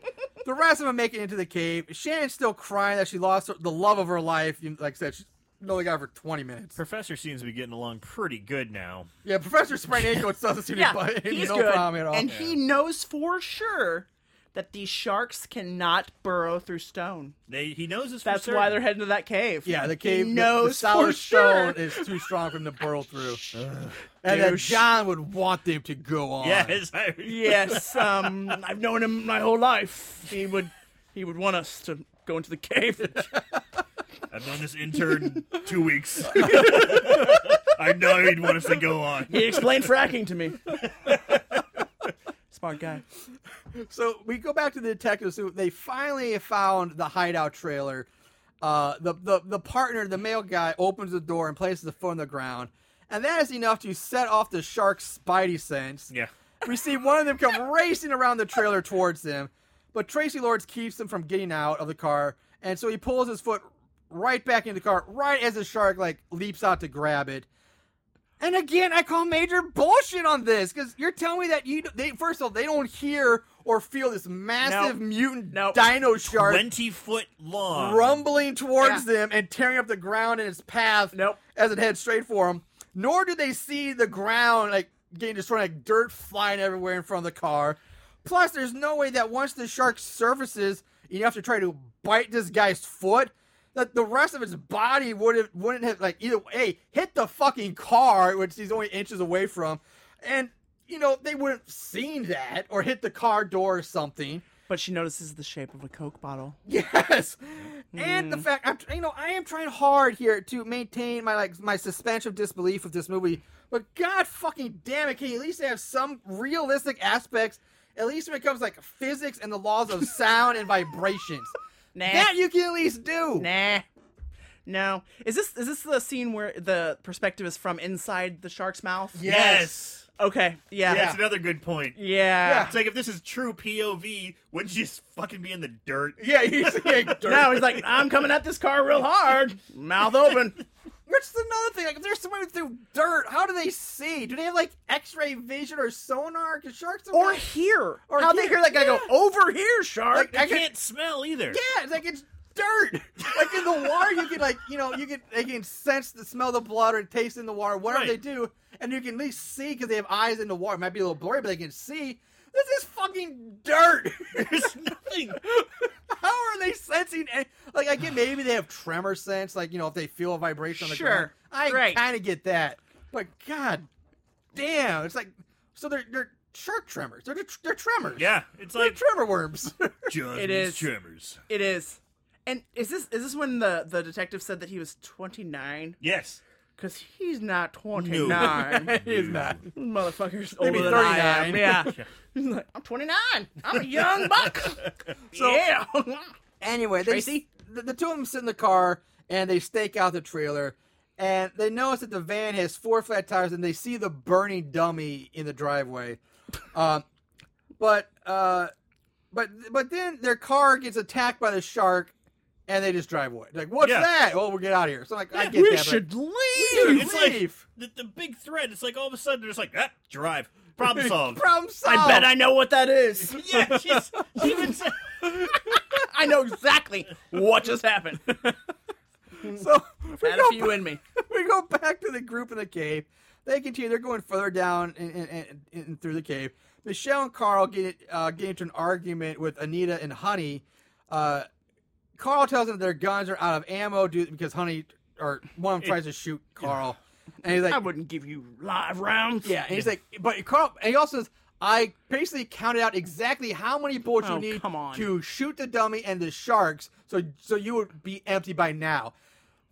S1: the rest of them make it into the cave. Shannon's still crying that she lost her, the love of her life. You- Like I said, she's only got her for 20 minutes.
S3: Professor seems to be getting along pretty good now.
S1: Yeah, Professor Sprained Ankle doesn't seem
S4: Yeah,
S1: to be
S4: he's
S1: no
S4: good,
S1: problem at all.
S4: and he knows for sure that these sharks cannot burrow through stone.
S3: They he knows this.
S4: That's
S3: for
S4: why they're
S3: certain.
S4: heading to that cave.
S1: yeah, the cave,
S4: He
S1: the-
S4: knows
S1: the sour
S4: for sure.
S1: stone is too strong for him to burrow through. and then
S4: douche.
S1: John would want them to go on.
S3: Yes, I,
S4: Yes, um, I've known him my whole life. He would, he would want us to go into the cave.
S3: I've known this intern two weeks. I know he'd want us to go on.
S4: he explained fracking to me. Smart guy.
S1: So we go back to the detectives who they finally found the hideout trailer. Uh, the, the the partner, the male guy, opens the door and places the foot on the ground, and that is enough to set off the shark's spidey sense.
S3: Yeah.
S1: We see one of them come racing around the trailer towards them, but Tracy Lords keeps him from getting out of the car, and so he pulls his foot right back into the car right as the shark like leaps out to grab it. And again, I call major bullshit on this because you're telling me that you they first of all they don't hear or feel this massive
S4: Nope.
S1: mutant
S4: Nope.
S1: dino shark
S3: Twenty foot long.
S1: rumbling towards
S4: Yeah.
S1: them and tearing up the ground in its path
S4: Nope.
S1: as it heads straight for them. Nor do they see the ground like getting destroyed, like dirt flying everywhere in front of the car. Plus, there's no way that once the shark surfaces enough to try to bite this guy's foot, that the rest of its body would have wouldn't have like either a hit the fucking car, which he's only inches away from, and you know they wouldn't have seen that or hit the car door or something.
S4: But she notices the shape of a Coke bottle.
S1: Yes, and
S4: Hmm.
S1: the fact I'm, you know I am trying hard here to maintain my like my suspension of disbelief of this movie, but God fucking damn it, can you at least have some realistic aspects? At least when it comes like physics and the laws of sound and vibrations,
S4: Nah.
S1: that you can at least do.
S4: Nah. No. Is this is this the scene where the perspective is from inside the shark's mouth?
S1: Yeah.
S3: Yes.
S4: Okay. Yeah.
S3: That's another good point.
S4: Yeah.
S3: It's like if this is true POV, wouldn't you just fucking be in the dirt?
S1: Yeah, he's like,
S4: No, he's like, I'm coming at this car real hard, mouth open.
S1: Which is another thing. Like, if they're swimming through dirt, how do they see? Do they have like X-ray vision or sonar? Because sharks are
S4: Or
S1: not-
S4: here.
S1: Or
S4: How they
S1: here.
S4: hear that guy go,
S1: Yeah.
S4: over here, shark.
S1: Like, I
S3: I
S1: can-
S3: can't smell either.
S1: Yeah, it's like it's dirt. Like in the water, you can like you know you can they can sense the smell of the blood or taste in the water, whatever
S3: Right.
S1: they do, and you can at least see because they have eyes in the water. It might be a little blurry, but they can see. This is fucking dirt.
S3: There's nothing.
S1: How are they sensing? any- Like I get maybe they have tremor sense, like you know if they feel a vibration on the
S4: Sure.
S1: ground. I
S4: Right.
S1: kind of get that, but god damn, it's like so they're they're shark tremors. They're they're tremors.
S3: Yeah. It's
S1: they're
S3: like
S1: tremor worms.
S3: John's
S4: It is.
S3: tremors.
S4: it is. And is this is this when the, the detective said that he was 29?
S3: Yes.
S4: because he's not 29.
S1: He's not.
S4: Motherfucker's
S1: Maybe
S4: older than I am.
S1: 39.
S4: Yeah. He's like, I'm 29. I'm a young buck. yeah.
S1: Anyway, they,
S4: Tracy?
S1: The, the two of them sit in the car and they stake out the trailer. And they notice that the van has four flat tires and they see the burning dummy in the driveway. Um, but uh, but but then their car gets attacked by the shark and they just drive away. Like, what's
S3: Yeah.
S1: that? Well, we'll get out of here. So like, I get
S5: We
S1: that. but-
S5: should
S1: Dude,
S5: leave.
S3: it's like
S1: leave.
S3: the, the big threat. It's like all of a sudden they're just like, ah, drive, problem solved.
S1: Problem solved.
S4: I bet I know what that is.
S3: yeah, she's, she even said,
S4: I know exactly what just happened.
S1: So we
S4: Had a
S1: go
S4: few in me.
S1: we go back to the group in the cave. They continue. They're going further down and, and, and, and through the cave. Michelle and Carl get uh, get into an argument with Anita and Honey. Uh, Carl tells them their guns are out of ammo due, because Honey or one of them tries to shoot Carl, and he's
S4: I
S1: like,
S4: wouldn't give you live rounds.
S1: "Yeah," and he's like, "But Carl," and he also says, "I basically counted out exactly how many bullets
S4: Oh,
S1: you need
S4: come on.
S1: to shoot the dummy and the sharks, so so you would be empty by now."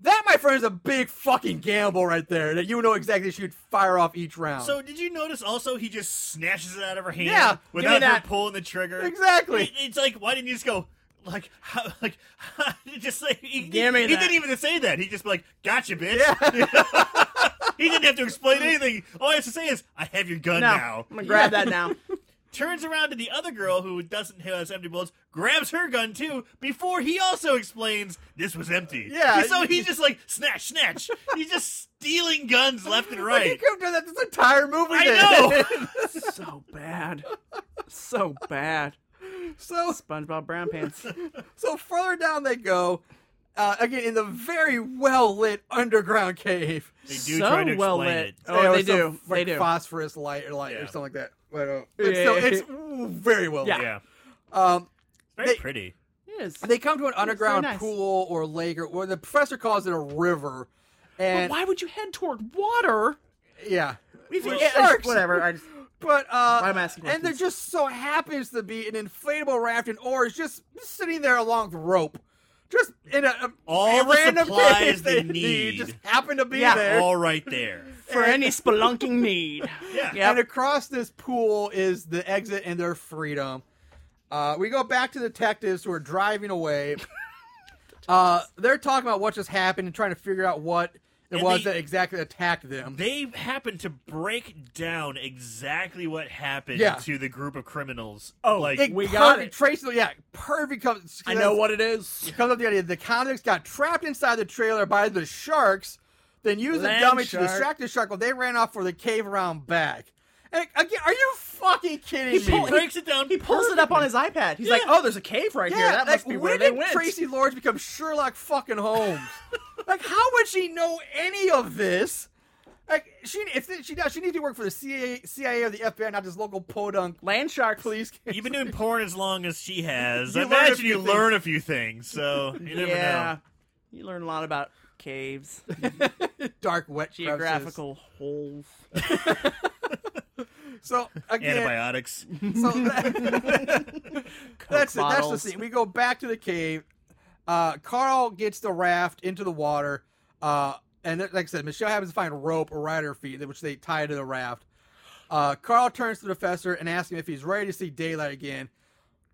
S1: That, my friend, is a big fucking gamble right there. That you know exactly shoot fire off each round.
S3: So did you notice also he just snatches it out of her hand
S1: Yeah, give me
S3: without her
S1: that.
S3: pulling the trigger?
S1: Exactly.
S3: It- it's like why didn't you just go like how, like just like he,
S4: Give me
S3: he
S4: that.
S3: didn't even say that. He just be like gotcha bitch.
S1: Yeah.
S3: He didn't have to explain anything. All he has to say is I have your gun
S4: No,
S3: now.
S4: I'm gonna grab that now.
S3: Turns around to the other girl who doesn't who has empty bullets, grabs her gun too before he also explains this was empty.
S1: Yeah.
S3: So he's just like snatch snatch. he's just stealing guns left and
S1: Like, you
S3: right.
S1: could have done that this entire movie.
S3: I
S1: then.
S3: know.
S4: so bad. So bad.
S1: so
S4: SpongeBob Brown Pants.
S1: so further down they go. Uh, again, in the very well lit underground cave.
S3: They do
S4: so
S3: try to explain
S4: well lit.
S3: it.
S4: Oh,
S1: There
S4: they
S1: was some,
S4: do.
S1: like,
S4: They do.
S1: Phosphorus light or light or
S3: Yeah.
S1: something like that. But, uh,
S4: Yeah,
S1: but still,
S4: yeah,
S1: it's very well
S4: Yeah.
S1: lit.
S3: Yeah.
S1: Um,
S3: Very
S1: They-
S3: pretty.
S4: Yes.
S1: they come to an underground
S4: nice.
S1: pool or lake or where the professor calls it a river.
S4: But
S1: And
S4: why would you head toward water?
S1: yeah.
S4: We've
S1: Well,
S4: well,
S1: yeah, I just-
S4: whatever. I just,
S1: But uh,
S4: Why am I asking
S1: and there
S4: questions?
S1: just so happens to be an inflatable raft and oars just sitting there along the rope, just in a, a
S3: All
S1: a
S3: the
S1: random
S3: supplies
S1: place
S3: they
S1: that
S3: need.
S1: just happen to be
S4: Yeah,
S1: there.
S3: All right there.
S4: for any spelunking need.
S3: Yeah.
S1: And
S4: Yep.
S1: across this pool is the exit and their freedom. Uh, we go back to detectives who are driving away. uh, they're talking about what just happened and trying to figure out what it
S3: And
S1: was
S3: they-
S1: that exactly attacked them.
S3: They happen to break down exactly what happened
S1: Yeah.
S3: to the group of criminals. Oh, like
S1: They
S4: We got
S1: perfect-
S4: it.
S1: Trace, yeah, perfect. Comes,
S4: I know what it is.
S1: comes up with the idea the convicts got trapped inside the trailer by the sharks, then used the
S4: Land
S1: dummy
S4: shark.
S1: to distract the shark while they ran off for the cave around back. And again, are you fucking kidding
S4: He
S1: me?
S4: pulled-
S3: breaks it down.
S4: He pulls it up on his iPad. He's like,
S3: Yeah.
S4: "Oh, there's a cave right here. That
S1: like,
S4: must be
S1: when
S4: where they
S1: did
S4: went."
S1: Tracy Lords become Sherlock fucking Holmes? like, how would she know any of this? Like, she if she does, she needs to work for the CIA, CIA or the FBI, not this local podunk
S4: Land shark,
S1: police.
S3: You've been doing porn as long as she has.
S1: You
S3: I
S1: learn a
S3: imagine
S1: few
S3: you
S1: things.
S3: learn a few things. So you never
S4: Yeah,
S3: know.
S4: you learn a lot about caves,
S1: dark, wet, crevices.
S4: geographical holes.
S1: So again,
S3: Antibiotics.
S1: So that- that's it. That's the
S4: bottles.
S1: scene. We go back to the cave. Uh, Carl gets the raft into the water, uh, and like I said, Michelle happens to find a rope around her feet, which they tie to the raft. Uh, Carl turns to the professor and asks him if he's ready to see daylight again.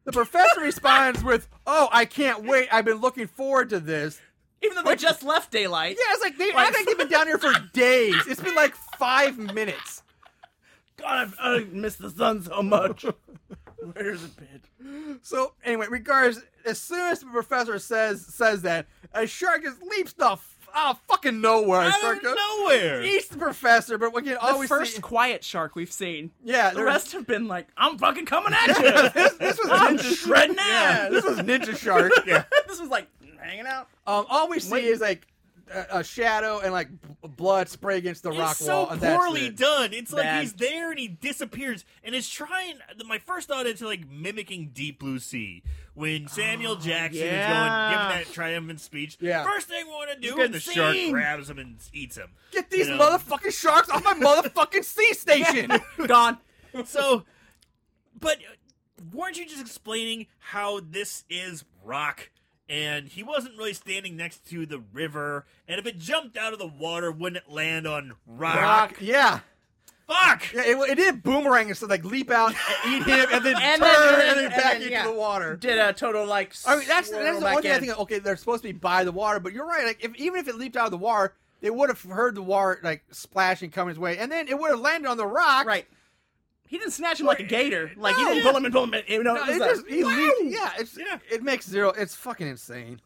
S1: The professor responds with, "Oh, I can't wait. I've been looking forward to this."
S4: Even though they just left daylight.
S1: Yeah, it's like they, I think they've been down here for days. It's been like five minutes.
S4: God, I, I miss the sun so much. Where's it been?
S1: So anyway, regards as soon as the professor says says that, a shark just leaps the f- out of fucking nowhere. A
S3: Out
S1: shark
S3: of
S1: goes-
S3: nowhere.
S1: eats the professor, but we can
S4: The
S1: always
S4: first
S1: see-
S4: quiet shark we've seen.
S1: yeah,
S4: The
S1: there-
S4: rest have been like, "I'm fucking coming at you.
S1: This, this was
S4: I'm
S1: ninja,
S4: shredding
S1: yeah,
S4: ass."
S1: this was ninja shark.
S3: Yeah.
S4: this was like hanging out.
S1: Um, all we see
S4: Wait.
S1: is like a, a shadow and like b- blood spray against the rock
S3: It's so
S1: wall. and that's
S3: poorly
S1: it.
S3: done. It's like
S4: Bad.
S3: he's there and he disappears, and it's trying. My first thought is like mimicking Deep Blue Sea when Samuel Jackson
S4: yeah.
S3: is going giving that triumphant speech.
S1: Yeah.
S3: First thing we want to do
S4: good
S3: when the shark
S4: scene.
S3: grabs him and eats him.
S1: Get these
S3: You know.
S1: motherfucking sharks off my motherfucking sea station.
S4: Gone.
S3: So, but uh, weren't you just explaining how this is rock and he wasn't really standing next to the river. And if it jumped out of the water, wouldn't it land on rock?
S1: Yeah.
S3: Fuck!
S1: Yeah, it, it did boomerang and so like leap out and eat him and then
S4: And then-
S1: turn and
S4: and
S1: then
S4: then-
S1: back
S4: and then,
S1: into
S4: yeah.
S1: the water.
S4: Did a total like.
S1: I mean, that's that's
S4: swirl
S1: the one
S4: back
S1: thing I
S4: in.
S1: think. Okay, they're supposed to be by the water, but you're right. Like, if even if it leaped out of the water, they would have heard the water like splashing coming his way, and then it would have landed on the rock.
S4: Right. He didn't snatch him like a gator. Like he
S1: No.
S4: didn't pull him and pull him. in, You know,
S1: No,
S4: it was
S1: it
S4: like,
S1: just he
S4: wow.
S1: leaped- Yeah, it's
S3: Yeah.
S1: it makes zero. It's fucking insane.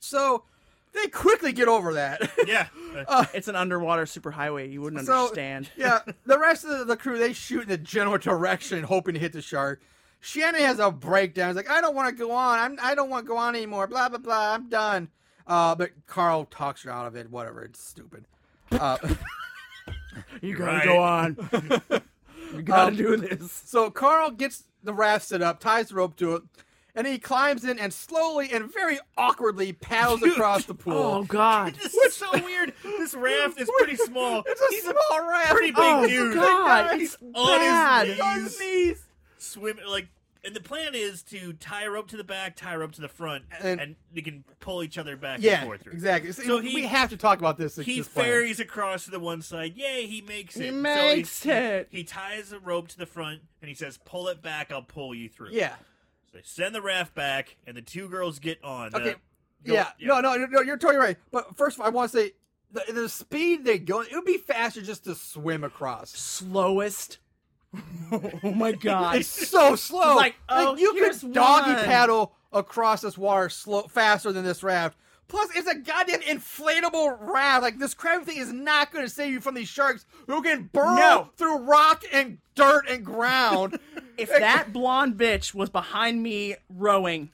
S1: So they quickly get over that.
S3: Yeah.
S4: It's an underwater superhighway. You wouldn't
S1: So-
S4: understand.
S1: yeah, the rest of the crew they shoot in the general direction, hoping to hit the shark. Shannon has a breakdown. He's like, "I don't want to go on. I'm, I don't want to go on anymore. Blah blah blah. I'm done." Uh, but Carl talks her out of it. Whatever. It's stupid. Uh,
S4: You
S3: gotta Right. go
S4: on. you gotta
S1: Um,
S4: do this.
S1: so Carl gets the raft set up, ties the rope to it, and he climbs in and slowly and very awkwardly paddles across the pool.
S3: Oh,
S4: God.
S3: This is so weird. This raft is pretty small.
S1: It's a small raft.
S3: pretty big
S1: Oh,
S3: dude.
S1: God,
S4: It's
S3: on his
S4: bad.
S3: knees.
S1: it's on his knees.
S3: swim like and the plan is to tie a rope to the back, tie a rope to the front, and,
S1: And-
S3: you can pull each other back and
S1: Yeah,
S3: forth. through.
S1: exactly. So,
S3: So he-
S1: we have to talk about this.
S3: He
S1: this plan.
S3: ferries across to the one side. Yay, he makes it.
S4: He
S3: So
S4: makes
S3: he-
S4: it.
S3: He ties a rope to the front and he says, "Pull it back. I'll pull you through."
S1: Yeah.
S3: So they send the raft back, and the two girls get on.
S1: Okay.
S3: The-
S1: yeah.
S3: yeah.
S1: No, no, no, no, you're totally right. But first of all, I want to say the, the speed they go, it would be faster just to swim across.
S4: Slowest. oh my God.
S1: It's so slow.
S4: Like, oh,
S1: you
S4: here's
S1: could doggy
S4: one.
S1: paddle across this water slow faster than this raft. Plus, it's a goddamn inflatable raft. Like this crab thing is not going to save you from these sharks who can burrow
S4: No.
S1: through rock and dirt and ground.
S4: If that blonde bitch was behind me rowing,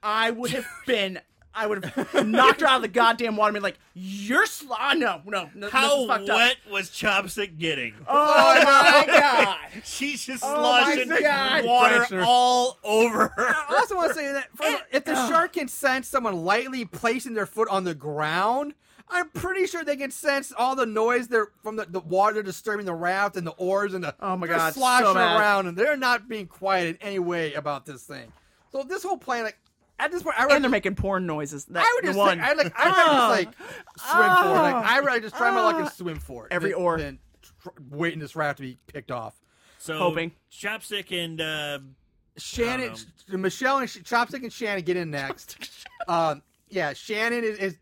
S4: I would have been. I would have knocked her out of the goddamn water. And been like, "You're slow." No, no, no. this
S3: How
S4: is fucked
S3: wet
S4: Up.
S3: was Chopstick getting?
S4: Oh my god.
S3: She's just
S4: Oh my
S3: sloshing
S4: God.
S3: water
S1: Pressure.
S3: all over her.
S1: I also want to say that first, if the shark can sense someone lightly placing their foot on the ground, I'm pretty sure they can sense all the noise they're from the, the water disturbing the raft and the oars and the
S4: Oh my
S1: they're
S4: God, so
S1: sloshing
S4: bad.
S1: around and they're not being quiet in any way about this thing. So this whole plan, like at this point, I
S4: And
S1: would,
S4: they're making porn noises. That
S1: I would just,
S4: one.
S1: like, I like, I would just like swim for it. Like, I would just try my luck and swim for it.
S4: Ah. Every
S1: than-
S4: oar.
S1: than tr- waiting this raft to be picked off.
S3: So
S4: Hoping.
S3: Chopstick and uh, I
S1: Shannon,
S3: don't
S1: Michelle, and Sh- Chopstick and Shannon get in next. um, yeah, Shannon is, is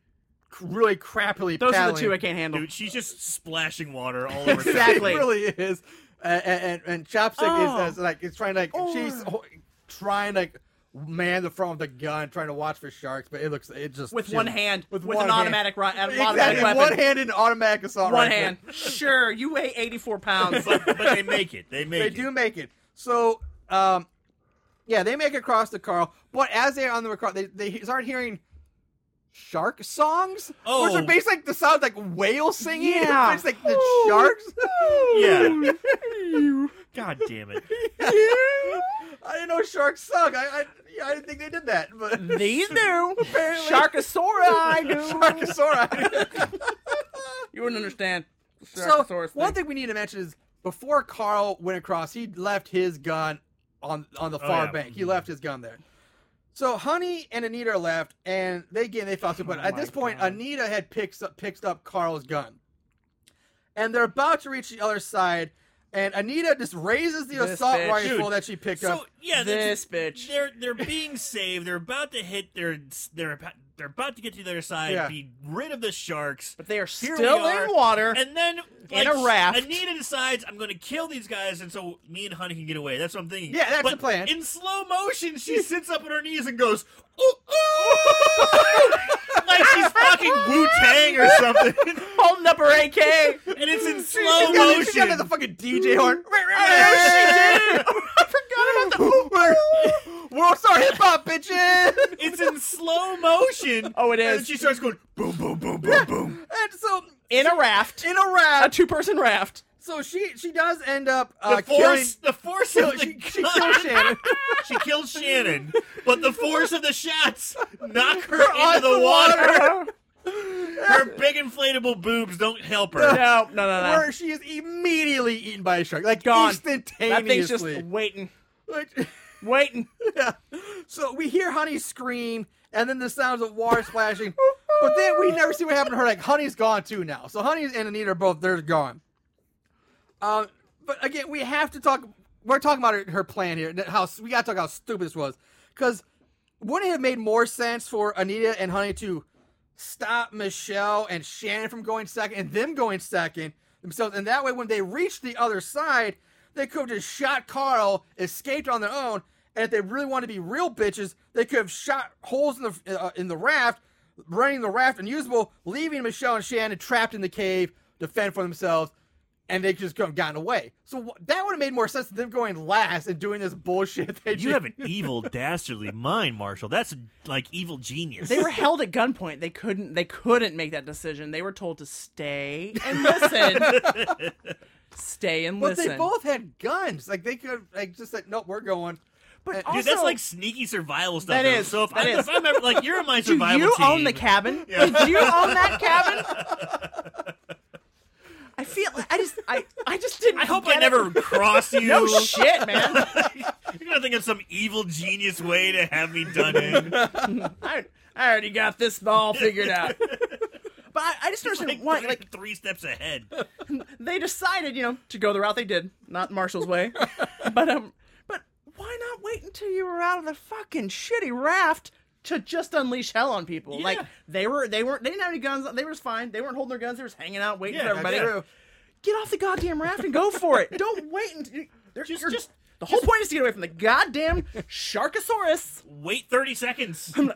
S1: really crappily.
S4: Those are
S1: paddling.
S4: the two I can't handle.
S3: dude, she's just splashing water all over.
S1: She
S4: Exactly.
S1: really is. Uh, and, and and Chopstick
S4: Oh.
S1: is, is like is trying to like
S4: Or-
S1: she's ho- trying to like man the front of the gun, trying to watch for sharks, but it looks it just
S4: with one hand, with, an
S1: one hand.
S4: automatic, ri- an automatic
S1: Exactly,
S4: weapon.
S1: one hand and automatic assault
S4: One
S1: rifle.
S4: hand. Sure, you weigh 84 pounds.
S3: but, but they make it. They make
S1: they
S3: it.
S1: do make it. So, um, yeah, they make it across the Carl. But as they're on the Carl, they, they start hearing shark songs, which
S3: Oh.
S1: are basically like the sound like whale singing.
S4: Yeah.
S1: it's like the sharks.
S3: Yeah. God damn it.
S1: I didn't know sharks sung. I, I, yeah, I didn't think they did that. But
S4: These do.
S1: Apparently.
S4: Sharkasaura, I do.
S1: Sharkosaurus.
S4: You wouldn't understand.
S1: so
S4: Sharkosaurus
S1: one thing we need to mention is before Carl went across, he left his gun on on the
S3: Oh,
S1: far
S3: yeah.
S1: bank. He left his gun there. So Honey and Anita are left, and they again they fell asleep. But
S4: Oh
S1: at
S4: my
S1: this point,
S4: God.
S1: Anita had picks up picks up Carl's gun, and they're about to reach the other side. And Anita just raises the
S4: This
S1: assault
S4: bitch.
S1: rifle
S3: Dude.
S1: that she picked
S3: So
S1: up.
S3: yeah,
S4: This
S3: they're,
S4: bitch.
S3: They're they're being saved. They're about to hit their they're they're about to get to their side,
S1: Yeah.
S3: be rid of the sharks.
S4: But they are
S3: Here
S4: still
S3: we are.
S4: in water.
S3: And then
S4: In
S3: like,
S4: a raft.
S3: Anita decides I'm going to kill these guys, and so me and Honey can get away. That's what I'm thinking.
S1: Yeah, that's
S3: but
S1: the plan.
S3: In slow motion, she sits up on her knees and goes, "Ooh, ooh!" like she's fucking Wu Tang or something,
S4: Holding up her AK.
S3: and it's in
S1: She-
S3: slow
S1: she got- She got
S3: motion.
S1: the fucking DJ horn.
S4: I forgot about the.
S1: World star hip hop, bitches.
S3: It's in slow motion.
S4: Oh, it
S3: And then
S4: is.
S3: she starts going boom, boom, boom, boom, boom.
S1: And so
S4: In a raft.
S1: in a
S4: A
S1: raft.
S4: two person raft.
S1: So she she does end up
S3: The
S1: uh, killing.
S3: force, the force
S1: Kill,
S3: of the
S1: she, she
S3: gun-
S1: killed Shannon.
S3: She killed Shannon, but the force of the shots knock her
S1: on
S3: into the
S1: the
S3: water.
S4: no,
S3: Her big inflatable boobs don't help her.
S4: no, no, no.
S1: Where she is immediately eaten by a shark, like
S4: Gone. That thing's just
S1: instantaneously.
S4: waiting.
S1: Like,
S4: Waiting.
S1: yeah. So we hear Honey scream, and then the sounds of water splashing. but then we never see what happened to her. Like Honey's gone too now. So Honey and Anita are both they're gone. Um, but again, we have to talk. We're talking about her, her plan here. and How we got to talk how stupid this was, because wouldn't it have made more sense for Anita and Honey to stop Michelle and Shannon from going second and them going second themselves? And that way, when they reached the other side, they could have just shot Carl, escaped on their own. And if they really wanted to be real bitches, they could have shot holes in the uh, in the raft, running the raft unusable, leaving Michelle and Shannon trapped in the cave to fend for themselves and they just could have gotten away. So wh- that would have made more sense than them going last and doing this bullshit. They
S3: You
S1: did.
S3: have an evil, dastardly mind, Marshall. That's like evil genius.
S4: They were held at gunpoint. They couldn't. They couldn't make that decision. They were told to stay and listen. stay and
S1: but
S4: listen.
S1: they both had guns. Like they could have, like just like nope, we're going.
S4: but
S3: Dude,
S4: also,
S3: that's like sneaky survival stuff.
S4: That
S3: though.
S4: is,
S3: So if,
S4: that
S3: I,
S4: is.
S3: if I'm ever like, you're in my
S4: do
S3: survival
S4: you
S3: team.
S4: own the cabin? Do you own that cabin? I feel. I just. I. I just didn't.
S3: I hope
S4: get
S3: I
S4: it.
S3: never cross you.
S4: No shit, man.
S3: You're gonna think of some evil genius way to have me done in.
S4: I, I already got this all figured out. But I, I just don't
S3: Like,
S4: understand why.
S3: like,
S4: Like
S3: three steps ahead.
S4: they decided, you know, to go the route they did, not Marshall's way. but um, but why not wait until you were out of the fucking shitty raft to just unleash hell on people? Like
S3: Yeah.
S4: they were, they weren't, they didn't have any guns. They were just fine. They weren't holding their guns. They were just hanging out, waiting
S3: Yeah,
S4: for everybody.
S3: that's true.
S4: Get off the goddamn raft and go for it. don't wait until. They're,
S3: Just-
S4: you're-
S3: just-
S4: the whole point is to get away from the goddamn Sharkosaurus.
S3: Wait 30 seconds.
S4: Oh,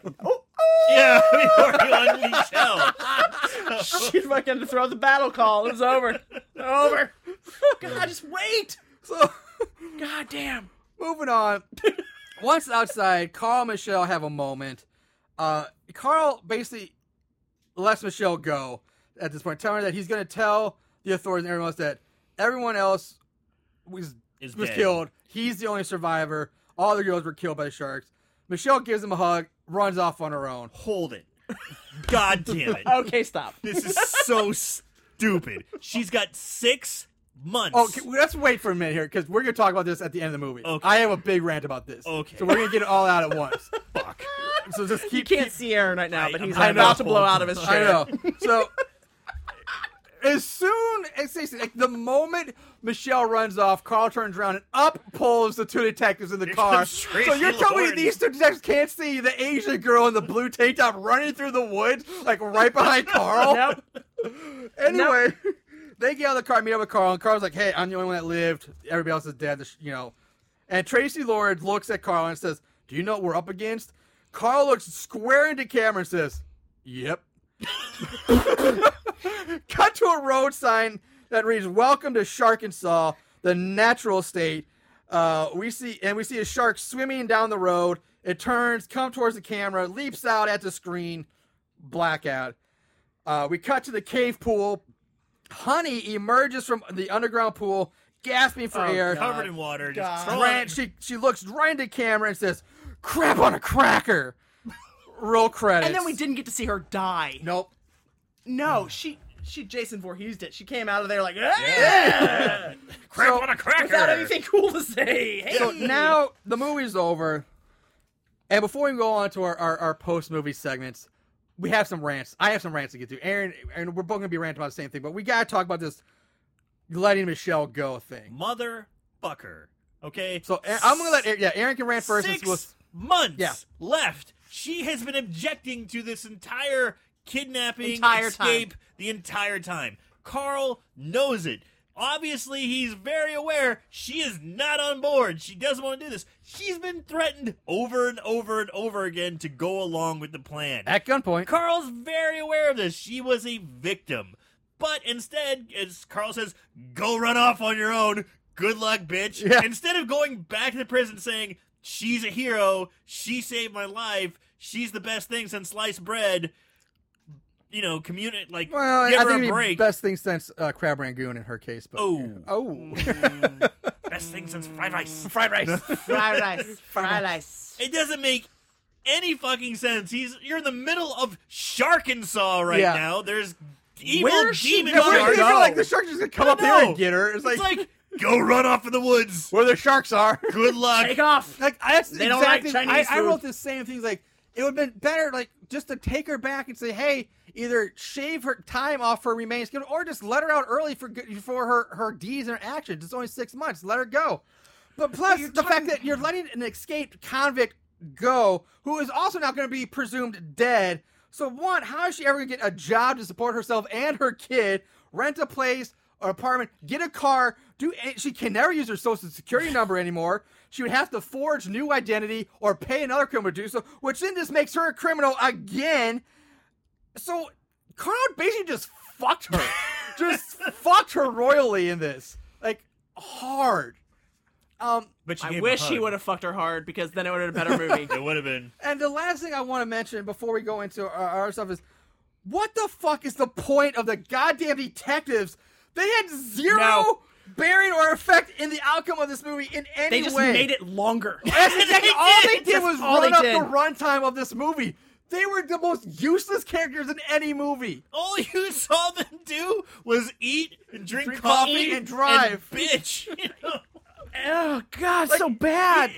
S4: oh
S3: yeah, before you unleash hell. Oh.
S4: She's fucking to throw the battle call. It was over. Over. God, just wait.
S1: So
S4: God damn.
S1: moving on. Once outside, Carl and Michelle have a moment. Uh, Carl basically lets Michelle go at this point, telling her that he's going to tell the authorities and everyone else that everyone else was
S3: Is
S1: was
S3: dead.
S1: killed. He's the only survivor. All the girls were killed by the sharks. Michelle gives him a hug, runs off on her own.
S3: Hold it. God damn it.
S4: Okay, stop.
S3: This is so stupid. She's got six months.
S1: Oh, c- let's wait for a minute here because we're going to talk about this at the end of the movie.
S3: Okay.
S1: I have a big rant about this.
S3: Okay.
S1: So we're going to get it all out at once. Fuck. So just
S4: You
S1: keep.
S4: can't
S1: keep-
S4: see Aaron right now, but he's
S3: I know.
S4: about to blow out of his chair.
S1: I know. So as soon as they- like, the moment Michelle runs off, Carl turns around and up pulls the two detectives in the car.
S3: comes
S1: So
S3: Tracy
S1: you're telling me
S3: Lawrence.
S1: these two detectives can't see the Asian girl in the blue tank top running through the woods like right behind Carl?
S4: Nope.
S1: Anyway, they get out of the car, meet up with Carl, and Carl's like, "Hey, I'm the only one that lived. Everybody else is dead. this- You know." And Tracy Lord looks at Carl and says, "Do you know what we're up against?" Carl looks square into camera and says, "Yep." Cut to a road sign that reads, "Welcome to Shark and Saw, the natural state." Uh, we see and we see a shark swimming down the road. It turns, comes towards the camera, leaps out at the screen, blackout. Uh, we cut to the cave pool. Honey emerges from the underground pool, gasping for
S4: Oh,
S1: air.
S4: God.
S3: Covered in water.
S4: God.
S3: Just crawling.
S1: Ran- she she looks right into camera and says, "Crap on a cracker." Roll credits.
S4: And then we didn't get to see her die.
S1: Nope.
S4: No, she she Jason Voorhees did. She came out of there like, "Ah!"
S3: Crap
S1: So-
S3: on a cracker.
S4: without anything cool to say. Hey.
S1: So now the movie's over, and before we go on to our, our, our post movie segments, we have some rants. I have some rants to get to. Aaron and we're both gonna be ranting about the same thing, but we gotta talk about this letting Michelle go thing.
S3: Motherfucker. Okay.
S1: So A- I'm gonna let Aaron, yeah Aaron can rant first.
S3: six
S1: and we'll-
S3: months
S1: Yeah.
S3: left. She has been objecting to this entire kidnapping
S4: Entire time.
S3: escape the entire time. Carl knows it. Obviously, he's very aware she is not on board. She doesn't want to do this. She's been threatened over and over and over again to go along with the plan.
S1: at gunpoint.
S3: Carl's very aware of this. She was a victim. But instead, as Carl says, go run off on your own. Good luck, bitch.
S1: Yeah.
S3: Instead of going back to the prison saying, she's a hero, she saved my life, she's the best thing since sliced bread, you know, community, like,
S1: Well,
S3: give
S1: I
S3: her
S1: think
S3: a
S1: it'd be
S3: break.
S1: best thing since uh, Crab Rangoon in her case. But
S3: Oh.
S1: oh,
S3: Best thing since fried rice.
S1: fried rice.
S4: Fried rice. Fried rice.
S3: It doesn't make any fucking sense. He's You're in the middle of Sharkensaw right
S1: Yeah.
S3: now. There's evil
S4: Where's she
S3: demon
S1: Yeah,
S4: gonna
S1: we're
S3: sharks.
S1: gonna
S4: go?
S1: feel like the shark's just gonna come up
S3: know.
S1: here and get her. It's like,
S3: It's like, go run off in the woods.
S1: where the sharks are.
S3: Good luck.
S4: Take off.
S1: Like I- that's
S4: They don't like
S1: exactly.
S4: Chinese
S1: I, I
S4: food.
S1: wrote the same things. Like It would have been better, like, just to take her back and say, hey, either shave her time off her remaining schedule or just let her out early for good- for her, her deeds and her actions. It's only six months. Let her go. But plus, the fact that you're letting an escaped convict go who is also now going to be presumed dead. So, one, how is she ever going to get a job to support herself and her kid, rent a place, or apartment, get a car? Do and She can never use her social security number anymore. She would have to forge new identity or pay another criminal to do so, which then just makes her a criminal again. So, Carl basically just fucked her. just fucked her royally in this. Like, hard. Um,
S3: But she
S4: I
S3: gave him a
S4: wish he
S3: hug.
S4: would have fucked her hard because then it would have been a better movie.
S3: It would have been.
S1: And the last thing I want to mention before we go into our, our stuff is what the fuck is the point of the goddamn detectives? They had zero
S4: No.
S1: bearing or effect in the outcome of this movie in any
S4: they just
S1: way.
S4: made it longer.
S1: That's exactly all they did
S4: That's
S1: was
S4: all
S1: run
S4: they
S1: up
S4: did.
S1: the runtime of this movie. They were the most useless characters in any movie.
S3: All you saw them do was eat, and drink,
S1: Drink
S3: coffee,
S1: coffee and drive.
S3: and bitch. You know?
S4: oh god, so bad.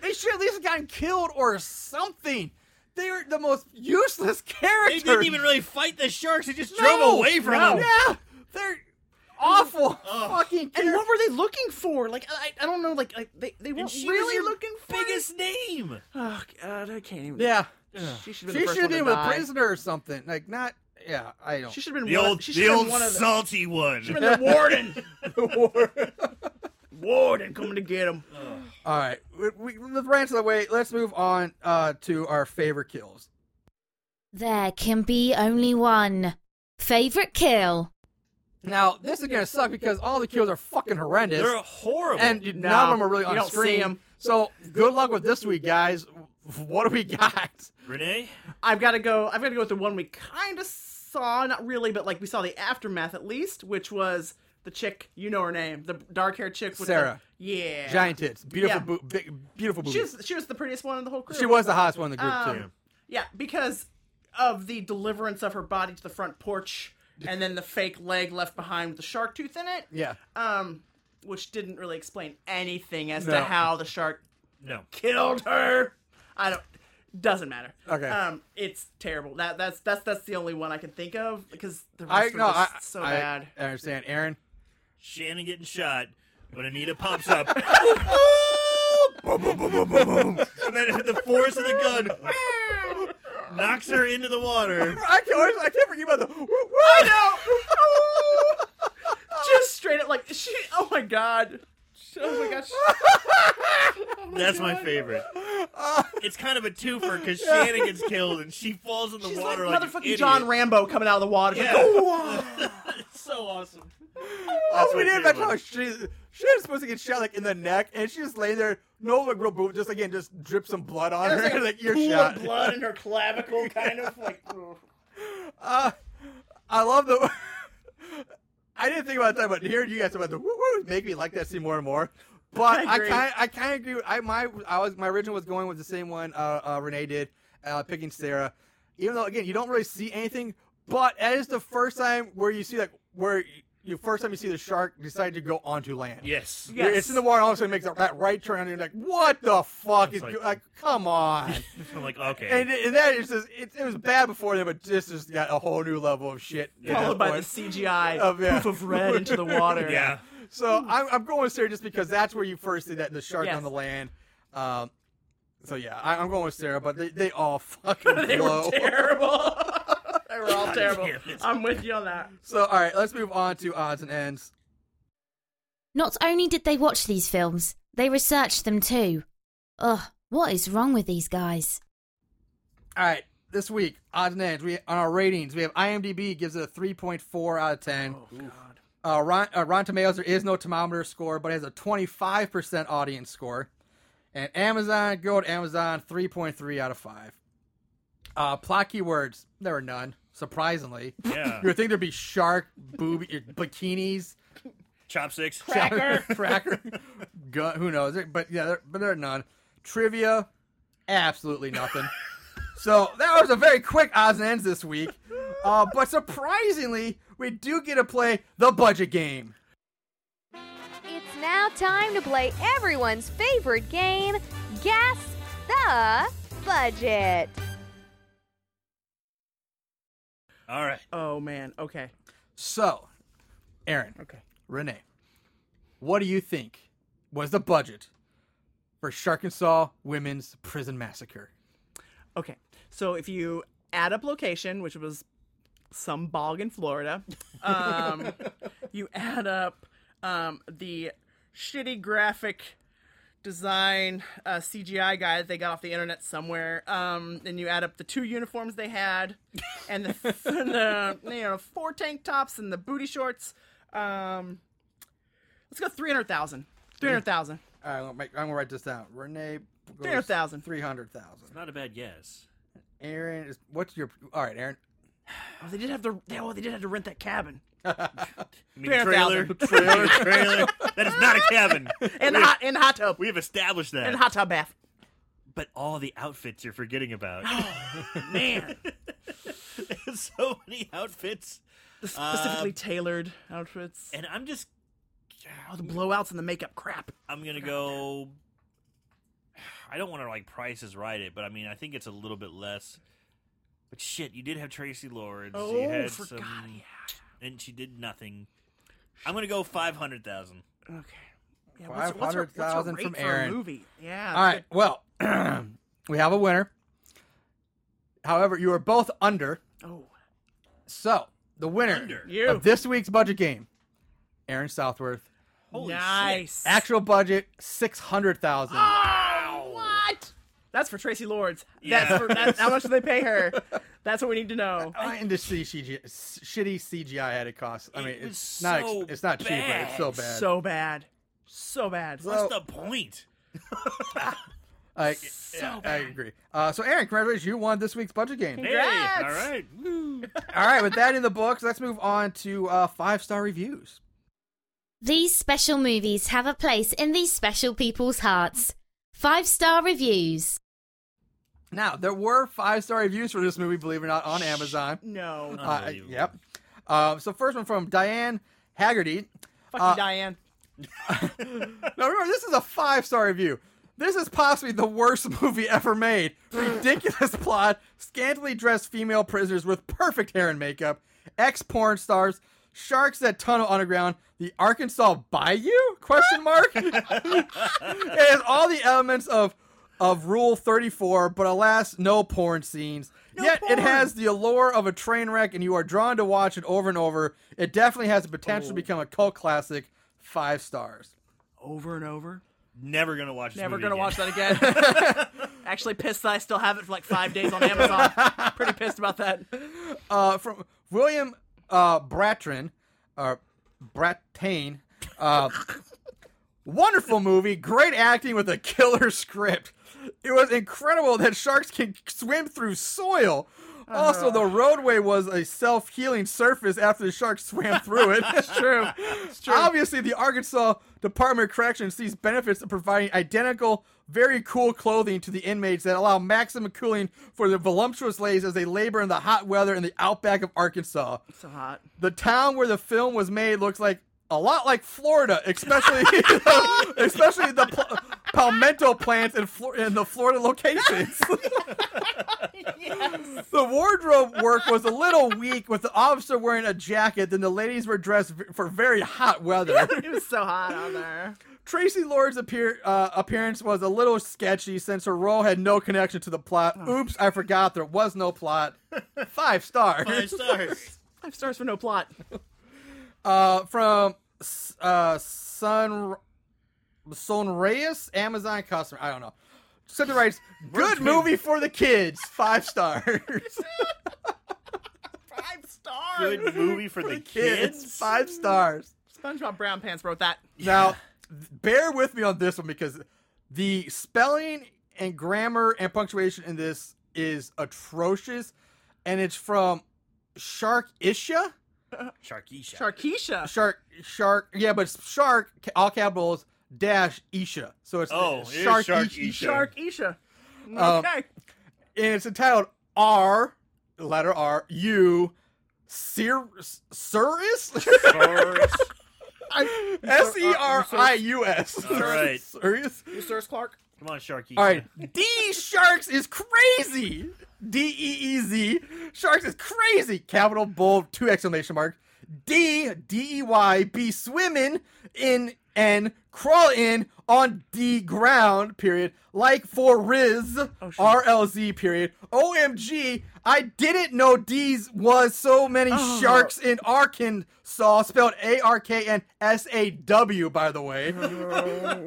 S1: They should at least have gotten killed or something. They were the most useless characters.
S3: They didn't even really fight the sharks. They just drove
S1: No,
S3: away from
S1: no.
S3: them.
S1: Yeah, they're awful fucking
S4: And
S1: characters.
S4: what were they looking for? Like I, I don't know. Like, like they, they
S3: And
S4: weren't
S3: she was
S4: really
S3: your
S4: looking for. it.
S3: biggest name.
S4: Oh god, I can't even.
S1: Yeah,
S4: She should have been
S1: she
S4: the first
S1: should have
S4: one to
S1: been with
S4: die.
S1: prisoner or something. Like not. Yeah, I don't.
S4: She should have been
S3: The
S4: one.
S3: old,
S4: of, she
S3: the
S4: should have
S3: old
S4: been one of the,
S3: salty one.
S4: been the warden. warden coming to get him.
S1: All right, we, we, the rants of the way. Let's move on uh, to our favorite kills.
S5: There can be only one. Favorite kill.
S1: Now this is gonna suck because all the kills are fucking horrendous,
S3: They're horrible.
S1: and you-
S4: No,
S1: none of them are really
S4: you
S1: on
S4: don't see
S1: screen.
S4: 'em.
S1: So good luck with this week, guys. What do we got?
S3: Renee,
S4: I've got to go. I've got to go with the one we kind of saw, not really, but like we saw the aftermath at least, which was the chick. You know her name, the dark-haired chick. With
S1: Sarah.
S4: The, yeah.
S1: Giant tits, beautiful,
S4: Yeah.
S1: boo- big, beautiful
S4: She
S1: boobs.
S4: was she was the prettiest one in the whole crew.
S1: She was the hottest one in the group
S4: Um,
S1: too.
S4: Yeah, because of the deliverance of her body to the front porch, and then the fake leg left behind with the shark tooth in it.
S1: Yeah.
S4: Um, which didn't really explain anything as to
S1: No.
S4: how the shark
S3: no.
S4: killed her. I don't. Doesn't matter.
S1: Okay.
S4: Um, it's terrible. That that's that's that's the only one I can think of because the
S1: I
S4: rest were
S1: no, I,
S4: just so
S1: I,
S4: bad.
S1: I understand, Aaron.
S3: Shannon getting shot when Anita pops up. and then the force of the gun knocks her into the water.
S1: I can't, always- I can't forget about the. I know.
S4: Just straight up like she. Oh my god. Oh my gosh.
S1: Oh
S3: That's my favorite. It's kind of a twofer because Shannon gets killed and she falls in the
S4: She's like
S3: water like, an
S4: motherfucking
S3: idiot.
S4: John Rambo coming out of the water. She's like,
S3: Yeah.
S4: "Oh."
S3: It's so awesome.
S1: oh,
S3: my
S1: we didn't imagine
S3: favorite.
S1: how she she was supposed to get shot like in the neck, and she just lay there, no like real boob, just again just drip some blood on
S4: There's,
S1: her,
S4: a
S1: like you're
S4: pool of
S1: shot.
S4: blood in her clavicle, kind of like. ugh.
S1: Uh, I love the. I didn't think about that, but hearing you guys about the woo woo make me like that scene more and more. But
S4: I
S1: I
S4: agree.
S1: kind I kind of agree. With, I my I was my original was going with the same one uh, uh, Renee did, uh, picking Sarah. Even though again you don't really see anything, but that is the first time where you see like where you first time you see the shark decide to go onto land.
S3: Yes.
S1: You're- It's in the water. All of a sudden, it makes that that right turn, and you're like, "What the fuck is
S3: It's like-
S1: go- like? Come on!"
S3: I'm like, okay.
S1: and, and that is just it, it was bad before then, but this just got a whole new level of shit. at
S3: Yeah.
S1: that
S4: Followed by the
S1: point.
S4: CGI
S1: Of, yeah.
S4: poof of red into the water.
S3: yeah.
S1: So I'm, I'm going with Sarah just because that's where you first see that the shark
S4: Yes.
S1: on the land. Um, so yeah, I, I'm going with Sarah, but they, they all fucking
S4: They
S1: blow.
S4: were terrible. they were all
S3: God
S4: terrible.
S3: damn it.
S4: I'm with you on that.
S1: So all right, let's move on to odds and ends.
S5: Not only did they watch these films, they researched them too. Ugh, what is wrong with these guys?
S1: All right, this week odds and ends. We on our ratings, we have IMDb gives it a 3.4 out of 10.
S4: God.
S1: Uh, Ron, uh, Ron Tomatoes, there is no thermometer score, but it has a 25% audience score. And Amazon, good old Amazon, 3.3 out of 5. Uh, plot keywords, there are none, surprisingly.
S3: Yeah.
S1: You would think there'd be shark, booby, bikinis,
S3: Chopsticks.
S1: cracker, cracker, gun, who knows? But yeah, there, but there are none. Trivia, absolutely nothing. so that was a very quick odds and ends this week. Uh, but surprisingly, we do get to play the budget game.
S6: It's now time to play everyone's favorite game, Guess the Budget.
S3: All right.
S4: Oh man. Okay.
S1: So, Aaron,
S4: Okay.
S1: Renee, what do you think was the budget for Sharkensaw Women's Prison Massacre?
S4: Okay. So if you add up location, which was some bog in Florida, um, you add up um, the shitty graphic design uh, CGI guy that they got off the internet somewhere, um, and you add up the two uniforms they had, and the, and the you know four tank tops and the booty shorts. Um, let's go three hundred thousand. Three hundred thousand.
S1: All right, I'm gonna, make, I'm gonna write this down. Renee, goes
S4: 300,000.
S1: 300,000.
S3: Not a bad guess.
S1: Aaron, is, what's your. All right, Aaron.
S4: Oh, they did have to. Oh, they did have to rent that cabin.
S3: I mean,
S4: 300,000.
S3: trailer, trailer. That is not a cabin.
S4: And hot and hot tub.
S3: We have established that.
S4: And hot tub bath.
S3: but all the outfits you're forgetting about.
S4: Oh, Man.
S3: so many outfits.
S4: The specifically tailored outfits.
S3: And I'm just,
S4: eh, all the blowouts and the makeup crap.
S3: I'm going to go. I don't want to like prices right it, but I mean, I think it's a little bit less. But shit, you did have Tracy Lords. you
S4: Oh,
S3: had
S4: forgot.
S3: some, And she did nothing. I'm going to go 500,000.
S4: Yeah. Okay. Yeah, what's, what's her, what's her
S1: 500,000
S4: rate
S1: from
S4: for
S1: Aaron.
S4: a movie? Yeah.
S1: All right, well, we have a winner. However, you are both under.
S4: Oh.
S1: So, the winner
S3: Under.
S4: You.
S1: of this week's budget game, Aaron Southworth.
S3: Holy shit.
S4: nice.
S1: Actual budget, 600,000.
S4: Oh, what? That's for Tracy Lords.
S3: Yeah.
S4: That's for, that's, how much do they pay her? That's what we need to know.
S1: I and to see CGI, s- shitty CGI had it cost. I
S3: It
S1: mean,
S3: was
S1: it's not ex-
S3: so
S1: it's not cheap, but it's so bad.
S4: So bad. So bad.
S1: So-
S3: What's the point?
S1: I, yeah, I agree. Uh, so Aaron, congratulations, you won this week's budget game.
S4: Congrats.
S3: Hey, all right. Woo.
S1: All right, with that in the books, let's move on to uh, five star reviews.
S5: These special movies have a place in these special people's hearts. Five star reviews.
S1: Now there were five star reviews for this movie, believe it or not, on Amazon.
S4: No.
S1: Uh,
S3: Unbelievable.
S1: yep. Um, so first one from Diane Haggerty.
S4: Fuck
S1: uh,
S4: you, Diane.
S1: Now remember, this is a five star review. This is possibly the worst movie ever made. Ridiculous plot, scantily dressed female prisoners with perfect hair and makeup, ex porn stars, sharks that tunnel underground, the Arkansas Bayou? Question mark. it has all the elements of of Rule 34, but alas, no porn scenes. Yet it has the allure of a train wreck, and you are drawn to watch it over and over. It definitely has the potential to become a cult classic. Five stars.
S4: Over and over.
S3: Never going to watch this
S4: Never
S3: movie
S4: gonna
S3: again.
S4: watch that again. Actually, pissed that I still have it for like five days on Amazon. Pretty pissed about that.
S1: uh, from William uh, Bratton or Brattain. Uh, wonderful movie, great acting with a killer script. It was incredible that sharks can swim through soil. Also, the roadway was a self healing surface after the shark swam through it. That's true. Obviously, the Arkansas Department of Corrections sees benefits of providing identical, very cool clothing to the inmates that allow maximum cooling for the voluptuous ladies as they labor in the hot weather in the outback of Arkansas.
S4: So hot.
S1: The town where the film was made looks like a lot like Florida, especially especially the pl- palmetto plants in, Flor- in the Florida locations. The wardrobe work was a little weak, with the officer wearing a jacket, then the ladies were dressed v- for very hot weather.
S4: It was so hot on there.
S1: Tracy Lord's appear- uh, appearance was a little sketchy since her role had no connection to the plot. Oops, I forgot there was no plot. Five stars.
S3: Five stars.
S4: Five stars for no plot.
S1: Uh, from S- uh, Sun Son Reyes, Amazon customer. I don't know. Center writes, good movie for the kids. Five stars.
S4: Five stars.
S3: Good movie for the kids.
S1: Five stars.
S4: SpongeBob Brown Pants wrote that.
S1: Now, bear with me on this one because the spelling and grammar and punctuation in this is atrocious, and it's from Shark Isha.
S3: Sharky Shark.
S4: Sharkeisha.
S1: Shark, shark, yeah, but it's shark, ca- all capitals, dash Isha. So it's
S3: Oh, it is
S1: shark,
S3: Shark
S1: Isha.
S3: Isha.
S4: Sharkeisha. Okay.
S1: and it's entitled R, letter R, U, Sir, Cirrus?
S3: Cars.
S1: S E R I U S.
S3: All right.
S1: Cirrus?
S4: Sir Clark.
S3: Come on, Sharky.
S1: All right. D Sharks is crazy. D E E Z. Sharks is crazy. Capital bull, two exclamation marks. D D E Y B swimming in and crawl in on the ground, period. Like for Riz, R L Z, period. OMG, I didn't know these was so many
S4: Oh.
S1: sharks in Arkansas, spelled A R K N S A W, by the way.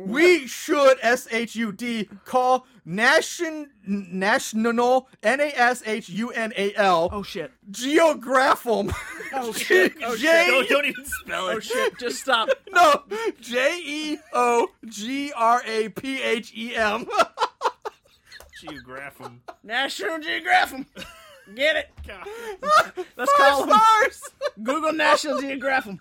S1: We should S H U D call nation national N A S H U N A
S4: Oh
S1: L
S4: shit.
S1: geographum.
S4: Oh shit. Oh
S1: J- E
S3: Don't, don't even spell it.
S4: Oh shit. Just stop.
S1: no, J E O G R A P H E M.
S3: Geographum.
S4: National Geographic. Get it. Let's
S1: Five
S4: call them.
S1: stars.
S4: Google National Geographic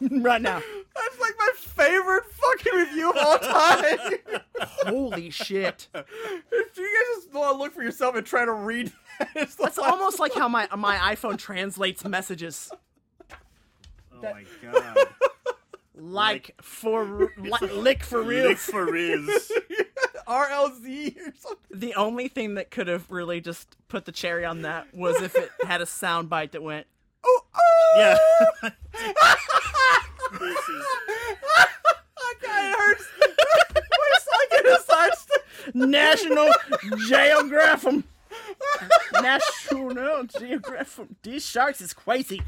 S4: right now.
S1: That's like my favorite fucking review of all time.
S4: Holy shit.
S1: if you guys just wanna look for yourself and try to read, that, it's
S4: That's
S1: like-
S4: almost like how my my iPhone translates messages.
S3: Oh my god.
S4: Like for li- lick for real.
S3: Lick for Riz.
S1: RLZ or something.
S4: The only thing that could have really just put the cherry on that was if it had a sound bite that went
S1: Oh, oh!
S3: Yeah. this is
S1: God, it hurts. We're stuck in a side st-
S4: National Geographic. National Geographic. These sharks is crazy.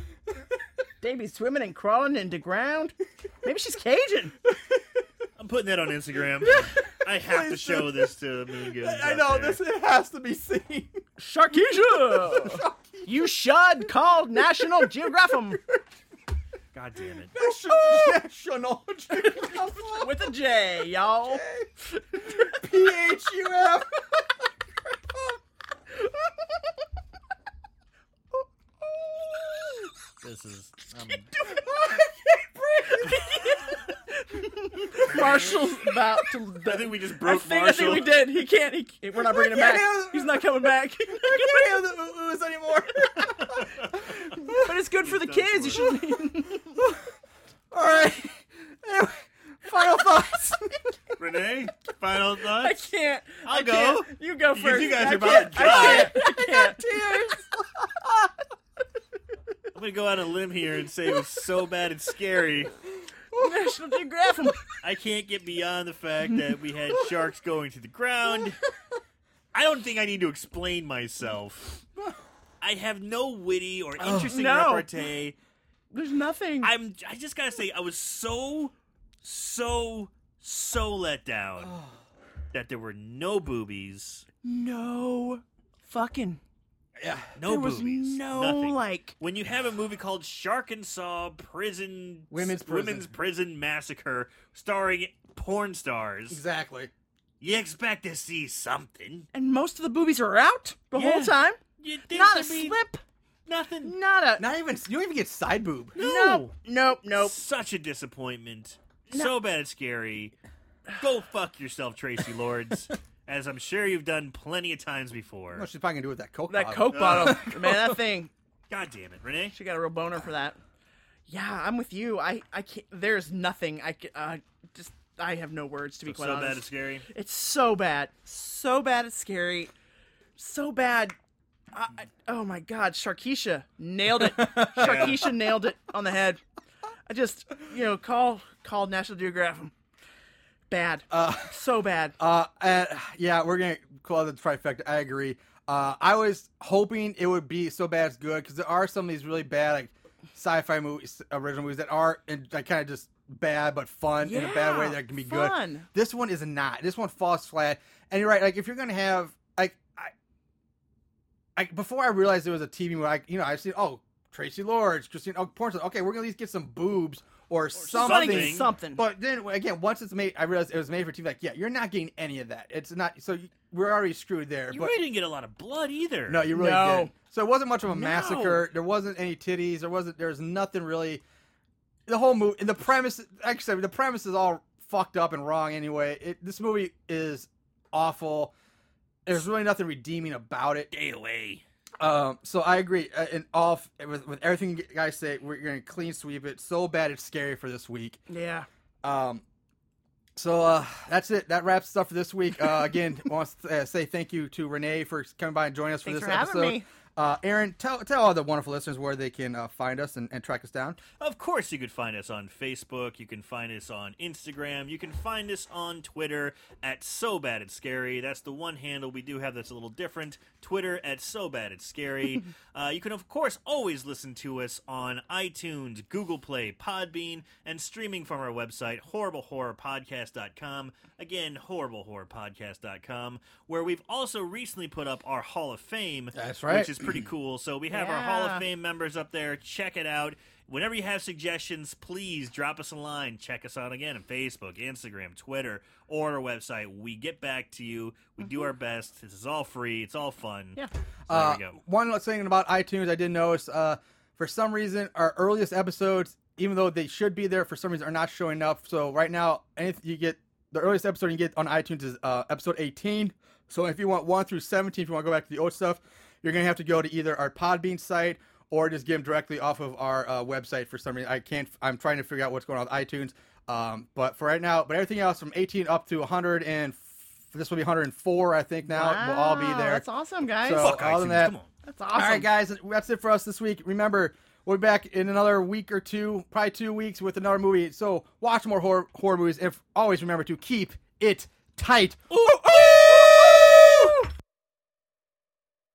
S4: They be swimming and crawling into ground. Maybe she's Cajun.
S3: I'm putting that on Instagram. I have to
S1: Please
S3: show
S1: do.
S3: this to the Mean Goons.
S1: I
S3: out
S1: know,
S3: there.
S1: this it has to be seen. Oh.
S4: Sharkesia! you should call National Geographic
S3: God damn it.
S1: National
S4: with a J, y'all.
S1: PHUM.
S3: This is. Um,
S4: Marshall's about to.
S3: I think we just broke
S4: I think, I
S3: Marshall.
S4: think we did. He can't. He, we're not bringing him back. He's not coming back.
S1: I can't hear the ooh-oohs anymore.
S4: but it's good for the kids. You should.
S1: All right. Anyway, final thoughts.
S3: Renee, final
S4: I
S3: thoughts?
S4: can't.
S3: I'll
S4: I
S3: go.
S4: can't. You go
S3: You
S4: first.
S3: guys
S4: I
S3: are about
S4: can't.
S3: to die.
S4: I can't. I can't.
S1: Tears.
S3: I'm going to go out on a limb here and say it was so bad it's scary.
S4: National Geographic.
S3: I can't get beyond the fact that we had sharks going to the ground. I don't think I need to explain myself. I have no witty or interesting
S4: Oh, no.
S3: repartee.
S4: There's nothing.
S3: I'm I just gotta say I was so so so let down
S4: Oh.
S3: that there were no boobies.
S4: no fucking.
S1: Yeah.
S3: No
S4: there was
S3: boobies.
S4: no
S3: nothing.
S4: like.
S3: when you have a movie called Shark and Saw Prison
S1: Women's Prison.
S3: Women's Prison Massacre starring porn stars,
S1: Exactly.
S3: you expect to see something.
S4: And most of the boobies are out the whole
S3: Yeah.
S4: time.
S3: You think
S4: Not a
S3: there'd be
S4: slip.
S3: Nothing.
S4: Not a.
S1: Not even you don't even get side boob.
S4: Nope. Nope. Nope.
S3: Such a disappointment. So bad it's scary. Go fuck yourself, Tracy Lords. as I'm sure you've done plenty of times before.
S1: What she's probably gonna do with that coke?
S4: That
S1: bottle.
S4: Coke bottle, man, that thing.
S3: God damn it, Renee.
S4: She got a real boner for that. Yeah, I'm with you. I, I can't. There's nothing. I can, uh, just. I have no words to be quite
S3: so
S4: honest.
S3: bad it's scary.
S4: It's so bad. So bad it's scary. So bad. I, I, oh my god, Sharkeisha nailed it. Sharkeisha nailed it on the head. I just, you know, call call National Geographic. Bad. so bad.
S1: Uh, and, yeah, we're gonna call it the trifecta. I agree. Uh, I was hoping it would be so bad it's good because there are some of these really bad like sci-fi movies, original movies that are and like kind of just bad but fun in a bad way
S4: Yeah,
S1: that can be good.
S4: fun.
S1: This one is not. This one falls flat. And you're right. Like if you're gonna have like I, I before I realized it was a TV movie, I you know I've seen oh Tracy Lords, Christine oh, porn star. Okay, we're gonna at least get some boobs or,
S4: Something. something.
S1: but then again, once it's made, I realized it was made for TV. Like, yeah, you're not getting any of that. It's not. So you, we're already screwed there.
S3: You
S1: but
S3: really didn't get a lot of blood either.
S1: no, you really
S4: No.
S1: didn't. So it wasn't much of a massacre. There wasn't any titties. There wasn't. There was nothing really. The whole movie, and the premise, like I said, the premise is all fucked up and wrong anyway. It, this movie is awful. There's really nothing redeeming about it.
S3: Stay away.
S1: Um, so I agree. Uh, and off with, with everything you guys say, we're gonna clean sweep it. So bad it's scary for this week.
S4: yeah.
S1: Um, So uh, that's it. That wraps us up for this week. Uh, again, want to uh, say thank you to Renee for coming by and joining us for
S4: Thanks
S1: this
S4: for having
S1: episode.
S4: me.
S1: Uh, Aaron, tell tell all the wonderful listeners where they can uh, find us and, and track us down.
S3: Of course, you can find us on Facebook. You can find us on Instagram. You can find us on Twitter at So Bad It's Scary. That's the one handle we do have that's a little different. Twitter at So Bad It's Scary. uh, you can, of course, always listen to us on iTunes, Google Play, Podbean, and streaming from our website, horriblehorrorpodcast.com. Again, horriblehorrorpodcast.com, where we've also recently put up our Hall of Fame.
S1: That's right.
S3: Which is pretty cool. So we have our Hall of
S4: Yeah.
S3: Fame. Fame members up there. Check it out. Whenever you have suggestions, please drop us a line. Check us out again on Facebook, Instagram, Twitter, or our website. We get back to you. We
S1: Mm-hmm.
S3: do our best. This is all free. It's all fun.
S4: Yeah.
S3: So
S1: Uh,
S3: there we go.
S1: one last thing about iTunes, I did notice uh, for some reason our earliest episodes, even though they should be there, for some reason are not showing up. So right now, anything you get, the earliest episode you get on iTunes is uh, episode 18. So if you want one through 17, if you want to go back to the old stuff, you're gonna have to go to either our Podbean site or just get them directly off of our uh, website. For some reason, I can't. I'm trying to figure out what's going on with iTunes. Um, but for right now, but everything else from 18 up to 100 and f- this will be 104, I think. Now we'll all be
S4: Wow,
S1: there.
S4: That's awesome, guys.
S1: So-
S3: Fuck
S1: other than
S3: iTunes.
S1: that-
S3: Come on.
S4: That's awesome.
S1: all right, guys, that's it for us this week. Remember, we'll be back in another week or two, probably two weeks, with another movie. So watch more horror, horror movies. If always remember to keep it tight. Ooh,